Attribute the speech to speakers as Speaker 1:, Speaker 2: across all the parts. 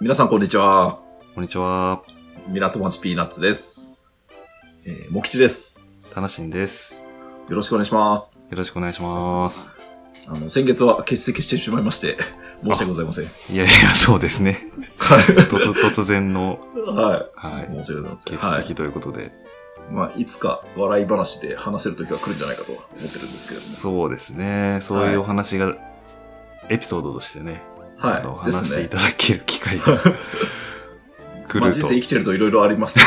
Speaker 1: 皆さん、こんにちは。
Speaker 2: こんにちは。
Speaker 1: 港町ピーナッツです。えー、もきちです。
Speaker 2: たなしんです。
Speaker 1: よろしくお願いします。
Speaker 2: よろしくお願いします。
Speaker 1: あの、先月は欠席してしまいまして、 申し訳ございません。
Speaker 2: いやいや、そうですね。
Speaker 1: は
Speaker 2: 突突然の、
Speaker 1: い。は。
Speaker 2: はい
Speaker 1: 申
Speaker 2: い。
Speaker 1: し訳ございません。
Speaker 2: 欠
Speaker 1: はい
Speaker 2: 席。ということで、
Speaker 1: まあ、いつか笑い話で話せる時が来るんじゃないかと思ってるんです
Speaker 2: そうですね。そういうお話が、エピソードとしてね、
Speaker 1: けども。
Speaker 2: あの
Speaker 1: はい。で
Speaker 2: 話し
Speaker 1: す
Speaker 2: てい
Speaker 1: ね
Speaker 2: た。だける機 会が来
Speaker 1: まあ、人生
Speaker 2: ると、
Speaker 1: 生
Speaker 2: め
Speaker 1: きてるといろいろあり ますね。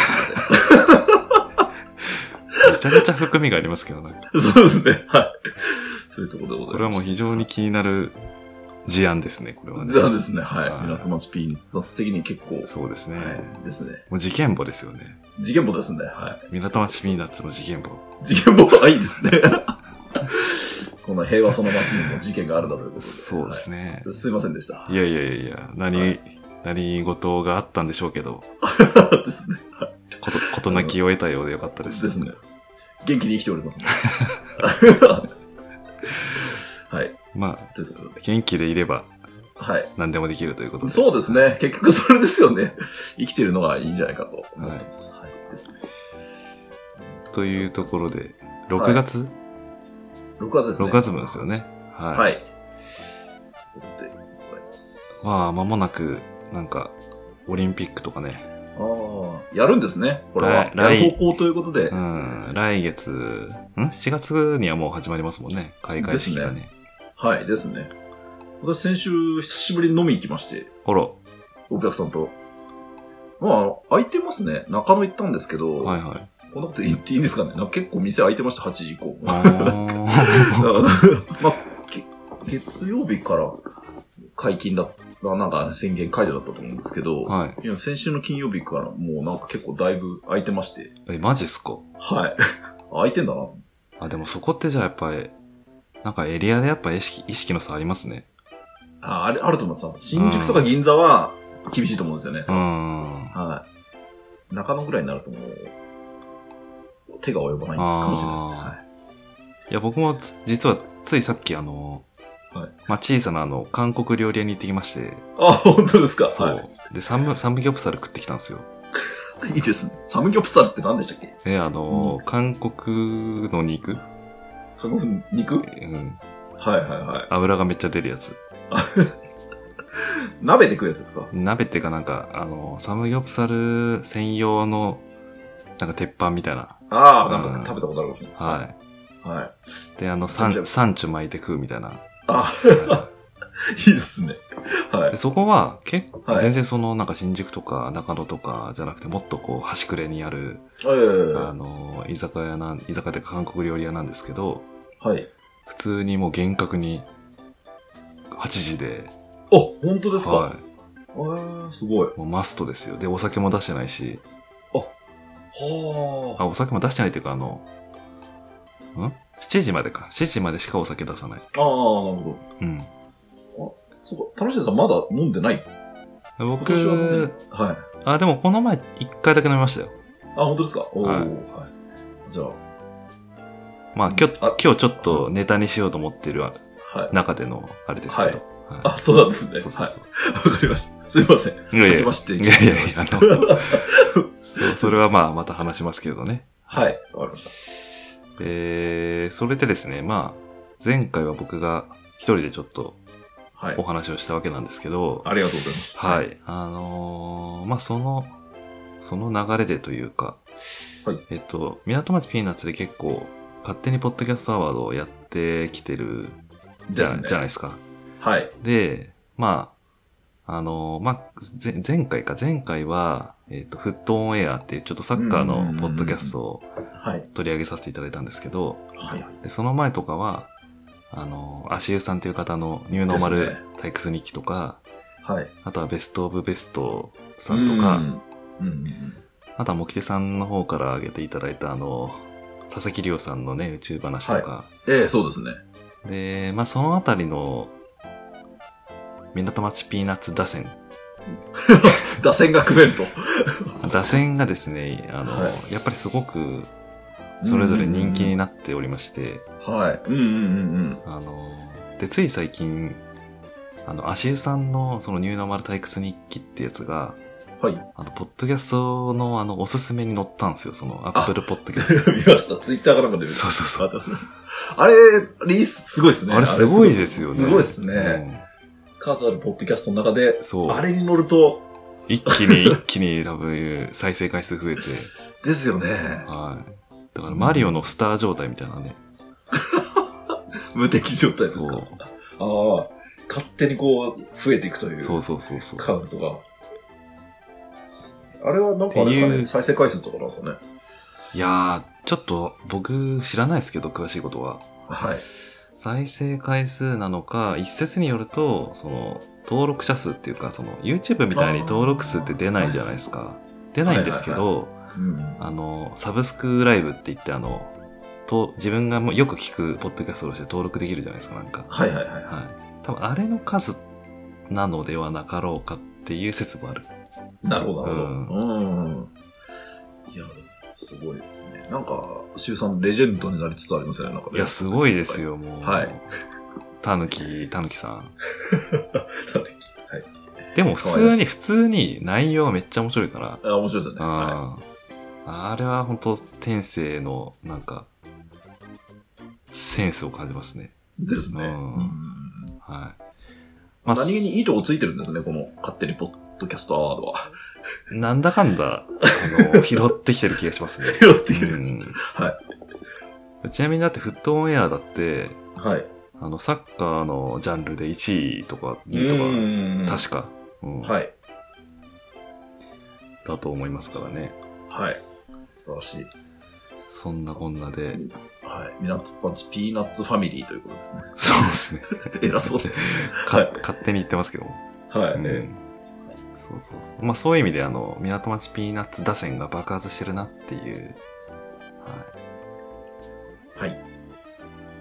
Speaker 2: ちゃめちゃ含みがありますけど、なんか
Speaker 1: そうですね。はい。というところでございます。
Speaker 2: これはもう非常に気になる事案ですね、これはね。
Speaker 1: そうですね。はい。
Speaker 2: はい
Speaker 1: 港町ピーナッツ的に結構、
Speaker 2: そうですね。
Speaker 1: はい。ですね。
Speaker 2: もう事件簿ですよね。
Speaker 1: 事件簿ですね。はい。
Speaker 2: 港町ピーナッツの事件簿。
Speaker 1: 事件簿はいいですね。この平和その街にも事件があるだということで。
Speaker 2: そうですね。
Speaker 1: はいすいませんでした。
Speaker 2: いやいやいやいや、何、
Speaker 1: はい
Speaker 2: 何事があったんでしょうけど、
Speaker 1: ですね。
Speaker 2: こと、ことなきを得たようでよかったです。
Speaker 1: ですね。元気に生きておりますね、はい。
Speaker 2: まあ、
Speaker 1: ということで。
Speaker 2: 元気でいれば
Speaker 1: はい。
Speaker 2: 何でもできるということで。
Speaker 1: そうですね。結局それですよね。生きてるのがいいんじゃないかと思ってます。はい。ですね。
Speaker 2: というところで、6月、
Speaker 1: 6月ですね。
Speaker 2: ?6 月分ですよね。はい。
Speaker 1: はい。ということでございます。
Speaker 2: まあ、間もなく、なんか、オリンピックとかね。
Speaker 1: ああ、やるんですね。これは。や
Speaker 2: 来
Speaker 1: る方向ということで。
Speaker 2: うん、来月、ん ?7 月にはもう始まりますもんね。開会式がね。
Speaker 1: はい、ですね。私先週、久しぶりに飲み行きまして。
Speaker 2: ほら、
Speaker 1: お客さんと。まああの、空いてますね。中野行ったんですけど、
Speaker 2: はいはい。
Speaker 1: こんなこと言っていいんですかね。なんか結構店空いてました、8時以 降。だか
Speaker 2: あー
Speaker 1: らまあ、け月曜日から解禁だった、なんか宣言解除だったと思うんですけど、
Speaker 2: は
Speaker 1: い
Speaker 2: い。
Speaker 1: や先週の金曜日からもうなんか結構だいぶ空いてまして、
Speaker 2: え、マジっすか
Speaker 1: はい。 空いてんだな。
Speaker 2: あ、でもそこってじゃあやっぱり、なんかエリアでやっぱ意識意識の差ありますね。
Speaker 1: あ、あれ、あると思います。新宿とか銀座は厳しいと思うんですよね。
Speaker 2: うーん。あ
Speaker 1: はい。中野ぐらいになるともう、手が及ばないかもしれないですね。
Speaker 2: あー
Speaker 1: はい
Speaker 2: いや、僕もつ実はついさっきあの、
Speaker 1: はい
Speaker 2: まあ、小さなあの、韓国料理屋に行ってきまして、
Speaker 1: あ、本当ですか。
Speaker 2: そう。
Speaker 1: は
Speaker 2: で、サム、サムギョプサル食ってきたんですよ。
Speaker 1: い。いいですね。サムギョプサルって何でしたっけ
Speaker 2: え、あの、韓国の肉
Speaker 1: 韓国肉はい
Speaker 2: うん。
Speaker 1: はいは
Speaker 2: 油がめっちゃ出るやつ。
Speaker 1: い。鍋で食うやつですか
Speaker 2: 鍋っていうかなんか、あの、サムギョプサル専用の、なんか鉄板みたいな。
Speaker 1: ああ、な
Speaker 2: うん
Speaker 1: んか食べたことあるかもしれないです。。
Speaker 2: はいい。
Speaker 1: はい。
Speaker 2: で、あの、サ
Speaker 1: じゃ
Speaker 2: ン、
Speaker 1: あ
Speaker 2: サンチュ巻いて食うみたいな。
Speaker 1: あ、
Speaker 2: はい
Speaker 1: いいですね。は
Speaker 2: で
Speaker 1: い。
Speaker 2: そこは結構、
Speaker 1: はい
Speaker 2: 全然そのなんか新宿とか中野とかじゃなくてもっとこう端くれにある、
Speaker 1: えー
Speaker 2: あ、の居酒屋なん居酒屋というか韓国料理屋なんですけど
Speaker 1: はい。
Speaker 2: 普通にもう厳格に8時で、
Speaker 1: あ、本当ですか、
Speaker 2: は、
Speaker 1: ああ、すごい。はい
Speaker 2: もうマストですよでお酒も出してないし
Speaker 1: あ。
Speaker 2: あお酒も出してないというかあのん7時までか7時までしかお酒出さな
Speaker 1: ああ、
Speaker 2: い
Speaker 1: なるほ
Speaker 2: うん
Speaker 1: ど。そうか。楽しいさんまだ飲んでない今年は飲んで
Speaker 2: 僕
Speaker 1: ない。はい。
Speaker 2: あでもこの前1回だけ飲みましたよ
Speaker 1: あ、本当ですかおお、
Speaker 2: は
Speaker 1: はいい、じゃあ、
Speaker 2: まあ今日
Speaker 1: あ
Speaker 2: 今日ちょっとネタにしようと思ってる
Speaker 1: はい。
Speaker 2: 中でのあれですけど、
Speaker 1: はい
Speaker 2: はい
Speaker 1: あ、そうなんですね。
Speaker 2: そうそうそう。
Speaker 1: はい。わかりました。すいません。
Speaker 2: いやいや
Speaker 1: 先走って
Speaker 2: いやいやいや、あの、 そうそれ
Speaker 1: は。
Speaker 2: はまあ、また話しますけどね。
Speaker 1: はい。わかりました。
Speaker 2: えー、それでですね、まあ、前回は僕が一人でちょっと
Speaker 1: はい
Speaker 2: お。話をしたわけなんですけど、
Speaker 1: ありがとうございます。
Speaker 2: は。い。あのーまあ、その、その流れでというか、
Speaker 1: はい
Speaker 2: えっと、港町ピーナッツで結構、勝手にポッドキャストアワードをやってきてるじ
Speaker 1: で
Speaker 2: ゃ,、
Speaker 1: すね
Speaker 2: じゃないですか。
Speaker 1: はい。
Speaker 2: で、まあ、あの、まあ、ぜ前回か、前回は、えっ、と、フットオンエアっていうちょっとサッカー
Speaker 1: うんうんうんう
Speaker 2: の
Speaker 1: ん
Speaker 2: ポッドキャストを
Speaker 1: はい。
Speaker 2: 取り上げさせていただいたんですけど、
Speaker 1: はい。
Speaker 2: でその前とかは、あの、足湯さんという方のニューノーマ
Speaker 1: です
Speaker 2: ル
Speaker 1: ね
Speaker 2: 退屈日記とか、
Speaker 1: はい。
Speaker 2: あとはベストオブベストさんとか、
Speaker 1: うん。うんうん
Speaker 2: あとはもきてさんの方から上げていただいたあの、佐々木亮さんのね、宇宙話とか、
Speaker 1: ええ、そうですね。
Speaker 2: で、まあ、そのあたりの、港町ピーナッツ打線
Speaker 1: 打線が組めると。
Speaker 2: 打線がですね、あの、
Speaker 1: は
Speaker 2: やっぱりすごくそれぞれ人気になっておりまして、
Speaker 1: はい。うんうんうん
Speaker 2: あの、で、つい最近、あの、足湯さんのそのニューノーマル退屈日記ってやつが、
Speaker 1: うん。はい。
Speaker 2: あの、ポッドキャストのあの、おすすめに載ったんですよ。その、ア
Speaker 1: あ
Speaker 2: ップルポッドキ ャス
Speaker 1: 見ました。ツイッターかなんかで
Speaker 2: ト。
Speaker 1: 見た。
Speaker 2: そうそうそう。
Speaker 1: 私あれ、リースすごいですね。
Speaker 2: あれすごいですよね。
Speaker 1: すごいですね。数あるポッドキャストの中で
Speaker 2: うん。、そう。
Speaker 1: あれに乗ると、
Speaker 2: 一気に、一気に多分、再生回数増えて、
Speaker 1: ですよね。
Speaker 2: はい。だから、マリオのスター状態みたいなね。
Speaker 1: 無敵状態です
Speaker 2: そ
Speaker 1: か
Speaker 2: う。
Speaker 1: ああ、勝手にこう、増えていくという。
Speaker 2: そうそうそうそう。
Speaker 1: カウントが。あれはなんかあれですか
Speaker 2: って
Speaker 1: ね、
Speaker 2: いう
Speaker 1: 再生回数とかなんですかね。
Speaker 2: いやー、ちょっと僕知らないですけど、詳しいことは。
Speaker 1: はい。
Speaker 2: 再生回数なのか、一説によると、その、登録者数っていうか、その、YouTube みたいに登録数って出ないじゃないですか。出ないんですけど、
Speaker 1: うん。
Speaker 2: あの、サブスクライブって言って、あの、と自分がもうよく聞くポッドキャストとして登録できるじゃないですか、なんか。
Speaker 1: はいはいはい。
Speaker 2: はい。多分、あれの数なのではなかろうかっていう説もある。
Speaker 1: なるほど、なるほど。うん。いや、すごいですね。なんか、周さん、レジェンドになりつつありますね、なんか、ね。
Speaker 2: いや、すごいです。よ、もう。
Speaker 1: はい。
Speaker 2: たぬき、たぬきさん。
Speaker 1: はい。
Speaker 2: でも普
Speaker 1: かわ
Speaker 2: 通
Speaker 1: い
Speaker 2: に、普通に内容はめっちゃ面白いから。
Speaker 1: あ面白いですよね。は
Speaker 2: ああれは本当天性の、なんか、センスを感じますね。
Speaker 1: い。ですね。
Speaker 2: う
Speaker 1: うんん。
Speaker 2: はい。まあ、
Speaker 1: 何気にいいとこついてるんですね、この勝手にポッドキャストアワードは。
Speaker 2: なんだかんだ、あの、拾ってきてる気がしますね。
Speaker 1: 拾ってきてるんです
Speaker 2: うん
Speaker 1: は
Speaker 2: ちなみにだって、フットオンエアだって、
Speaker 1: い。はい。
Speaker 2: あの、サッカーのジャンルで1位とか、2位
Speaker 1: ん
Speaker 2: とか、確か、うん
Speaker 1: はい。
Speaker 2: だと思いますからね。
Speaker 1: はい。素晴らしい。
Speaker 2: そんなこんなで、
Speaker 1: はい。ミナッツパンチ、ピーナッツファミリーということですね。
Speaker 2: そうですね。
Speaker 1: 偉そうで。
Speaker 2: か
Speaker 1: はい
Speaker 2: 勝手に言ってますけども。
Speaker 1: はい。
Speaker 2: うんそうそうそう。まあそういう意味で、あの、港町ピーナッツ打線が爆発してるなっていう、は
Speaker 1: はい。
Speaker 2: い。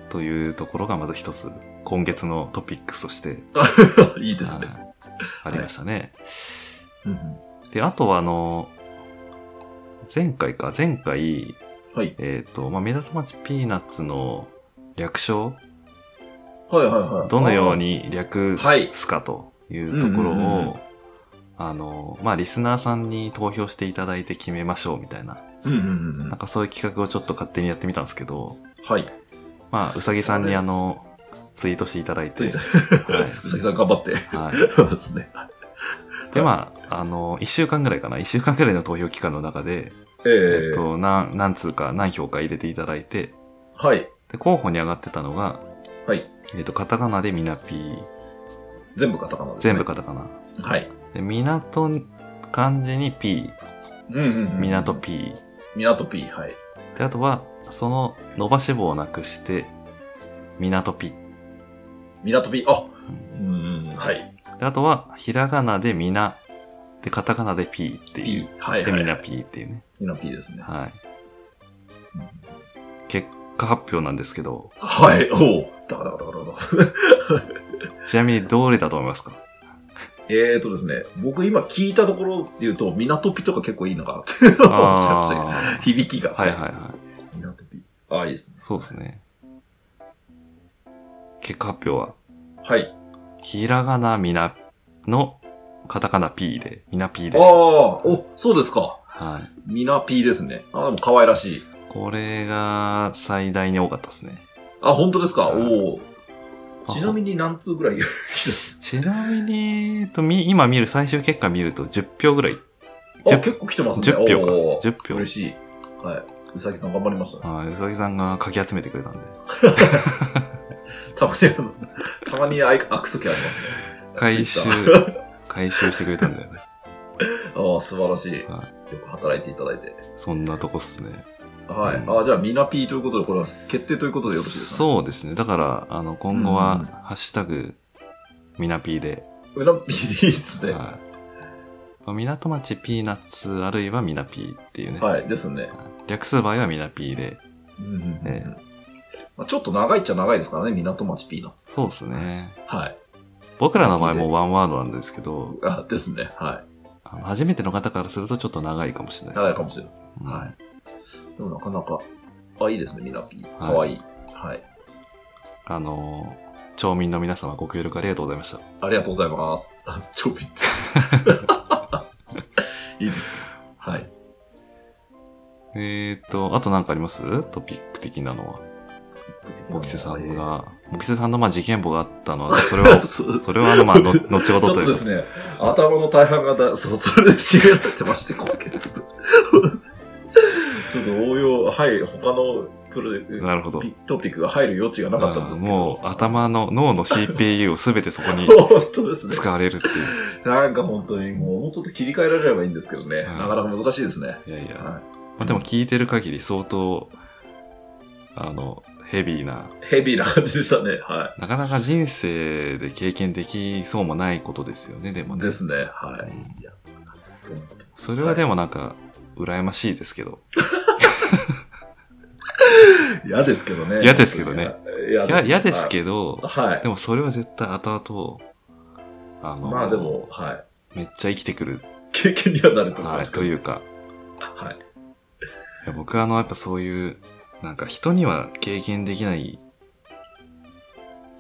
Speaker 2: というところがまず一つ、今月のトピックスとして、
Speaker 1: いいですね
Speaker 2: は。いありましたね。
Speaker 1: うんうん
Speaker 2: で、あとはあの、前回か、前回、
Speaker 1: はい。
Speaker 2: えっ、と、まあ、港町ピーナッツの略称、
Speaker 1: はいはいはい。
Speaker 2: どのように略
Speaker 1: はい
Speaker 2: すかというところ
Speaker 1: うんうんうんうん
Speaker 2: を、あの、まあ、リスナーさんに投票していただいて決めましょうみたいな、
Speaker 1: うんうんうんうん
Speaker 2: なん。かそういう企画をちょっと勝手にやってみたんですけど、
Speaker 1: はい。
Speaker 2: まあ、うさぎさん
Speaker 1: あ
Speaker 2: に
Speaker 1: れ
Speaker 2: あの、ツイートしていただい
Speaker 1: つ
Speaker 2: て、
Speaker 1: いて
Speaker 2: は
Speaker 1: る。うさぎさん頑張って。
Speaker 2: い。は
Speaker 1: そうですね。
Speaker 2: い、で、まあ、あの、1週間ぐらいかな、1週間ぐらいの投票期間の中で、
Speaker 1: え
Speaker 2: えっ
Speaker 1: ー、
Speaker 2: と、何、何通か、何票か入れていただいて、
Speaker 1: はい。
Speaker 2: で、候補に上がってたのが、
Speaker 1: はい。
Speaker 2: えっと、カタカナでミナピー、
Speaker 1: 全部カタカナです、ね。
Speaker 2: 全部カタカナ。
Speaker 1: 部。はい。
Speaker 2: で、港、漢字に P、
Speaker 1: うんうん、うん。
Speaker 2: 港。P。
Speaker 1: 港 P、はい。
Speaker 2: で、あとは、その伸ばし棒をなくして、港 P。
Speaker 1: 港 P、あうんうん。はい。
Speaker 2: で、あとは、ひらがなでみな、で、カタカナで P っていう
Speaker 1: P。。はい
Speaker 2: で、
Speaker 1: はい。
Speaker 2: みな P っていうね。
Speaker 1: 港 P ですね。
Speaker 2: はい。
Speaker 1: うん
Speaker 2: 結果発表なんですけど、
Speaker 1: はい。おう。だからだからだから。
Speaker 2: ちなみにどれだと思 いますか
Speaker 1: えーとですね、僕今聞いたところで言うと、港 P とか結構いいのかなって 思っちゃいましたけど
Speaker 2: あー
Speaker 1: 響きが。
Speaker 2: はいはいはい。
Speaker 1: 港 P。ああ、いいですね。
Speaker 2: そうですね。結果発表は、
Speaker 1: はい。
Speaker 2: ひらがなみなのカタカナ P で、みな P
Speaker 1: あ
Speaker 2: で
Speaker 1: あ、
Speaker 2: す。
Speaker 1: お、そうですか。
Speaker 2: はい。
Speaker 1: ミナピーですね。あ、でも可愛らしい。
Speaker 2: これが最大に多かったですね。
Speaker 1: あ、本当ですか、
Speaker 2: はい
Speaker 1: おお。ちなみに何通ぐらい来たんです
Speaker 2: ちなみに、えっと、み今見る、最終結果見ると10票ぐらい。
Speaker 1: かあ、
Speaker 2: 10
Speaker 1: 結構来てますね。
Speaker 2: 10票か。
Speaker 1: おー
Speaker 2: 10票
Speaker 1: 嬉。しい。はい。うさぎさん頑張りましたね。
Speaker 2: ああ、うさぎさんがかき集めてくれたん で。
Speaker 1: たまにあの、たまにあい開くときありますね。
Speaker 2: 回収
Speaker 1: Twitter
Speaker 2: 回収してくれたんだよね。
Speaker 1: ああ、素晴らしい。よ
Speaker 2: は
Speaker 1: く働いていただいて。
Speaker 2: そんなとこっすね。
Speaker 1: はい。
Speaker 2: うん
Speaker 1: ああ、じゃあミナピーということで、これは決定ということでよろしいですか、ね、
Speaker 2: そうですね。だから、あの、今後
Speaker 1: うん
Speaker 2: は
Speaker 1: うん、
Speaker 2: ハッシュタグ、みなぴーで、
Speaker 1: ミナピーでいいですね。
Speaker 2: はい。まあ港町ピーナッツ、あるいはみなぴーっていうね。
Speaker 1: はい。ですね。
Speaker 2: 略す場合はみなぴーで。
Speaker 1: うんうんうんうん
Speaker 2: え
Speaker 1: まあ、ちょっと長いっちゃ長いですからね、港町ピーナッツ。
Speaker 2: そうですね。
Speaker 1: はい。
Speaker 2: 僕らの場合もワンワードなんですけど、
Speaker 1: あですね。は
Speaker 2: あの初めての方からするとちょっと長いかもしれ
Speaker 1: い。
Speaker 2: ないです。
Speaker 1: 長いかもしれません。
Speaker 2: うん
Speaker 1: はい。でもなかなかあ、いいですね、ミナピー。かわいい。はい。
Speaker 2: あのー町民の皆様ご協力ありがとうございました。
Speaker 1: ありがとうございます。 あちょびっといいですね。はい。、
Speaker 2: えーと、あと何かありますトピック的なのは。モキセさんが、モキセさんのまあ事件簿があったのは、それは
Speaker 1: そう
Speaker 2: それはあの、まあ、の後ほ
Speaker 1: ちょっ
Speaker 2: どと
Speaker 1: と
Speaker 2: い
Speaker 1: で
Speaker 2: うか
Speaker 1: す。ね、頭の大半がだ、そう、それで知り合ってまして、今月。ち ょっと応用、はい、他のプロジェク
Speaker 2: なるほど
Speaker 1: ト、。トピックが入る余地がなかったんですけど。
Speaker 2: もう頭の脳の CPU をすべてそこに
Speaker 1: 本当ですね。
Speaker 2: 使われるって
Speaker 1: なんか本当にもう、もうちょっと切り替えられればいいんですけどね。
Speaker 2: うん
Speaker 1: なかなか難しいですね。
Speaker 2: いう。いやいや。
Speaker 1: は
Speaker 2: まあでも聞いてる限り相当、あの、ヘビーな、
Speaker 1: い、ヘビーな感じでしたね。は
Speaker 2: なかなか人生で経験できそうもないことですよね、でも
Speaker 1: い。
Speaker 2: ね。
Speaker 1: ですね。は
Speaker 2: うん
Speaker 1: い。いや
Speaker 2: それはで
Speaker 1: も。
Speaker 2: もなんか、羨ましいですけど。
Speaker 1: 嫌ですけどね。
Speaker 2: 嫌ですけどね。
Speaker 1: 嫌
Speaker 2: いや、嫌です
Speaker 1: ど。
Speaker 2: けど、
Speaker 1: はい
Speaker 2: で。もそれは絶対後々、あの、
Speaker 1: まあでも、はい。
Speaker 2: めっちゃ生きてくる、
Speaker 1: 経験にはなると思い
Speaker 2: は
Speaker 1: ま
Speaker 2: い、
Speaker 1: すけ
Speaker 2: と
Speaker 1: ど。
Speaker 2: いうか、
Speaker 1: はい。
Speaker 2: いや僕はあの、やっぱそういう、なんか人には経験できない、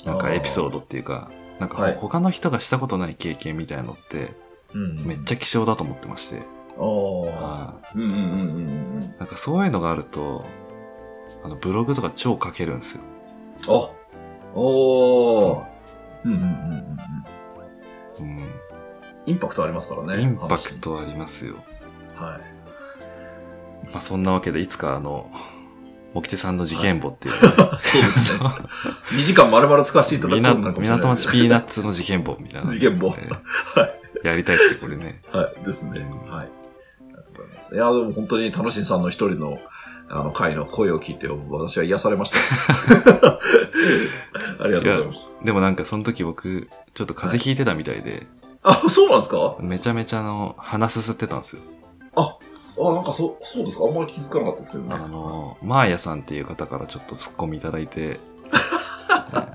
Speaker 2: なん
Speaker 1: あ
Speaker 2: か
Speaker 1: ー
Speaker 2: エピソードっていうか、なんか
Speaker 1: はい
Speaker 2: ほ他の人がしたことない経験みたいのって、
Speaker 1: うん
Speaker 2: めっち
Speaker 1: ゃ。
Speaker 2: ゃ貴重だと思ってまして、
Speaker 1: ああ。
Speaker 2: は
Speaker 1: うんうんうんうんうん。
Speaker 2: いなんかそういうのがあると、あの、ブログとか超書けるんですよ。
Speaker 1: あお
Speaker 2: そ
Speaker 1: ーうんうんうんうんうん。
Speaker 2: う。うん。
Speaker 1: インパクトありますからね。
Speaker 2: インパクトありますよ。
Speaker 1: 話。はい。
Speaker 2: まあそんなわけで、いつかあの、もきてさんの事件簿っていう、
Speaker 1: そうですね。2時間丸々使わせていただくことになるかもしれない
Speaker 2: 港町ピーナッツの事件簿みたいな。
Speaker 1: 事件簿
Speaker 2: えーやりたいですね、これね。
Speaker 1: はい、ですね。
Speaker 2: うん
Speaker 1: はい。ありがとうございます。いや、でも本当に楽しんさんの一人の、あの、会の声を聞いて、私は癒されま した。ありがとうございました。
Speaker 2: でもなんかその時僕、ちょっと風邪ひいてたみたいで、
Speaker 1: あ、そうなんですか
Speaker 2: めちゃめちゃあの、鼻すすってたんですよ。
Speaker 1: あ、なんかそ、そうですかあんまり気づかなかったですけどね。
Speaker 2: あの、マーヤさんっていう方からちょっとツッコミいただい て、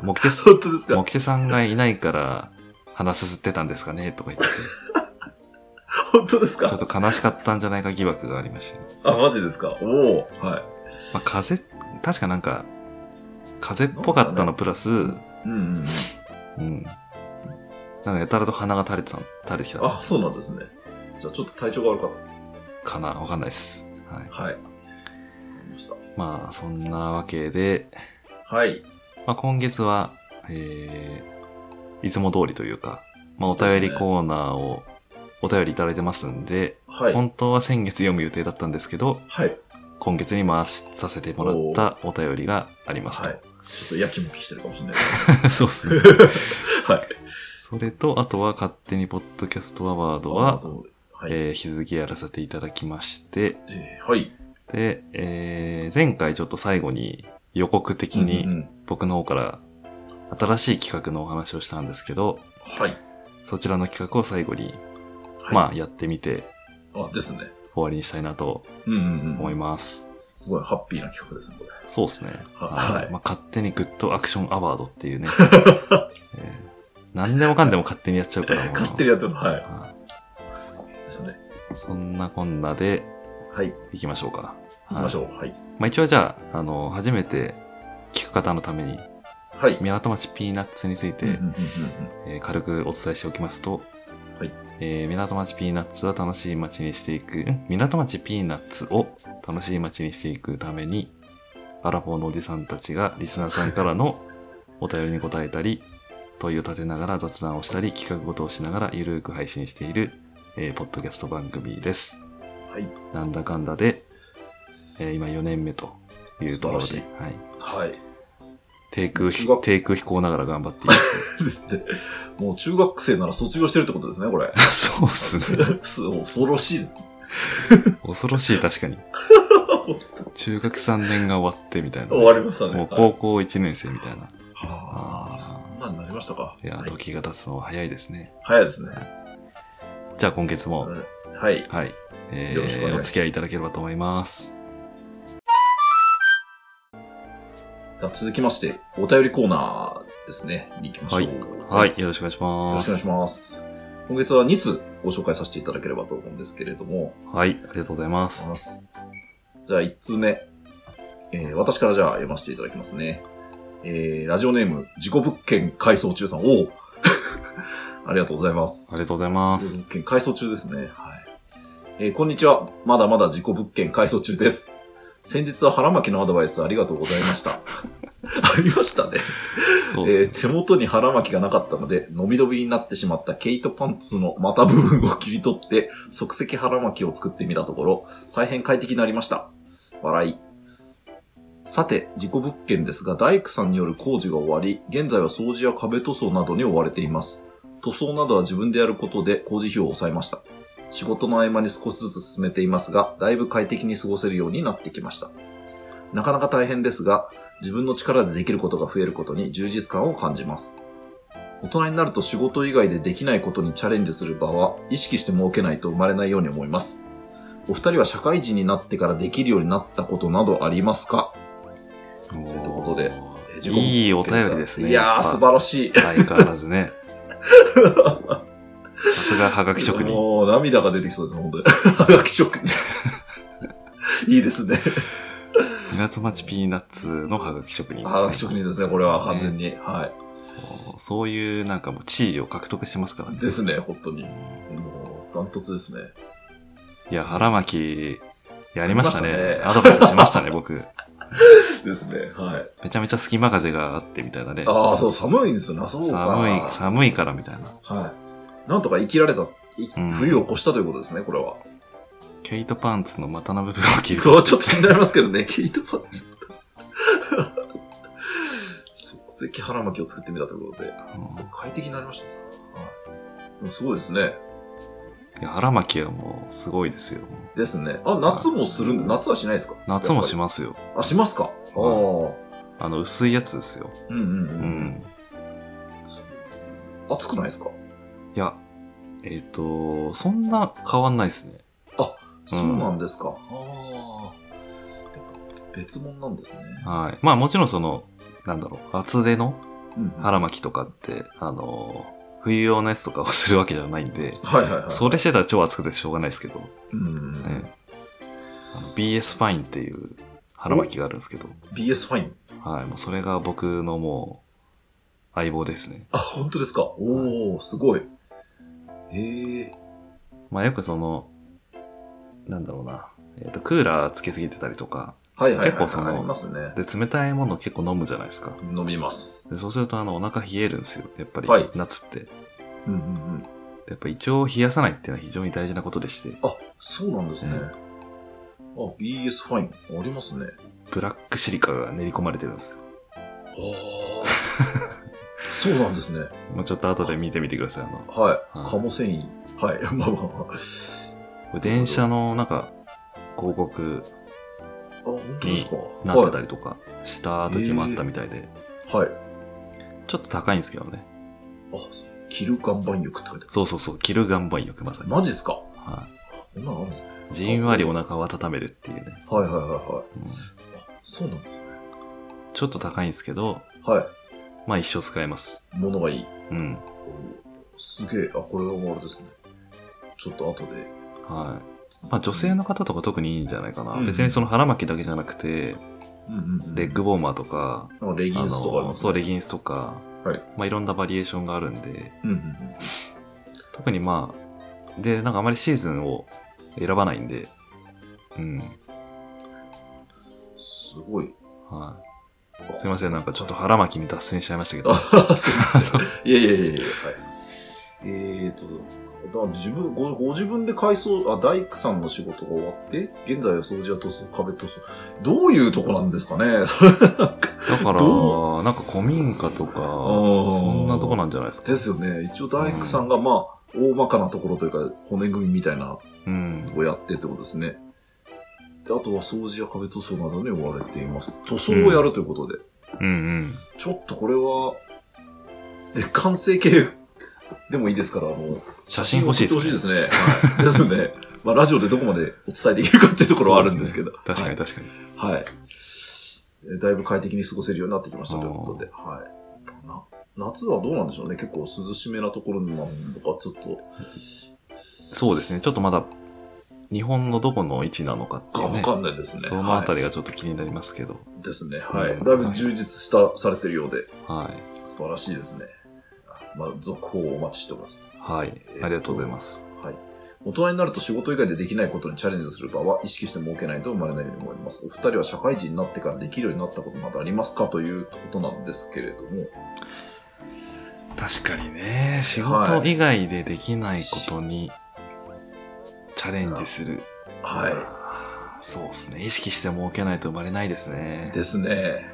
Speaker 2: モキテさ
Speaker 1: 本当です
Speaker 2: ん、
Speaker 1: か
Speaker 2: モキテさんがいないから、鼻すすってたんですかねと か言ってて、
Speaker 1: 本当です
Speaker 2: ちょっ
Speaker 1: か
Speaker 2: と悲しかったんじゃないか疑惑がありました、ね。
Speaker 1: あ、マジですかおおは
Speaker 2: まあ、風邪、確かなんか、風邪っぽかったのプラス、
Speaker 1: い。うんうんうん。
Speaker 2: うん。なんかやたらと鼻が垂れてた、垂れてきたんです
Speaker 1: あ、そうなんですね。じゃあちょっと体調が悪かったです。
Speaker 2: かなわかんないです。は
Speaker 1: はい。
Speaker 2: い。
Speaker 1: わかりました。
Speaker 2: まあ、そんなわけで、
Speaker 1: はい。
Speaker 2: まあ、今月は、えー、いつも通りというか、まあ、お便りコーナーを、お便りいただいてますんで、
Speaker 1: はい。
Speaker 2: 本当は先月読む予定だったんですけど、
Speaker 1: はい。
Speaker 2: 今月に回しさせてもらったお便りがありますと。
Speaker 1: はい。ちょっとやきもきしてるかもしれないで
Speaker 2: そうです ね。
Speaker 1: す。はい。
Speaker 2: それと、あとは勝手にポッドキャストアワードは、
Speaker 1: はい。
Speaker 2: えー、引き続きやらせていただきまして、
Speaker 1: えーはい。
Speaker 2: で、えー、前回ちょっと最後に予告的
Speaker 1: うんう
Speaker 2: に
Speaker 1: ん
Speaker 2: 僕の方から新しい企画のお話をしたんですけど、
Speaker 1: はい。
Speaker 2: そちらの企画を最後に、
Speaker 1: はい
Speaker 2: まあやってみて
Speaker 1: あ、ですね。
Speaker 2: 終わりにしたいなと
Speaker 1: うんうんう
Speaker 2: 思い
Speaker 1: ん。
Speaker 2: ます。
Speaker 1: すごいハッピーな企画ですね、これ。
Speaker 2: そうですね。
Speaker 1: はい
Speaker 2: まあ、勝手にグッドアクションアワードっ ていうね。えー何でもかんでも勝手にやっちゃうから。
Speaker 1: 勝手に
Speaker 2: や
Speaker 1: やってるの、はい。
Speaker 2: は
Speaker 1: ですね。
Speaker 2: いそんなこんなで
Speaker 1: はい。行
Speaker 2: 行きましょうか。
Speaker 1: きましょ
Speaker 2: う。
Speaker 1: う。はい。
Speaker 2: まあ一応じゃあ、あの、初めて聞く方のために、
Speaker 1: はい。
Speaker 2: 港町ピーナッツについて、
Speaker 1: うんうんうんうん
Speaker 2: えー軽くお伝えしておきますと、
Speaker 1: はい
Speaker 2: えー港町ピーナッツは楽しい街にしていく、ん港町ピーナッツを楽しい街にしていくために、アラフォーのおじさんたちがリスナーさんから のお便りに答えたり、問いを立てながら雑談をしたり、企画ごとをしながらゆるーく配信している、えーポッドキャスト番組です。
Speaker 1: はい。
Speaker 2: なんだかんだで、えー今4年目というところ
Speaker 1: 素晴
Speaker 2: で、はい、
Speaker 1: はい。
Speaker 2: 低
Speaker 1: 中
Speaker 2: 空飛
Speaker 1: 学
Speaker 2: 低空飛行ながら頑張っています。
Speaker 1: ですね。もう中学生なら卒業してるってことですね、これ。
Speaker 2: そうっすね。
Speaker 1: す恐ろしいです。
Speaker 2: 恐ろしい、確 かに。中学3年が終わってみたいな。
Speaker 1: 終わりましたね。
Speaker 2: もう
Speaker 1: はい
Speaker 2: 高校1年生みたいな。
Speaker 1: はあ、そんなになりましたか。
Speaker 2: いや、
Speaker 1: はい
Speaker 2: 時が経つのは早いですね。
Speaker 1: 早いですね。
Speaker 2: じゃあ今月
Speaker 1: う
Speaker 2: も、
Speaker 1: んはい。
Speaker 2: はい、え
Speaker 1: よろしくお願いし
Speaker 2: ー、
Speaker 1: ま
Speaker 2: お
Speaker 1: す
Speaker 2: 付き合いいただければと思います。
Speaker 1: では続きまして、お便りコーナーですね。に行きましょう。
Speaker 2: はい、よろしくお願いし
Speaker 1: よろ
Speaker 2: ま
Speaker 1: しくお願い
Speaker 2: す。
Speaker 1: します。今月は2通ご紹介させていただければと思うんですけれども。
Speaker 2: はい、ありがとうございます。
Speaker 1: じゃあ1通目。えー私からじゃあ読ませていただきますね。えーラジオネーム、自己物件改装中さん。おお ありがとうございます。
Speaker 2: ありがとうございま
Speaker 1: 自己
Speaker 2: す。
Speaker 1: 物件改装中ですね。はい。えーこんにちは。まだまだ自己物件改装中です。先日は腹巻きのアドバイスありがとうございま した。ありましたね。
Speaker 2: そうです
Speaker 1: え
Speaker 2: ね
Speaker 1: ー手元に腹巻きがなかったので、伸び伸びになってしまった毛糸パンツの股部分を切り取って、即席腹巻きを作ってみたところ、大変快適になりました。笑い。さて、事故物件ですが、大工さんによる工事が終わり、現在は掃除や壁塗装などに追われています。塗装などは自分でやることで工事費を抑えました。仕事の合間に少しずつ進めていますが、だいぶ快適に過ごせるようになってきました。なかなか大変ですが、自分の力でできることが増えることに充実感を感じます。大人になると仕事以外でできないことにチャレンジする場は意識して設けないと生まれないように思います。お二人は社会人になってからできるようになったことなどありますか
Speaker 2: おー
Speaker 1: ということでえ自己
Speaker 2: いいお便りですね。
Speaker 1: いやー、素
Speaker 2: ら
Speaker 1: 晴らしい。
Speaker 2: 相変わら ずね。さすがはがき職人。
Speaker 1: もう涙が出てきそうです、本当に。 はがき職人。いいですね。
Speaker 2: 港町ピーナッツのはがき職人ですね、
Speaker 1: はがき職人ですね、これは完全に。は
Speaker 2: もうそういうなんかもう地位を獲得してますから
Speaker 1: い。
Speaker 2: ね。
Speaker 1: ですね、本当に。もう、ダントツですね。
Speaker 2: いや、腹巻き、やりましたね。
Speaker 1: やりま
Speaker 2: アドバイスしましたね、僕。
Speaker 1: ですね、はい。
Speaker 2: めちゃめちゃ隙間風があってみたいなね。
Speaker 1: ああ、そう、寒いんですよね。あそう
Speaker 2: 寒
Speaker 1: か。
Speaker 2: い、寒いからみたいな。
Speaker 1: はい。なんとか生きられた、い
Speaker 2: うん
Speaker 1: 冬を越したということですね、これは。
Speaker 2: 毛糸パンツの股の部分を切る
Speaker 1: こ。れはちょっと気になりますけどね、 ケイトパンツ。即席腹巻きを作ってみたということで、
Speaker 2: うん
Speaker 1: 快適になりましたね。はい。でもすごいですね。
Speaker 2: いや腹巻きはもうすごいですよ。
Speaker 1: ですね。あ、夏もするんで、夏はしないですか
Speaker 2: 夏もし
Speaker 1: ま
Speaker 2: ますよ。
Speaker 1: あ、しますか。ああ。うん
Speaker 2: あの、薄いやつですよ。
Speaker 1: うんうん。
Speaker 2: うん。
Speaker 1: 暑くないですか
Speaker 2: いや、えっ、と、そんな変わんないですね。
Speaker 1: そうなんですか。ああ。別物なんですね。
Speaker 2: はい。まあもちろんその、なんだろう、厚手の
Speaker 1: うんうん
Speaker 2: 腹巻きとかって、あの、冬用のやつとかをするわけじゃないんで、
Speaker 1: はいはいはい。
Speaker 2: それしてたら超暑くてしょうがないですけど、
Speaker 1: うんうんうん。
Speaker 2: ね、あの BS ファインっていう腹巻きがあるんですけど、
Speaker 1: BS ファイン。
Speaker 2: はい、もうそれが僕のもう相棒ですね。
Speaker 1: あ、本当ですか。おお、すごい。へえ。
Speaker 2: まあよくその、なんだろうな、えっ、と、クーラーつけすぎてたりとか、
Speaker 1: はいはいはい。
Speaker 2: 結構その
Speaker 1: ありますね。
Speaker 2: で、冷たいもの結構飲むじゃないですか。
Speaker 1: 飲みます。
Speaker 2: でそうするとあの、お腹冷えるんですよ。やっぱり
Speaker 1: はい、
Speaker 2: 夏って。で
Speaker 1: うんうんうん。
Speaker 2: やっぱ胃腸を冷やさないっていうのは非常に大事なことでして、
Speaker 1: あ、そうなんですね。
Speaker 2: うん
Speaker 1: あ、BS ファイン。ありますね。
Speaker 2: ブラックシリカが練り込まれてるんですよ。
Speaker 1: ああ。そうなんですね。
Speaker 2: まあちょっと後で見てみてください。あの、
Speaker 1: はい。
Speaker 2: はい
Speaker 1: カモ繊維。はい。 まあまあまあ。あ、
Speaker 2: これ電車のなんか、広告
Speaker 1: 本当ですか。
Speaker 2: なってたりとかした時もあったみたいで、
Speaker 1: はい。はい。
Speaker 2: ちょっと高いんですけどね。
Speaker 1: あ、着る岩盤浴って書いてあ
Speaker 2: そうそうそう、着る岩盤浴、まさ
Speaker 1: る。
Speaker 2: に。
Speaker 1: マジっすか
Speaker 2: は
Speaker 1: こんなのあるんですね。
Speaker 2: い、じんわりお腹を温めるっていうね、
Speaker 1: はいはいはいは
Speaker 2: うん
Speaker 1: い。あ、そうなんですね。
Speaker 2: ちょっと高いんですけど、
Speaker 1: は
Speaker 2: まあ一生使えます。
Speaker 1: い。ものがいい。
Speaker 2: うん。
Speaker 1: おすげえ。あ、これはもうあれですね。ちょっと後で。
Speaker 2: はい。まあ女性の方とか特にいいんじゃないかな。
Speaker 1: うん
Speaker 2: 別にその腹巻きだけじゃなくて、
Speaker 1: うんうんうん、
Speaker 2: レッグウォーマーとか、
Speaker 1: なんかレギンスとかあり
Speaker 2: の、
Speaker 1: ます
Speaker 2: そう、
Speaker 1: ね。
Speaker 2: レギンスとか、
Speaker 1: はい
Speaker 2: まあいろんなバリエーションがあるんで、
Speaker 1: うんうんうん。
Speaker 2: 特にまあ、で、なんかあまりシーズンを選ばないんで、うん。
Speaker 1: すごい。
Speaker 2: はい。すいません、なんかちょっと腹巻きに脱線しちゃいましたけど。
Speaker 1: あ、 すいません。いやいやいやいや。はい、えーと、だから自分ご、ご自分で改装、あ、大工さんの仕事が終わって、現在は掃除や塗装、壁塗装。どういうとこなんですかね
Speaker 2: だから、
Speaker 1: ど
Speaker 2: なんか古民家とか、
Speaker 1: ー
Speaker 2: そんなとこなんじゃないですか。
Speaker 1: ですよね。一応大工さんが、まあ、大まかなところというか、骨組みみたいな
Speaker 2: うん。
Speaker 1: をやってってことですね。で、あとは掃除や壁塗装などに追われています。塗装をやるということで。
Speaker 2: うんうん。
Speaker 1: ちょっとこれは、で、完成形 でもいいですから、あの、
Speaker 2: 写真欲しいですね
Speaker 1: 写真送ってほしいですね。はい。ですね。まあ、ラジオでどこまでお伝えできるかっていうところはあるんですけど。
Speaker 2: 確かに確かに。
Speaker 1: はい。はいえだいぶ快適に過ごせるようになってきましたということで、はい。な夏はどうなんでしょうね。結構涼しめなところなのか、ちょっと。
Speaker 2: そうですね。ちょっとまだ、日本のどこの位置なのかって
Speaker 1: か
Speaker 2: いう
Speaker 1: わ
Speaker 2: ね。
Speaker 1: かんないですね。
Speaker 2: そのあた
Speaker 1: り、
Speaker 2: りがちょっと気になりますけど。
Speaker 1: ですね。はい。
Speaker 2: うん
Speaker 1: だいぶ充実した、されてるようで、
Speaker 2: はい。
Speaker 1: 素晴らしいですね。まあ、続報をお待ちしておりますと。
Speaker 2: はい。ありがとうございます。
Speaker 1: はい。大人になると仕事以外でできないことにチャレンジする場は意識して設けないと生まれないように思います。お二人は社会人になってからできるようになったことなどありますかということなんですけれども、
Speaker 2: 確かにね、仕事以外でできないことにチャレンジする。
Speaker 1: は
Speaker 2: あーそうですね。意識して設けないと生まれないです
Speaker 1: い。
Speaker 2: ね。
Speaker 1: ですね。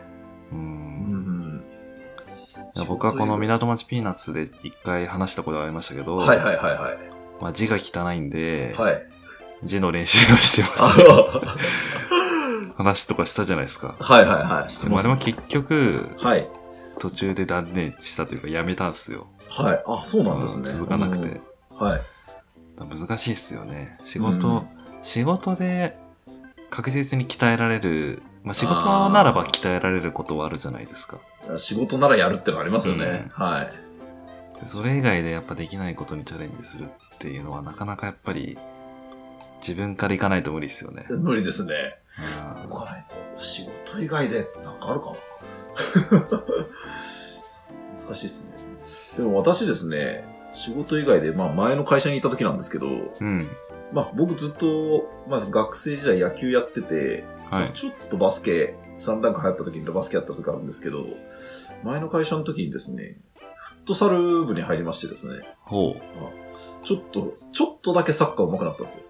Speaker 2: う。
Speaker 1: うんん
Speaker 2: いや僕はこの港町ピーナッツで一回話したことありましたけど、
Speaker 1: はいはいはいはい。
Speaker 2: まあ、字が汚いんで、
Speaker 1: はい。
Speaker 2: 字の練習をしてま
Speaker 1: あ
Speaker 2: す。
Speaker 1: は
Speaker 2: 話とかしたじゃないですか。
Speaker 1: はいはいはい。して
Speaker 2: ま
Speaker 1: ま
Speaker 2: あ、
Speaker 1: す
Speaker 2: でも結局、
Speaker 1: はい。
Speaker 2: 途中で断念したというかやめたんですよ。
Speaker 1: はい。あ、そうなんですね。
Speaker 2: 続かなくて。
Speaker 1: うん。はい。
Speaker 2: 難しいですよね。仕
Speaker 1: う
Speaker 2: 事
Speaker 1: ん、
Speaker 2: 仕事で確実に鍛えられる、まあ、仕事ならば鍛えられることはあるじゃないですか。
Speaker 1: 仕事ならやるってのありますよね。はい。
Speaker 2: でそれ以外でやっぱできないことにチャレンジするっていうのはなかなかやっぱり自分からいかないと無理ですよね。
Speaker 1: 無理ですね。
Speaker 2: うん
Speaker 1: 動かないと。仕事以外でなんかあるかな 難しいですね。でも私ですね、仕事以外で、まあ前の会社にいた時なんですけど、
Speaker 2: うん。
Speaker 1: まあ僕ずっと、まあ学生時代野球やってて、
Speaker 2: はい。
Speaker 1: ちょっとバスケ、3段階流行った時にバスケやった時あるんですけど、前の会社の時にですね、フットサル部に入りましてですね、
Speaker 2: ほう。
Speaker 1: ちょっと、ちょっとだけサッカー上手くなったんですよ。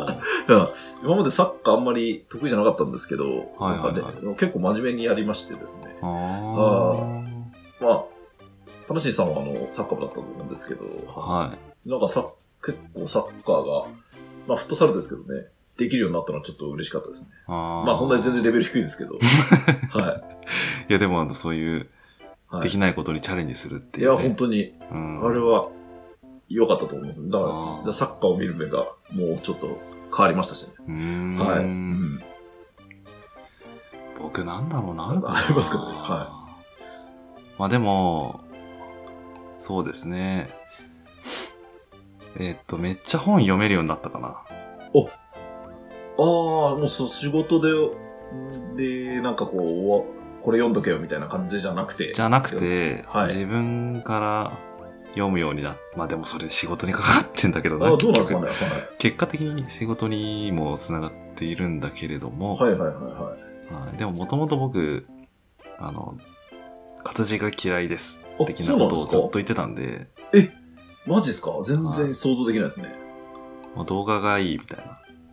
Speaker 2: う。
Speaker 1: うん今までサッカーあんまり得意じゃなかったんですけど、
Speaker 2: はいはいはい
Speaker 1: なんかね結構真面目にやりましてですね。
Speaker 2: あ
Speaker 1: まあ、楽しいさんはあの、サッカー部だったと思うんですけど、
Speaker 2: あ。はい。
Speaker 1: なんかさ、結構サッカーが、まあフットサルですけどね、できるようになったのはちょっと嬉しかったですね。
Speaker 2: あ
Speaker 1: まあそんなに全然
Speaker 2: い
Speaker 1: レベル低いですけ ど。はい
Speaker 2: や、でも、あの、そういう、
Speaker 1: い。はい。
Speaker 2: できないことにチャレンジするって
Speaker 1: い
Speaker 2: いう、
Speaker 1: や、
Speaker 2: ね。
Speaker 1: 本当に、
Speaker 2: 当うん。
Speaker 1: あれは、良かったと思いますね。だ
Speaker 2: あー
Speaker 1: から、サッカーを見る目が、もうちょっと変わりましたしね。
Speaker 2: うーん。
Speaker 1: はい。うん
Speaker 2: 僕、なんだろうな。るかな。
Speaker 1: ありますかねはい
Speaker 2: まあでも、そうですね。えっと、めっちゃ本読めるようになったかな。
Speaker 1: ああ、もうそう仕事で、で、なんかこうおわ、これ読んどけよみたいな感じじゃなくて。
Speaker 2: じゃなくて、
Speaker 1: はい
Speaker 2: 自分から読むようになっまあでもそれ仕事にかかってんだけど
Speaker 1: ああ、どうなんですかね。
Speaker 2: 結果的に仕事にもつながっているんだけれども、
Speaker 1: はいはいはいはい。
Speaker 2: はいでももともと僕あの活字が嫌いです
Speaker 1: あ
Speaker 2: 的なこと
Speaker 1: そうなん
Speaker 2: を
Speaker 1: です
Speaker 2: ず
Speaker 1: か
Speaker 2: っと言ってたんで
Speaker 1: マジですか全
Speaker 2: は
Speaker 1: 然
Speaker 2: い
Speaker 1: 想像できないですね。
Speaker 2: まあ動画がいいみたい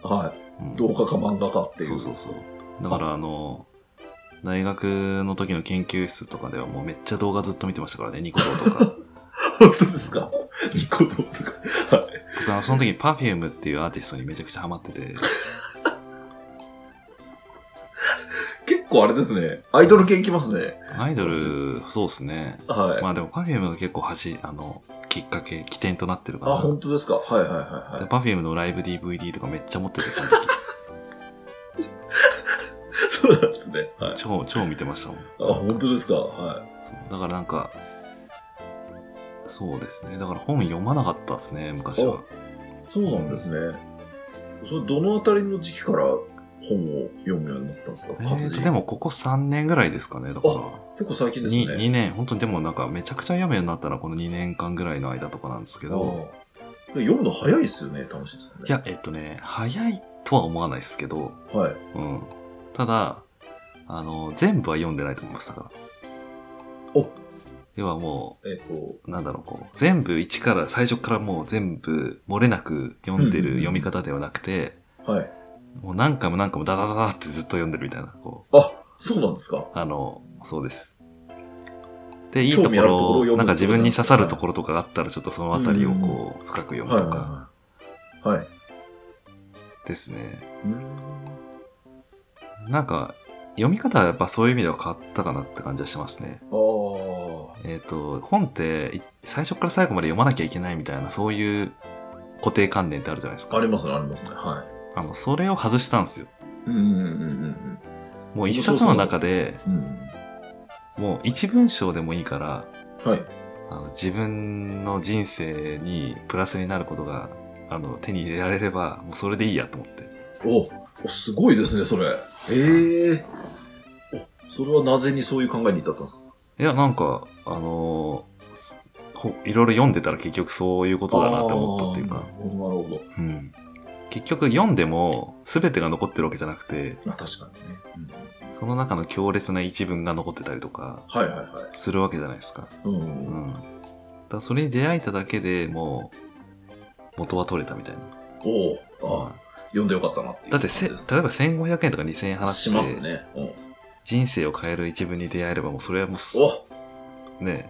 Speaker 2: な、
Speaker 1: は
Speaker 2: うん
Speaker 1: い。動画か漫画かっていう。
Speaker 2: そうそうそうだからあの大学の時の研究室とかではもうめっちゃ動画ずっと見てましたからねニコ動とか
Speaker 1: 本当ですかニコ動とか。
Speaker 2: 僕あのその時に Perfume っていうアーティストにめちゃくちゃハマってて
Speaker 1: 結構あれですね。アイドル系いきますね。
Speaker 2: アイドルそうですね
Speaker 1: はい。
Speaker 2: まあでも Perfume が結構はじあのきっかけ起点となってるか
Speaker 1: あ、
Speaker 2: ら
Speaker 1: 本当ですかはいはいはいは
Speaker 2: で
Speaker 1: い。
Speaker 2: パフィームのライブ DVD とかめっちゃ持ってて、その時
Speaker 1: そうなんですね。はい。
Speaker 2: 超、超見てましたもん。
Speaker 1: あ、本当ですかは
Speaker 2: そうだからなんか、そうですね。だから本読まなかったですね、昔は。
Speaker 1: い。そうなんですね。それ、どのあたりの時期から本を読むようになったんですか
Speaker 2: え
Speaker 1: 活字。
Speaker 2: ーと、でもここ3年ぐらいですかね、だから。
Speaker 1: 結構最近です
Speaker 2: に
Speaker 1: ね。
Speaker 2: 2年、本当にでもなんかめちゃくちゃ読むようになったのはこの2年間ぐらいの間とかなんですけど、
Speaker 1: あー読むの早いですよね、楽しいですよね。
Speaker 2: いや、えっとね、早いとは思わないですけど、
Speaker 1: はい。
Speaker 2: うん。ただ、あの、全部は読んでないと思います、だから。
Speaker 1: お
Speaker 2: 要はもう、
Speaker 1: えっ、と、
Speaker 2: なんだろう、こう、全部一から、最初からもう全部漏れなく読んで
Speaker 1: うんうん
Speaker 2: る
Speaker 1: うん
Speaker 2: 読み方ではなくて、
Speaker 1: はい。
Speaker 2: もう何回も何回もダダダダってずっと読んでるみたいな、こ
Speaker 1: あ、そうなんですか
Speaker 2: う、あの、そうです。で、いいと
Speaker 1: 興
Speaker 2: こ
Speaker 1: 味あるところを
Speaker 2: ろ、
Speaker 1: 読む
Speaker 2: なんか自分に刺さるところとかがあったら、ちょっとそのあたりを
Speaker 1: うん
Speaker 2: こう、深く読む
Speaker 1: はい
Speaker 2: とか
Speaker 1: はいはい。はい。
Speaker 2: ですね。
Speaker 1: うん
Speaker 2: なんか、読み方はやっぱそういう意味では変わったかなって感じはしますね。
Speaker 1: あー
Speaker 2: えっ、と、本って、い最初から最後まで読まなきゃいけないみたいな、そういう固定観念ってあるじゃないですか。
Speaker 1: ありますね、ありますね。はい。
Speaker 2: あの、それを外したんですよ。
Speaker 1: うんうんうんうん
Speaker 2: もう一冊の中で、
Speaker 1: うん。うん
Speaker 2: もう一文章でもいいから、
Speaker 1: はい。
Speaker 2: あの自分の人生にプラスになることがあの、手に入れられれば、もうそれでいいやと思って。
Speaker 1: おおすごいですね、それ。ええおそれはなぜにそういう考えに至ったんですか
Speaker 2: いや、なんか、あのーすこいろいろ読んでたら結局そういうことだなって思ったっていうか
Speaker 1: あ、ーなるほど。
Speaker 2: うん。結局読んでも全てが残ってるわけじゃなくて、
Speaker 1: まあ確かにね、うん
Speaker 2: その中の強烈な一文が残ってたりとか
Speaker 1: はいはいはい。
Speaker 2: するわけじゃないですか。
Speaker 1: うんう
Speaker 2: うん
Speaker 1: うん。
Speaker 2: ん。だからそれに出会えただけでもう、元は取れたみたいな。
Speaker 1: おお、あ
Speaker 2: うん
Speaker 1: あ、読んでよかったなっていう
Speaker 2: だってせ、例えば1500円とか2000円払って、
Speaker 1: しますね。うん、
Speaker 2: 人生を変える一文に出会えればもうそれはもうす
Speaker 1: お
Speaker 2: ね、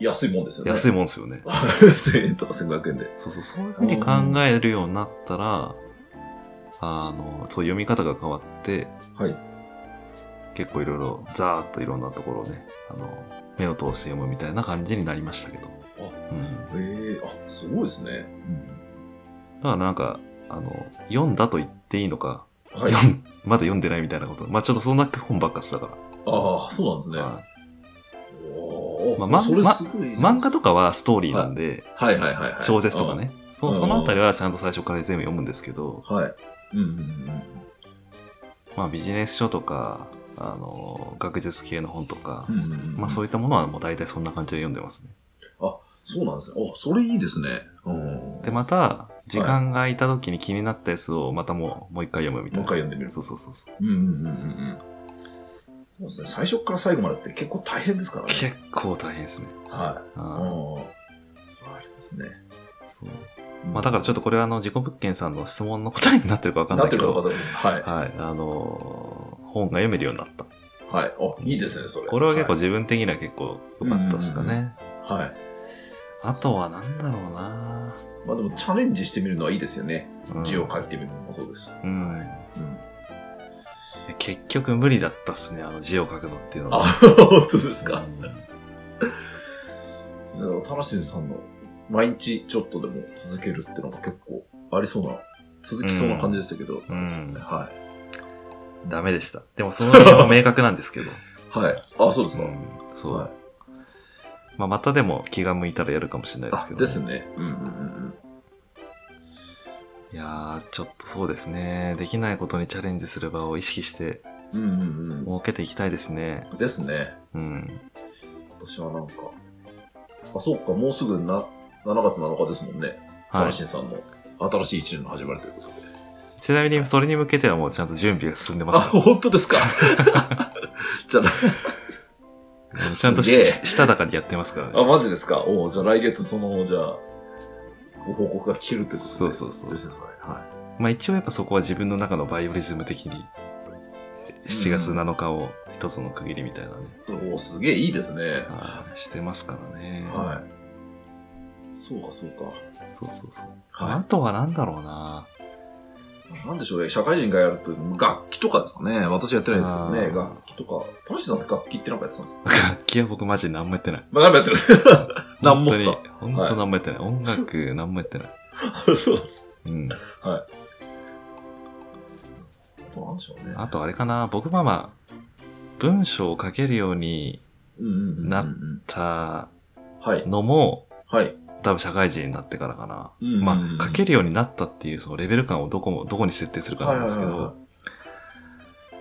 Speaker 1: 安いもんですよね。
Speaker 2: 安い
Speaker 1: い。
Speaker 2: もんですよね。
Speaker 1: 1000円とか1500円で。
Speaker 2: そうそう、そういうふうに考えるようになったら、あの、そう読み方が変わって、
Speaker 1: はい。
Speaker 2: 結構いろいろ、ざーっといろんなところをね、あの、目を通して読むみたいな感じになりましたけど。うん。
Speaker 1: ええあ、すごいですね。
Speaker 2: だからなんか、あの、読んだと言っていいのか、
Speaker 1: うん、 はい。
Speaker 2: 読んまだ読んでないみたいなこと。まあちょっとそんな本ばっかっすだか
Speaker 1: ああ、そうなんですね
Speaker 2: ら。。はい
Speaker 1: おお、
Speaker 2: まあ
Speaker 1: それ
Speaker 2: ま
Speaker 1: すごいな、
Speaker 2: 漫画とかはストーリーなんで、
Speaker 1: はいはいはい、はい。
Speaker 2: 小説とかね。そ
Speaker 1: うん
Speaker 2: そのあたりはちゃんと最初から全部読むんですけど、
Speaker 1: うん。はい。うんうんうん。
Speaker 2: まあビジネス書とか、あの、学術系の本とか
Speaker 1: う、んうんうん
Speaker 2: まあそういったものはもう大体そんな感じで読んでますね。
Speaker 1: そうなんですね。あ、それいいですね。うん。
Speaker 2: で、また、時間が空いた時に気になったやつをまたもう、もう一回読むみた
Speaker 1: も
Speaker 2: いな。
Speaker 1: う一回読んでみる
Speaker 2: そうそうそうそ
Speaker 1: う
Speaker 2: う。
Speaker 1: んうんうんうんうん。そうですね。最初から最後までって結構大変ですからね。
Speaker 2: 結構大変ですね。
Speaker 1: は
Speaker 2: あ
Speaker 1: い。うん。
Speaker 2: ー
Speaker 1: そうありますね。
Speaker 2: そうまあだからちょっとこれはあの、自己物件さんの質問の答えになってるかわかん
Speaker 1: な
Speaker 2: な
Speaker 1: っ
Speaker 2: い
Speaker 1: て
Speaker 2: け
Speaker 1: る
Speaker 2: ど、
Speaker 1: 方です。はい。
Speaker 2: はい、あのー本が読めるようになった。
Speaker 1: はい。あ、いいですね、それ。
Speaker 2: これは結構自分的には結構良かったですか
Speaker 1: うんうん
Speaker 2: ね。
Speaker 1: はい。はい。
Speaker 2: あとはなんだろうな
Speaker 1: まあでもチャレンジしてみるのはいいですよね。
Speaker 2: うん
Speaker 1: 字を書いてみるのもそうですし。
Speaker 2: うん。
Speaker 1: うん。
Speaker 2: 結局無理だったっすね、あの字を書くのっていうの
Speaker 1: あ、
Speaker 2: は。
Speaker 1: 本当ですか。
Speaker 2: うん
Speaker 1: 田無さんの毎日ちょっとでも続けるってのが結構ありそうな、続きそうな感じでしたけど。
Speaker 2: うん
Speaker 1: はい。
Speaker 2: ダメでした。でもその理由も明確なんですけど。
Speaker 1: はい。あ、そうですか。
Speaker 2: うんそう。
Speaker 1: はい
Speaker 2: まあ、またでも気が向いたらやるかもしれないです
Speaker 1: あ
Speaker 2: け、ど。
Speaker 1: ですね。うんうんうん
Speaker 2: いやー、ちょっとそうですね。できないことにチャレンジする場を意識して
Speaker 1: うん。うんうん
Speaker 2: 設けていきたいですね。
Speaker 1: うん。ですね。
Speaker 2: うん。
Speaker 1: 私はなんか、あ、そうか、もうすぐな、7月7日ですもんね。田
Speaker 2: は
Speaker 1: 無
Speaker 2: い。
Speaker 1: さんの新しい一年の始まりということで。
Speaker 2: ちなみに、それに向けてはもうちゃんと準備が進んで
Speaker 1: あ、
Speaker 2: ますか
Speaker 1: 本当ですか じゃあ、
Speaker 2: ら。うんちゃんと
Speaker 1: すげえ
Speaker 2: ししたたかにやってますから
Speaker 1: あ、
Speaker 2: ね。
Speaker 1: マジですかおうじゃあ来月その、じゃあ、ご報告が聞けるってことで
Speaker 2: そうそうそう
Speaker 1: ですね、それ。は
Speaker 2: まあ、一応やっぱそこは自分の中のバイオリズム的に、7月7日を一つの区切りみたいなね。
Speaker 1: い。おおすげえいいですね。
Speaker 2: はいしてますからね。
Speaker 1: はい。そうか、そうか。
Speaker 2: そうそうそう。あ
Speaker 1: は
Speaker 2: とはなんだろうな。
Speaker 1: い。なんでしょうね、社会人がやると、楽器とかですかね。私やってないですけどね
Speaker 2: あ、ー
Speaker 1: 楽器とか。田無さんって楽器ってなんかやってたんですか
Speaker 2: 楽器は僕マジで何もやってない。
Speaker 1: まあ、何もや ってる。何もっすか
Speaker 2: 本当に、本当何もやってない。音楽何もやってない。
Speaker 1: そうです。
Speaker 2: うん。
Speaker 1: あとなんでしょうね。
Speaker 2: あとあれかな、僕はまあ、文章を書けるように
Speaker 1: うんうんうんうん。
Speaker 2: ななった
Speaker 1: はい。
Speaker 2: のも、
Speaker 1: はい。
Speaker 2: 多分社会人になってからかな。
Speaker 1: うんうんうん
Speaker 2: まあ、書けるようになったっていう、そのレベル感をどこも、どこに設定するかなんですけ
Speaker 1: はいはいは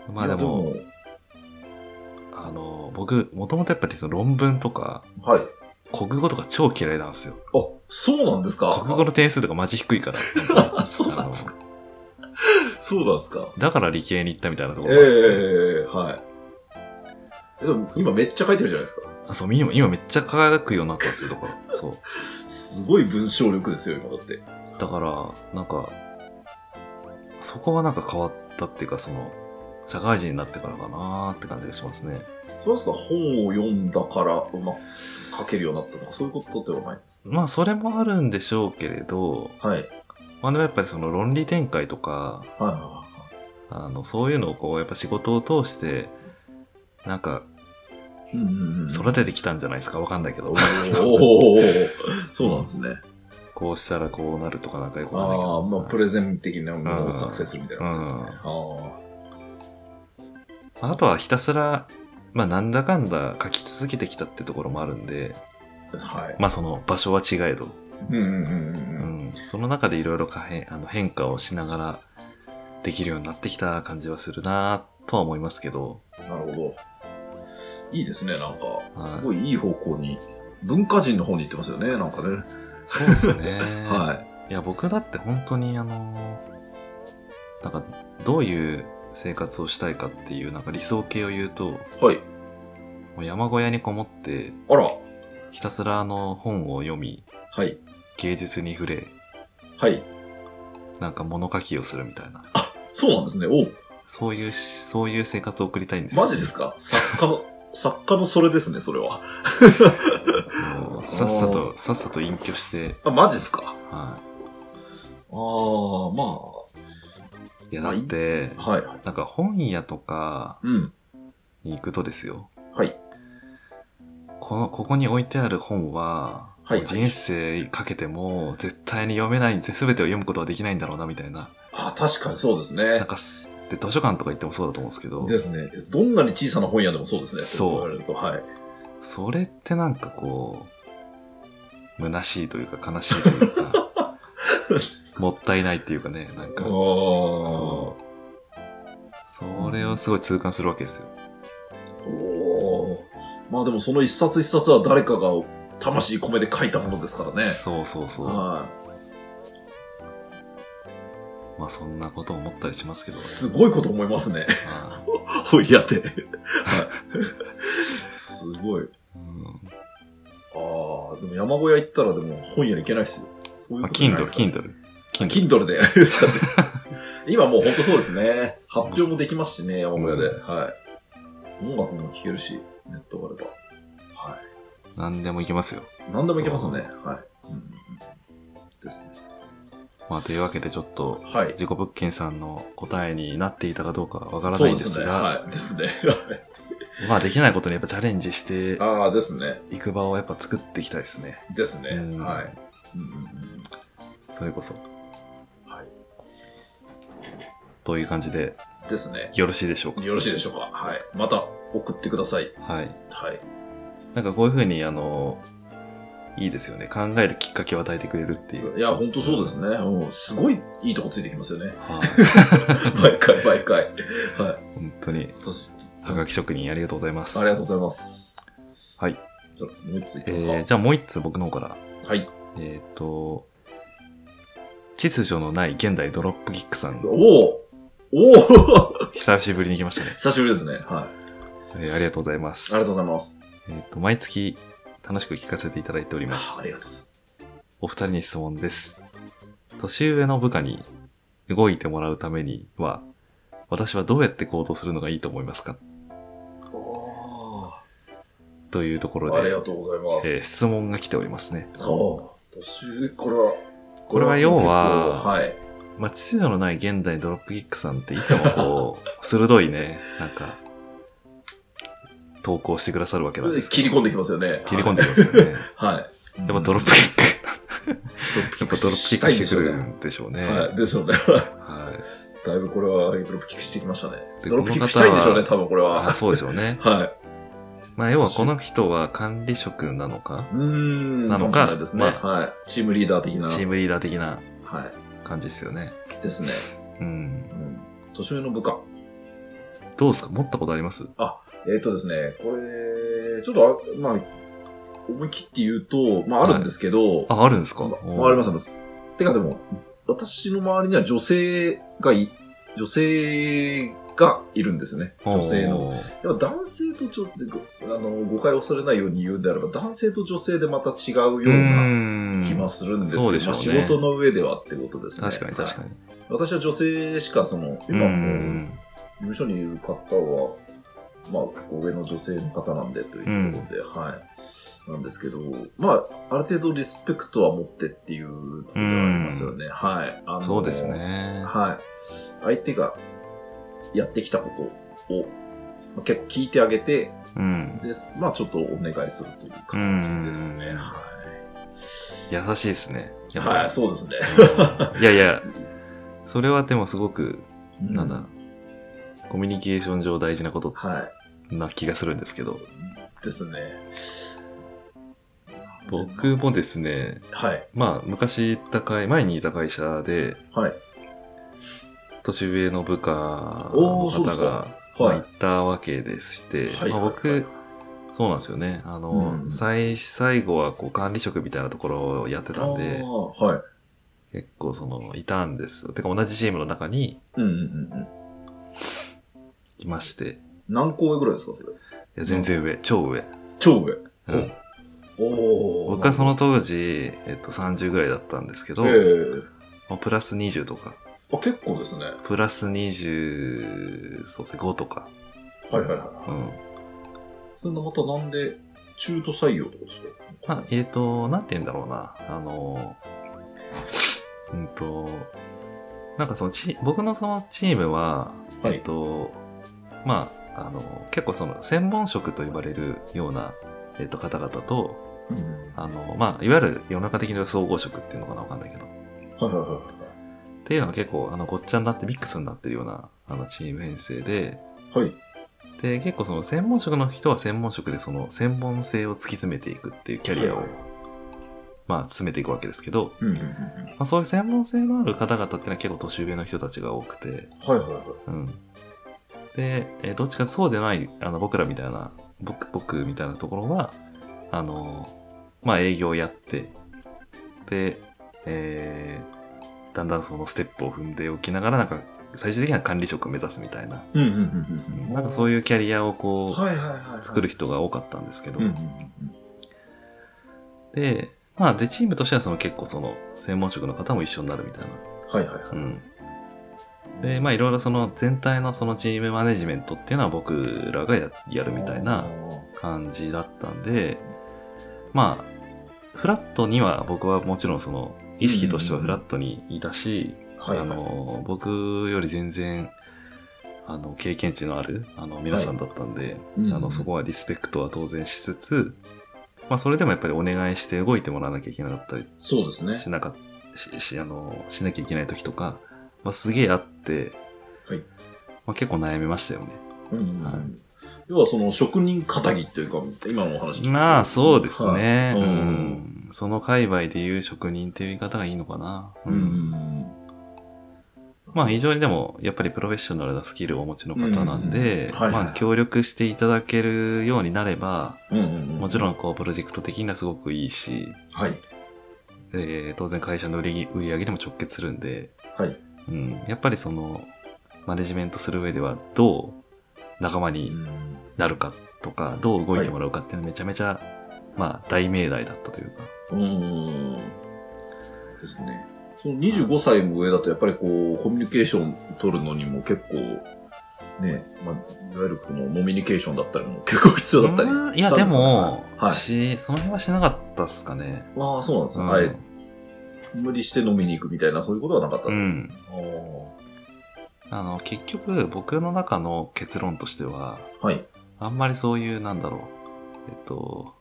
Speaker 2: ど、まあでも、、あの、僕、もともとやっぱりその論文とか、
Speaker 1: はい。
Speaker 2: 国語とか超嫌いなんですよ。
Speaker 1: あ、そうなんですか
Speaker 2: 国語の点数とかマジ低 いから。
Speaker 1: あ、 そうなんですか。そうなんですか。
Speaker 2: だから理系に行ったみたいなとこ
Speaker 1: え
Speaker 2: ろ
Speaker 1: え
Speaker 2: があって
Speaker 1: はい。えでも今めっちゃ書いてるじゃないですか。
Speaker 2: あ、そう、今、今めっちゃ輝くようになったんですよ、だから。そう。
Speaker 1: すごい文章力ですよ、今だって。
Speaker 2: だから、なんか、そこはなんか変わったっていうか、その、社会人になってからかなーって感じがしますね。
Speaker 1: そうですか、本を読んだからうまく書けるようになったとか、そういうことではないんです。
Speaker 2: まあ、それもあるんでしょうけれど、
Speaker 1: はい。はい
Speaker 2: まあでもやっぱりその論理展開とか、
Speaker 1: はいはい
Speaker 2: あの、そういうのをこう、やっぱ仕事を通して、なんか、
Speaker 1: はい。うんうんうん。
Speaker 2: 育ててきたんじゃないですか、わかんないけど。
Speaker 1: おーそうなんですね。
Speaker 2: こうしたら こうなるとかなんかよくわかんないけど。
Speaker 1: ああ、まあ、プ
Speaker 2: レ
Speaker 1: レゼン的なものを作成するみたいなことですね。あ
Speaker 2: あとはひたすら、まあなんだかんだ書き続けてきたってところもあるんで、
Speaker 1: あ、はい。
Speaker 2: まあその場所は違えど、
Speaker 1: うんうんうんう
Speaker 2: うんん、その中でいろいろ可変あの変化をしながらできるようになってきた感じはするなとは思いますけど、
Speaker 1: うん。なるほど。いいですね、なんか。
Speaker 2: い
Speaker 1: すごいいい方向に。文化人の方に行ってますよね、なんかね。
Speaker 2: そうです ね。
Speaker 1: はい
Speaker 2: や、僕だって本当にあの、なんかどういう生活をしたいかっていうなんか理想形を言うと、
Speaker 1: い。はい。
Speaker 2: もう山小屋にこもって
Speaker 1: あら。
Speaker 2: ひたすらあの本を読み、
Speaker 1: はい。
Speaker 2: 芸術に触れ、
Speaker 1: はい。
Speaker 2: なんか物書きをするみたいな、
Speaker 1: そうなんですね。お
Speaker 2: そういう、そういう生活を送りたいんですよ
Speaker 1: マジですか作 家の、作家のそれですね、それは。
Speaker 2: もうさっさと、さっさと隠居して、
Speaker 1: あ、マジですか
Speaker 2: は
Speaker 1: ああ、ま
Speaker 2: い。いや、だって、
Speaker 1: あ、はい。
Speaker 2: なんか本屋とか
Speaker 1: うん。
Speaker 2: に行くとですよ、
Speaker 1: はい。
Speaker 2: この、ここに置いてある本は、
Speaker 1: はい
Speaker 2: 人生かけても絶対に読めない、全てを読むことはできないんだろうな、みたいな。
Speaker 1: あ確かにそうです
Speaker 2: な
Speaker 1: ね
Speaker 2: ん。かす、で、図書館とか行ってもそうだと思うんですけど
Speaker 1: で、すね。どんなに小さな本屋でもそうですね。そう
Speaker 2: そう
Speaker 1: 言われると。 はい。
Speaker 2: それってなんかこう、虚しいというか悲しいとい うか、もったいないっていうかね、な
Speaker 1: あ
Speaker 2: んか、
Speaker 1: あ
Speaker 2: そう。それをすごい痛感するわけですよ。
Speaker 1: おーまあでもその一冊一冊は誰かが魂込めて書いたものですからね。
Speaker 2: そうそうそう。
Speaker 1: は
Speaker 2: まあそんなことを思ったりし
Speaker 1: い。
Speaker 2: ます
Speaker 1: すごいこと思いますね。
Speaker 2: けど、まあ
Speaker 1: 本屋で。はい。すごい。
Speaker 2: うん
Speaker 1: ああ、でも山小屋行ったらでも本屋行けないっすよ。そうい
Speaker 2: ま
Speaker 1: う
Speaker 2: あ、
Speaker 1: ことじゃないで
Speaker 2: Kindle、
Speaker 1: すかね
Speaker 2: Kindle。Kindle。
Speaker 1: Kindle で ですかね。今もう本当そうですね。発表もできますしね、山小屋で。
Speaker 2: う
Speaker 1: はい。音楽も聴けるし、ネットがあれば。は
Speaker 2: 何でもいけますよ。
Speaker 1: い。何でもいけますね。はい。うんうんうんですね。
Speaker 2: まあというわけでちょっと、
Speaker 1: はい。
Speaker 2: 自己物件さんの答えになっていたかどうかわから
Speaker 1: そ
Speaker 2: な
Speaker 1: う
Speaker 2: い
Speaker 1: で
Speaker 2: ですす
Speaker 1: ね。
Speaker 2: が、
Speaker 1: はい。です ね。
Speaker 2: まあできないことにやっぱチャレンジして
Speaker 1: ああ、ですね。
Speaker 2: いく場をやっぱ作っていきたいですね。
Speaker 1: ですね。
Speaker 2: うん
Speaker 1: はい。うんうんうん
Speaker 2: それこそ。
Speaker 1: はい。
Speaker 2: という感じで
Speaker 1: ですね。
Speaker 2: よろしいでしょうか。
Speaker 1: よろしいでしょうか。はい。また送ってください。
Speaker 2: はい。
Speaker 1: はい。
Speaker 2: なんかこういうふうに、あの、いいですよね。考えるきっかけを与えてくれるっていう。。
Speaker 1: いや、本当そうですね。うん。すごいいいとこついてきますよね
Speaker 2: はい。
Speaker 1: 毎回、毎回。
Speaker 2: 本当に、
Speaker 1: 私、
Speaker 2: はがき職人ありがとうございます。
Speaker 1: ありがとうございます。
Speaker 2: はい。
Speaker 1: じゃあ、もう一ついき
Speaker 2: え
Speaker 1: ますか。
Speaker 2: ー、じゃあもう一つ僕の方から。
Speaker 1: はい。
Speaker 2: えっ、と、秩序のない現代ドロップキックさん、
Speaker 1: おおおお
Speaker 2: 久しぶりに来ましたね。
Speaker 1: 久しぶりですね。はい。
Speaker 2: えーありがとうございます。
Speaker 1: ありがとうございます。
Speaker 2: えっ、と、毎月楽しく聞かせていただいておりま
Speaker 1: あ
Speaker 2: す
Speaker 1: あ。りがとうございます。
Speaker 2: お二人に質問です。年上の部下に動いてもらうためには、私はどうやって行動するのがいいと思いますか
Speaker 1: お
Speaker 2: というとこ
Speaker 1: ーあ
Speaker 2: ろ
Speaker 1: り
Speaker 2: で
Speaker 1: が、とうございま
Speaker 2: えー
Speaker 1: す。
Speaker 2: 質問が来ておりますね。
Speaker 1: そう。年、これは、
Speaker 2: これは要は
Speaker 1: 結構はい。
Speaker 2: まあ、秩序のない現代ドロップキックさんっていつもこ う、鋭いね、なんか、投稿してくださるわけなんです
Speaker 1: 切り込んできますよね。
Speaker 2: 切り込んできますよね。
Speaker 1: はい。
Speaker 2: やっぱドロップキック、やっぱドロップキックしてくるんでしょうね。
Speaker 1: はい。ですよね。
Speaker 2: はい。
Speaker 1: だいぶこれはドロップキックしてきましたね。
Speaker 2: で
Speaker 1: ドロップキックしたいんでしょうね、
Speaker 2: こ
Speaker 1: 多分これ
Speaker 2: あ
Speaker 1: は。
Speaker 2: そうでしょうね。
Speaker 1: はい。
Speaker 2: まあ、要はこの人は管理職なのか、
Speaker 1: うーん。
Speaker 2: なのか
Speaker 1: もしれいですね。
Speaker 2: ま
Speaker 1: はい。チームリーダー的な。
Speaker 2: チームリーダー的な
Speaker 1: は
Speaker 2: 感じですよね。
Speaker 1: い。ですね。
Speaker 2: うん
Speaker 1: う。ん。年上の部下。
Speaker 2: どうですか持ったことあります
Speaker 1: えっ、とですね、これ、ちょっとあ、まあ、思い切って言うと、まああるんですけど、
Speaker 2: あ、あるんですか
Speaker 1: ま
Speaker 2: おー
Speaker 1: まあありますあります。てかでも、私の周りには女性がい、女性がいるんですね。女性の。
Speaker 2: おー
Speaker 1: やっぱ男性と女あの、誤解をされないように言うんであれば、男性と女性でまた違うよう
Speaker 2: う
Speaker 1: な
Speaker 2: ーん。
Speaker 1: 気はするんですけ
Speaker 2: そ
Speaker 1: ど、
Speaker 2: うでしょ
Speaker 1: まあ、
Speaker 2: うね
Speaker 1: 仕事の上ではってことですね。
Speaker 2: 確かに確か
Speaker 1: に。
Speaker 2: に。
Speaker 1: 私は女性しか、その、
Speaker 2: う
Speaker 1: 今も
Speaker 2: んう
Speaker 1: うん事務所にいる方は、まあ結構上の女性の方なんでということで、はい。なんですけど、まあ、ある程度リスペクトは持ってっていうところではありますよね。はい。あ
Speaker 2: う
Speaker 1: の
Speaker 2: ん。そうです。ね。
Speaker 1: はい。相手がやってきたことを、まあ、結構聞いてあげて、
Speaker 2: うん。
Speaker 1: です。まあちょっとお願いするという感じですね。
Speaker 2: うん
Speaker 1: は
Speaker 2: 優しいですね。
Speaker 1: い。
Speaker 2: やっぱり
Speaker 1: はい、そうですね。
Speaker 2: いやいや、それはでもすごく、
Speaker 1: う
Speaker 2: なんだ、コミュニケーション上大事なこと
Speaker 1: は
Speaker 2: な気がするんですけど。
Speaker 1: い。ですね。
Speaker 2: 僕もですね、
Speaker 1: はい。
Speaker 2: まあ、昔行った会、前にいた会社で、
Speaker 1: はい。
Speaker 2: 年上の部下
Speaker 1: お
Speaker 2: の
Speaker 1: ーそうですか
Speaker 2: 方が、
Speaker 1: はい
Speaker 2: まあ、行ったわけでして、
Speaker 1: はい
Speaker 2: ま
Speaker 1: はいは
Speaker 2: あ、
Speaker 1: い
Speaker 2: 僕、そうなんですよね。あの、
Speaker 1: うん
Speaker 2: 最、最後はこう管理職みたいなところをやってたんで
Speaker 1: あ、ーはい。
Speaker 2: 結構その、いたんです。てか同じチームの中に
Speaker 1: うんうんうんうん。
Speaker 2: いまして、
Speaker 1: 何校上ぐらいですか、それ。
Speaker 2: いや全然上、超上。
Speaker 1: 超上。
Speaker 2: うん
Speaker 1: おお。
Speaker 2: 僕はその当時、えっと、30ぐらいだったんですけど、
Speaker 1: ええ
Speaker 2: まあプラス20とか、
Speaker 1: あ、結構ですね。
Speaker 2: プラス20、そうですね、5とか。
Speaker 1: はいはいはい。
Speaker 2: うん。
Speaker 1: そんなまたなんで、中途採用ってことですか
Speaker 2: まあ、えっ、と、なんて言うんだろうな。あの、うんと、なんかそのチ、僕のそのチームは、
Speaker 1: はい
Speaker 2: えっ、と、まあ、あの、結構その、専門職と呼ばれるような、えっ、と、方々と、
Speaker 1: うん。
Speaker 2: あの、まあ、いわゆる世の中的な総合職っていうのかなわかんないけど。っ
Speaker 1: はいはいは
Speaker 2: ていうのが結構、あの、ごっちゃになってミックスになってるような、あの、チーム編成で、
Speaker 1: いはい。はい。
Speaker 2: で、結構その専門職の人は専門職でその専門性を突き詰めていくっていうキャリアを、
Speaker 1: はい
Speaker 2: まあ、詰めていくわけですけど、
Speaker 1: うんうんうんうん。
Speaker 2: まあ、そういう専門性のある方々っていうのは結構年上の人たちが多くて、
Speaker 1: はいはいはい。
Speaker 2: うん。で、えーどっちかそうでない、あの、僕らみたいな、僕、僕みたいなところは、あの、まあ営業やって、で、えーだんだんそのステップを踏んでおきながら、なんか、最終的には管理職を目指すみたいな、
Speaker 1: うんうん
Speaker 2: うん
Speaker 1: うん
Speaker 2: なんかそう
Speaker 1: い
Speaker 2: いうキャリアをこう、
Speaker 1: はいはいはいはい。
Speaker 2: 作る人が多かったんですけど、
Speaker 1: うんうんうん
Speaker 2: で、まあ、で、チームとしてはその結構その、専門職の方も一緒になるみたいな、
Speaker 1: はいはいは
Speaker 2: う
Speaker 1: い。
Speaker 2: ん。で、まあいろいろその全体のそのチームマネジメントっていうのは僕らがややるみたいな感じだったんで、まあ、フラットには僕はもちろんその意識としてはフラットにいたし、
Speaker 1: はい
Speaker 2: あ
Speaker 1: はい。
Speaker 2: の、僕より全然、あの、経験値のある、あの、皆さんだったんで、
Speaker 1: うん
Speaker 2: あの、そこはリスペクトは当然しつつ、まあそれでもやっぱりお願いして動いてもらわなきゃいけなかったり
Speaker 1: そうですね。
Speaker 2: しなかししあのしなきゃいけない時とか、まあ、すげえあって、
Speaker 1: はい
Speaker 2: まあ、結構悩みましたよね
Speaker 1: うんうんうん
Speaker 2: はい
Speaker 1: 要はその職人肩着というか、今のお話聞いて
Speaker 2: まあそうですね、
Speaker 1: はい
Speaker 2: うんその界隈でいう職人っていう言い方がいいのかな、
Speaker 1: うんうん
Speaker 2: まあ非常にでもやっぱりプロフェッショナルなスキルをお持ちの方なんで、
Speaker 1: うんはいはい
Speaker 2: まあ協力していただけるようになれば
Speaker 1: うん。うんうんうん
Speaker 2: もちろんこうプロジェクト的にはすごくいいし、
Speaker 1: はい。
Speaker 2: えー当然会社の売り売り上げにも直結するんで、
Speaker 1: はい。
Speaker 2: うん、やっぱりそのマネジメントする上ではどう仲間に
Speaker 1: うん
Speaker 2: なるかとかどう動いてもらうかっていうのはめちゃめちゃ、まあ大命題だったというか
Speaker 1: うーん。ですね。その25歳も上だと、やっぱりこう、コミュニケーション取るのにも結構、ね、まあ、いわゆるこの、ノミニケーションだったりも結構必要だったり
Speaker 2: うんい
Speaker 1: し
Speaker 2: や
Speaker 1: たん
Speaker 2: です
Speaker 1: か
Speaker 2: も、
Speaker 1: はい。
Speaker 2: しその辺はしなかったっすかね、
Speaker 1: ああ、そうなんです
Speaker 2: う
Speaker 1: ね。
Speaker 2: ん
Speaker 1: はい。無理して飲みに行くみたいな、そういうことはなかった
Speaker 2: うん
Speaker 1: です
Speaker 2: ん、
Speaker 1: あー
Speaker 2: あの結局僕の中の結論としては
Speaker 1: はい。
Speaker 2: あんまりそういうなんだろうえっと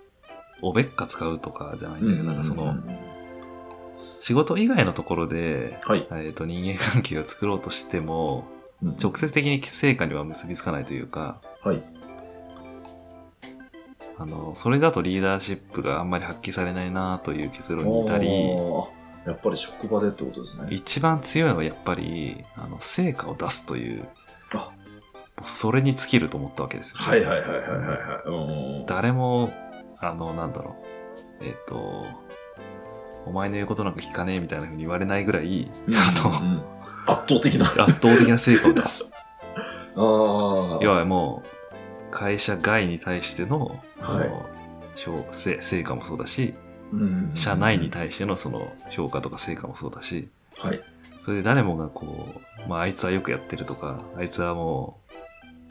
Speaker 2: おべっか使うとかじゃないんだけど、なんかその、仕事以外のところで、
Speaker 1: はい。
Speaker 2: えっと人間関係を作ろうとしても、
Speaker 1: うん
Speaker 2: 直接的に成果には結びつかないというか、
Speaker 1: はい。
Speaker 2: あの、それだとリーダーシップがあんまり発揮されないなという結論に至り、
Speaker 1: あーやっぱり職場でってことですね。
Speaker 2: 一番強いのはやっぱり、あの、成果を出すという、
Speaker 1: あ
Speaker 2: もうそれに尽きると思ったわけですよ、
Speaker 1: はいはいはいはいはいはい。うんうんうん
Speaker 2: 誰も、あの、なんだろう、えっ、と、お前の言うことなんか聞かねえみたいな風に言われないぐらい、あ
Speaker 1: うんうんうん圧倒的な。
Speaker 2: の、圧倒的な成果を出す。
Speaker 1: ああ。
Speaker 2: 要はもう、会社外に対しての、その、
Speaker 1: はい
Speaker 2: 評せ成果もそうだし、
Speaker 1: うん
Speaker 2: 社内に対してのその評価とか成果もそうだし、
Speaker 1: はい。
Speaker 2: それで誰もがこう、まああいつはよくやってるとか、あいつはも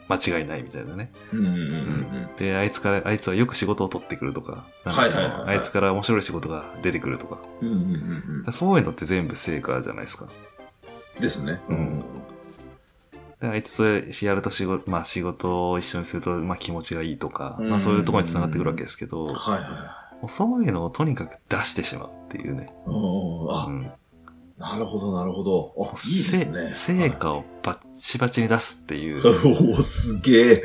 Speaker 2: う間違いないみたいなね。
Speaker 1: うんうんうんうん。
Speaker 2: で、あいつから、あいつはよく仕事を取ってくるとか、なん
Speaker 1: は
Speaker 2: か
Speaker 1: い
Speaker 2: そ
Speaker 1: はいはい
Speaker 2: の、
Speaker 1: は
Speaker 2: あ
Speaker 1: い
Speaker 2: いつから面白い仕事が出てくるとか。だか
Speaker 1: うんうんうん
Speaker 2: らそういうのって全部成果じゃないですか。
Speaker 1: うん。ですね。
Speaker 2: うんで、あいつとやると仕事、まあ仕事を一緒にすると、まあ気持ちがいいとか、
Speaker 1: うん
Speaker 2: まあそういうところに繋がってくるわけですけど、も
Speaker 1: はいは
Speaker 2: うそういうのをとにかく出してしまうっていうね。
Speaker 1: い。うん
Speaker 2: う
Speaker 1: あ、
Speaker 2: ん
Speaker 1: なるほどなるほど。あ、いいですね。
Speaker 2: せ成果をバッチバチに出すっ ていう
Speaker 1: はい。おお、すげえ。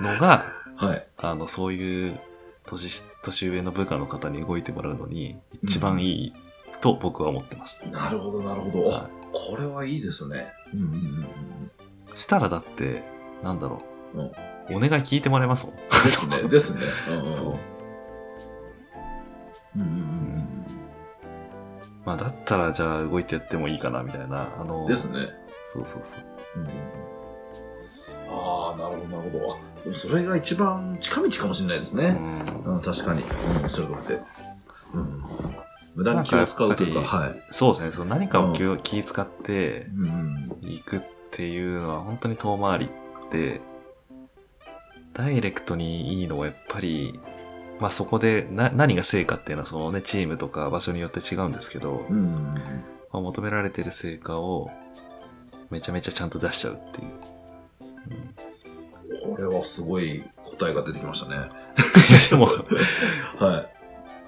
Speaker 2: のが、
Speaker 1: はい。
Speaker 2: あの、そういう年し年上の部下の方に動いてもらうのに一番いいと僕は思ってます。
Speaker 1: なるほど、なるほど。
Speaker 2: は
Speaker 1: これはいいですね。うんうんうんうん。
Speaker 2: いしたらだって、なんだろう、
Speaker 1: うん
Speaker 2: お願い聞いてもらえますもん。
Speaker 1: ですね、ですね。うんうん、
Speaker 2: そう。
Speaker 1: うんうんうん
Speaker 2: まあだったらじゃあ動いてやってもいいかなみたいな。あ
Speaker 1: う
Speaker 2: の
Speaker 1: ん。ですね。
Speaker 2: そうそうそう。
Speaker 1: うんうんうんああ、なるほど、なるほど。でもそれが一番近道かもしれないですね。
Speaker 2: うん
Speaker 1: うん、確かに。うん、そういうとこって。うん。無駄に
Speaker 2: なん
Speaker 1: 気
Speaker 2: かや
Speaker 1: を
Speaker 2: っぱ
Speaker 1: 使
Speaker 2: り
Speaker 1: うというか、はい。
Speaker 2: そうですね。その何かを気を気使って
Speaker 1: うんうん。
Speaker 2: いくっていうのは本当に遠回りで、ダイレクトにいいのはやっぱり、まあそこでな何が成果っていうのはそのね、チームとか場所によって違うんですけど、
Speaker 1: う
Speaker 2: ま
Speaker 1: んうん
Speaker 2: あ、求められてる成果をめちゃめちゃちゃんと出しちゃうっていう。 う
Speaker 1: う
Speaker 2: ん、
Speaker 1: ん。これはすごい答えが出てきましたね。
Speaker 2: いやでも、
Speaker 1: は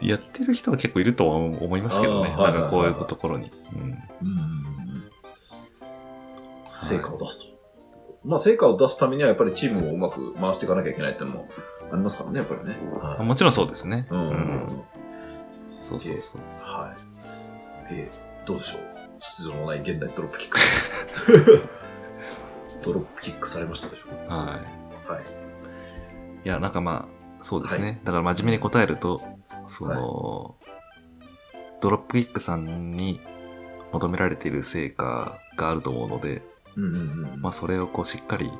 Speaker 2: やってる人は結構いるとは思いますけどね。
Speaker 1: あーは
Speaker 2: ない
Speaker 1: はい
Speaker 2: ん
Speaker 1: はい
Speaker 2: かこういうところに。うん
Speaker 1: い。うんうんうん。成果を出すと。まあ、成果を出すためには、やっぱりチームをうまく回していかなきゃいけないってのもありますからね、やっぱりね。
Speaker 2: まあ
Speaker 1: は
Speaker 2: もちろんそうですね。
Speaker 1: い。うん。
Speaker 2: うんそうそうそう。
Speaker 1: はい。すげえ。どうでしょう秩序のない現代ドロップキッ ク。ドロップキックされましたでしょうか
Speaker 2: はい。
Speaker 1: はい。
Speaker 2: いや、なんかまあ、そうですね。
Speaker 1: は
Speaker 2: だから真面目に答えると、その、ドロップキックさんに求められている成果があると思うので、
Speaker 1: うんうんうん。
Speaker 2: まあそれをこうしっかり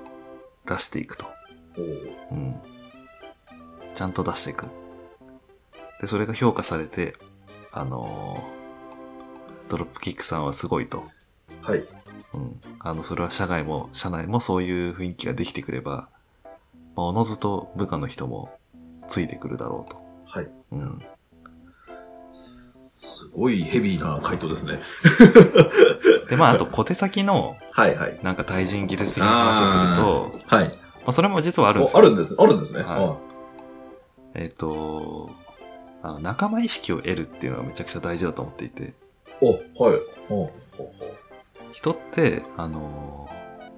Speaker 2: 出していくと。
Speaker 1: おー
Speaker 2: うん。ちゃんと出していく。で、それが評価されて、あのードロップキックさんはすごいと。
Speaker 1: はい。
Speaker 2: うん。あの、それは社外も、社内もそういう雰囲気ができてくれば、まあ、おのずと部下の人もついてくるだろうと。
Speaker 1: はい。
Speaker 2: うん。
Speaker 1: すごいヘビーな回答ですね。
Speaker 2: で、まあ、あと小手先の、
Speaker 1: はいはい。
Speaker 2: なんか対人技術的な話をすると、
Speaker 1: はい。
Speaker 2: まあ、それも実はあるんです
Speaker 1: おあ
Speaker 2: よ。
Speaker 1: るんです。あるんですね。
Speaker 2: はいえっ、と、あの、仲間意識を得るっていうのはめちゃくちゃ大事だと思っていて、
Speaker 1: お、はい。おほほ
Speaker 2: 人って、あの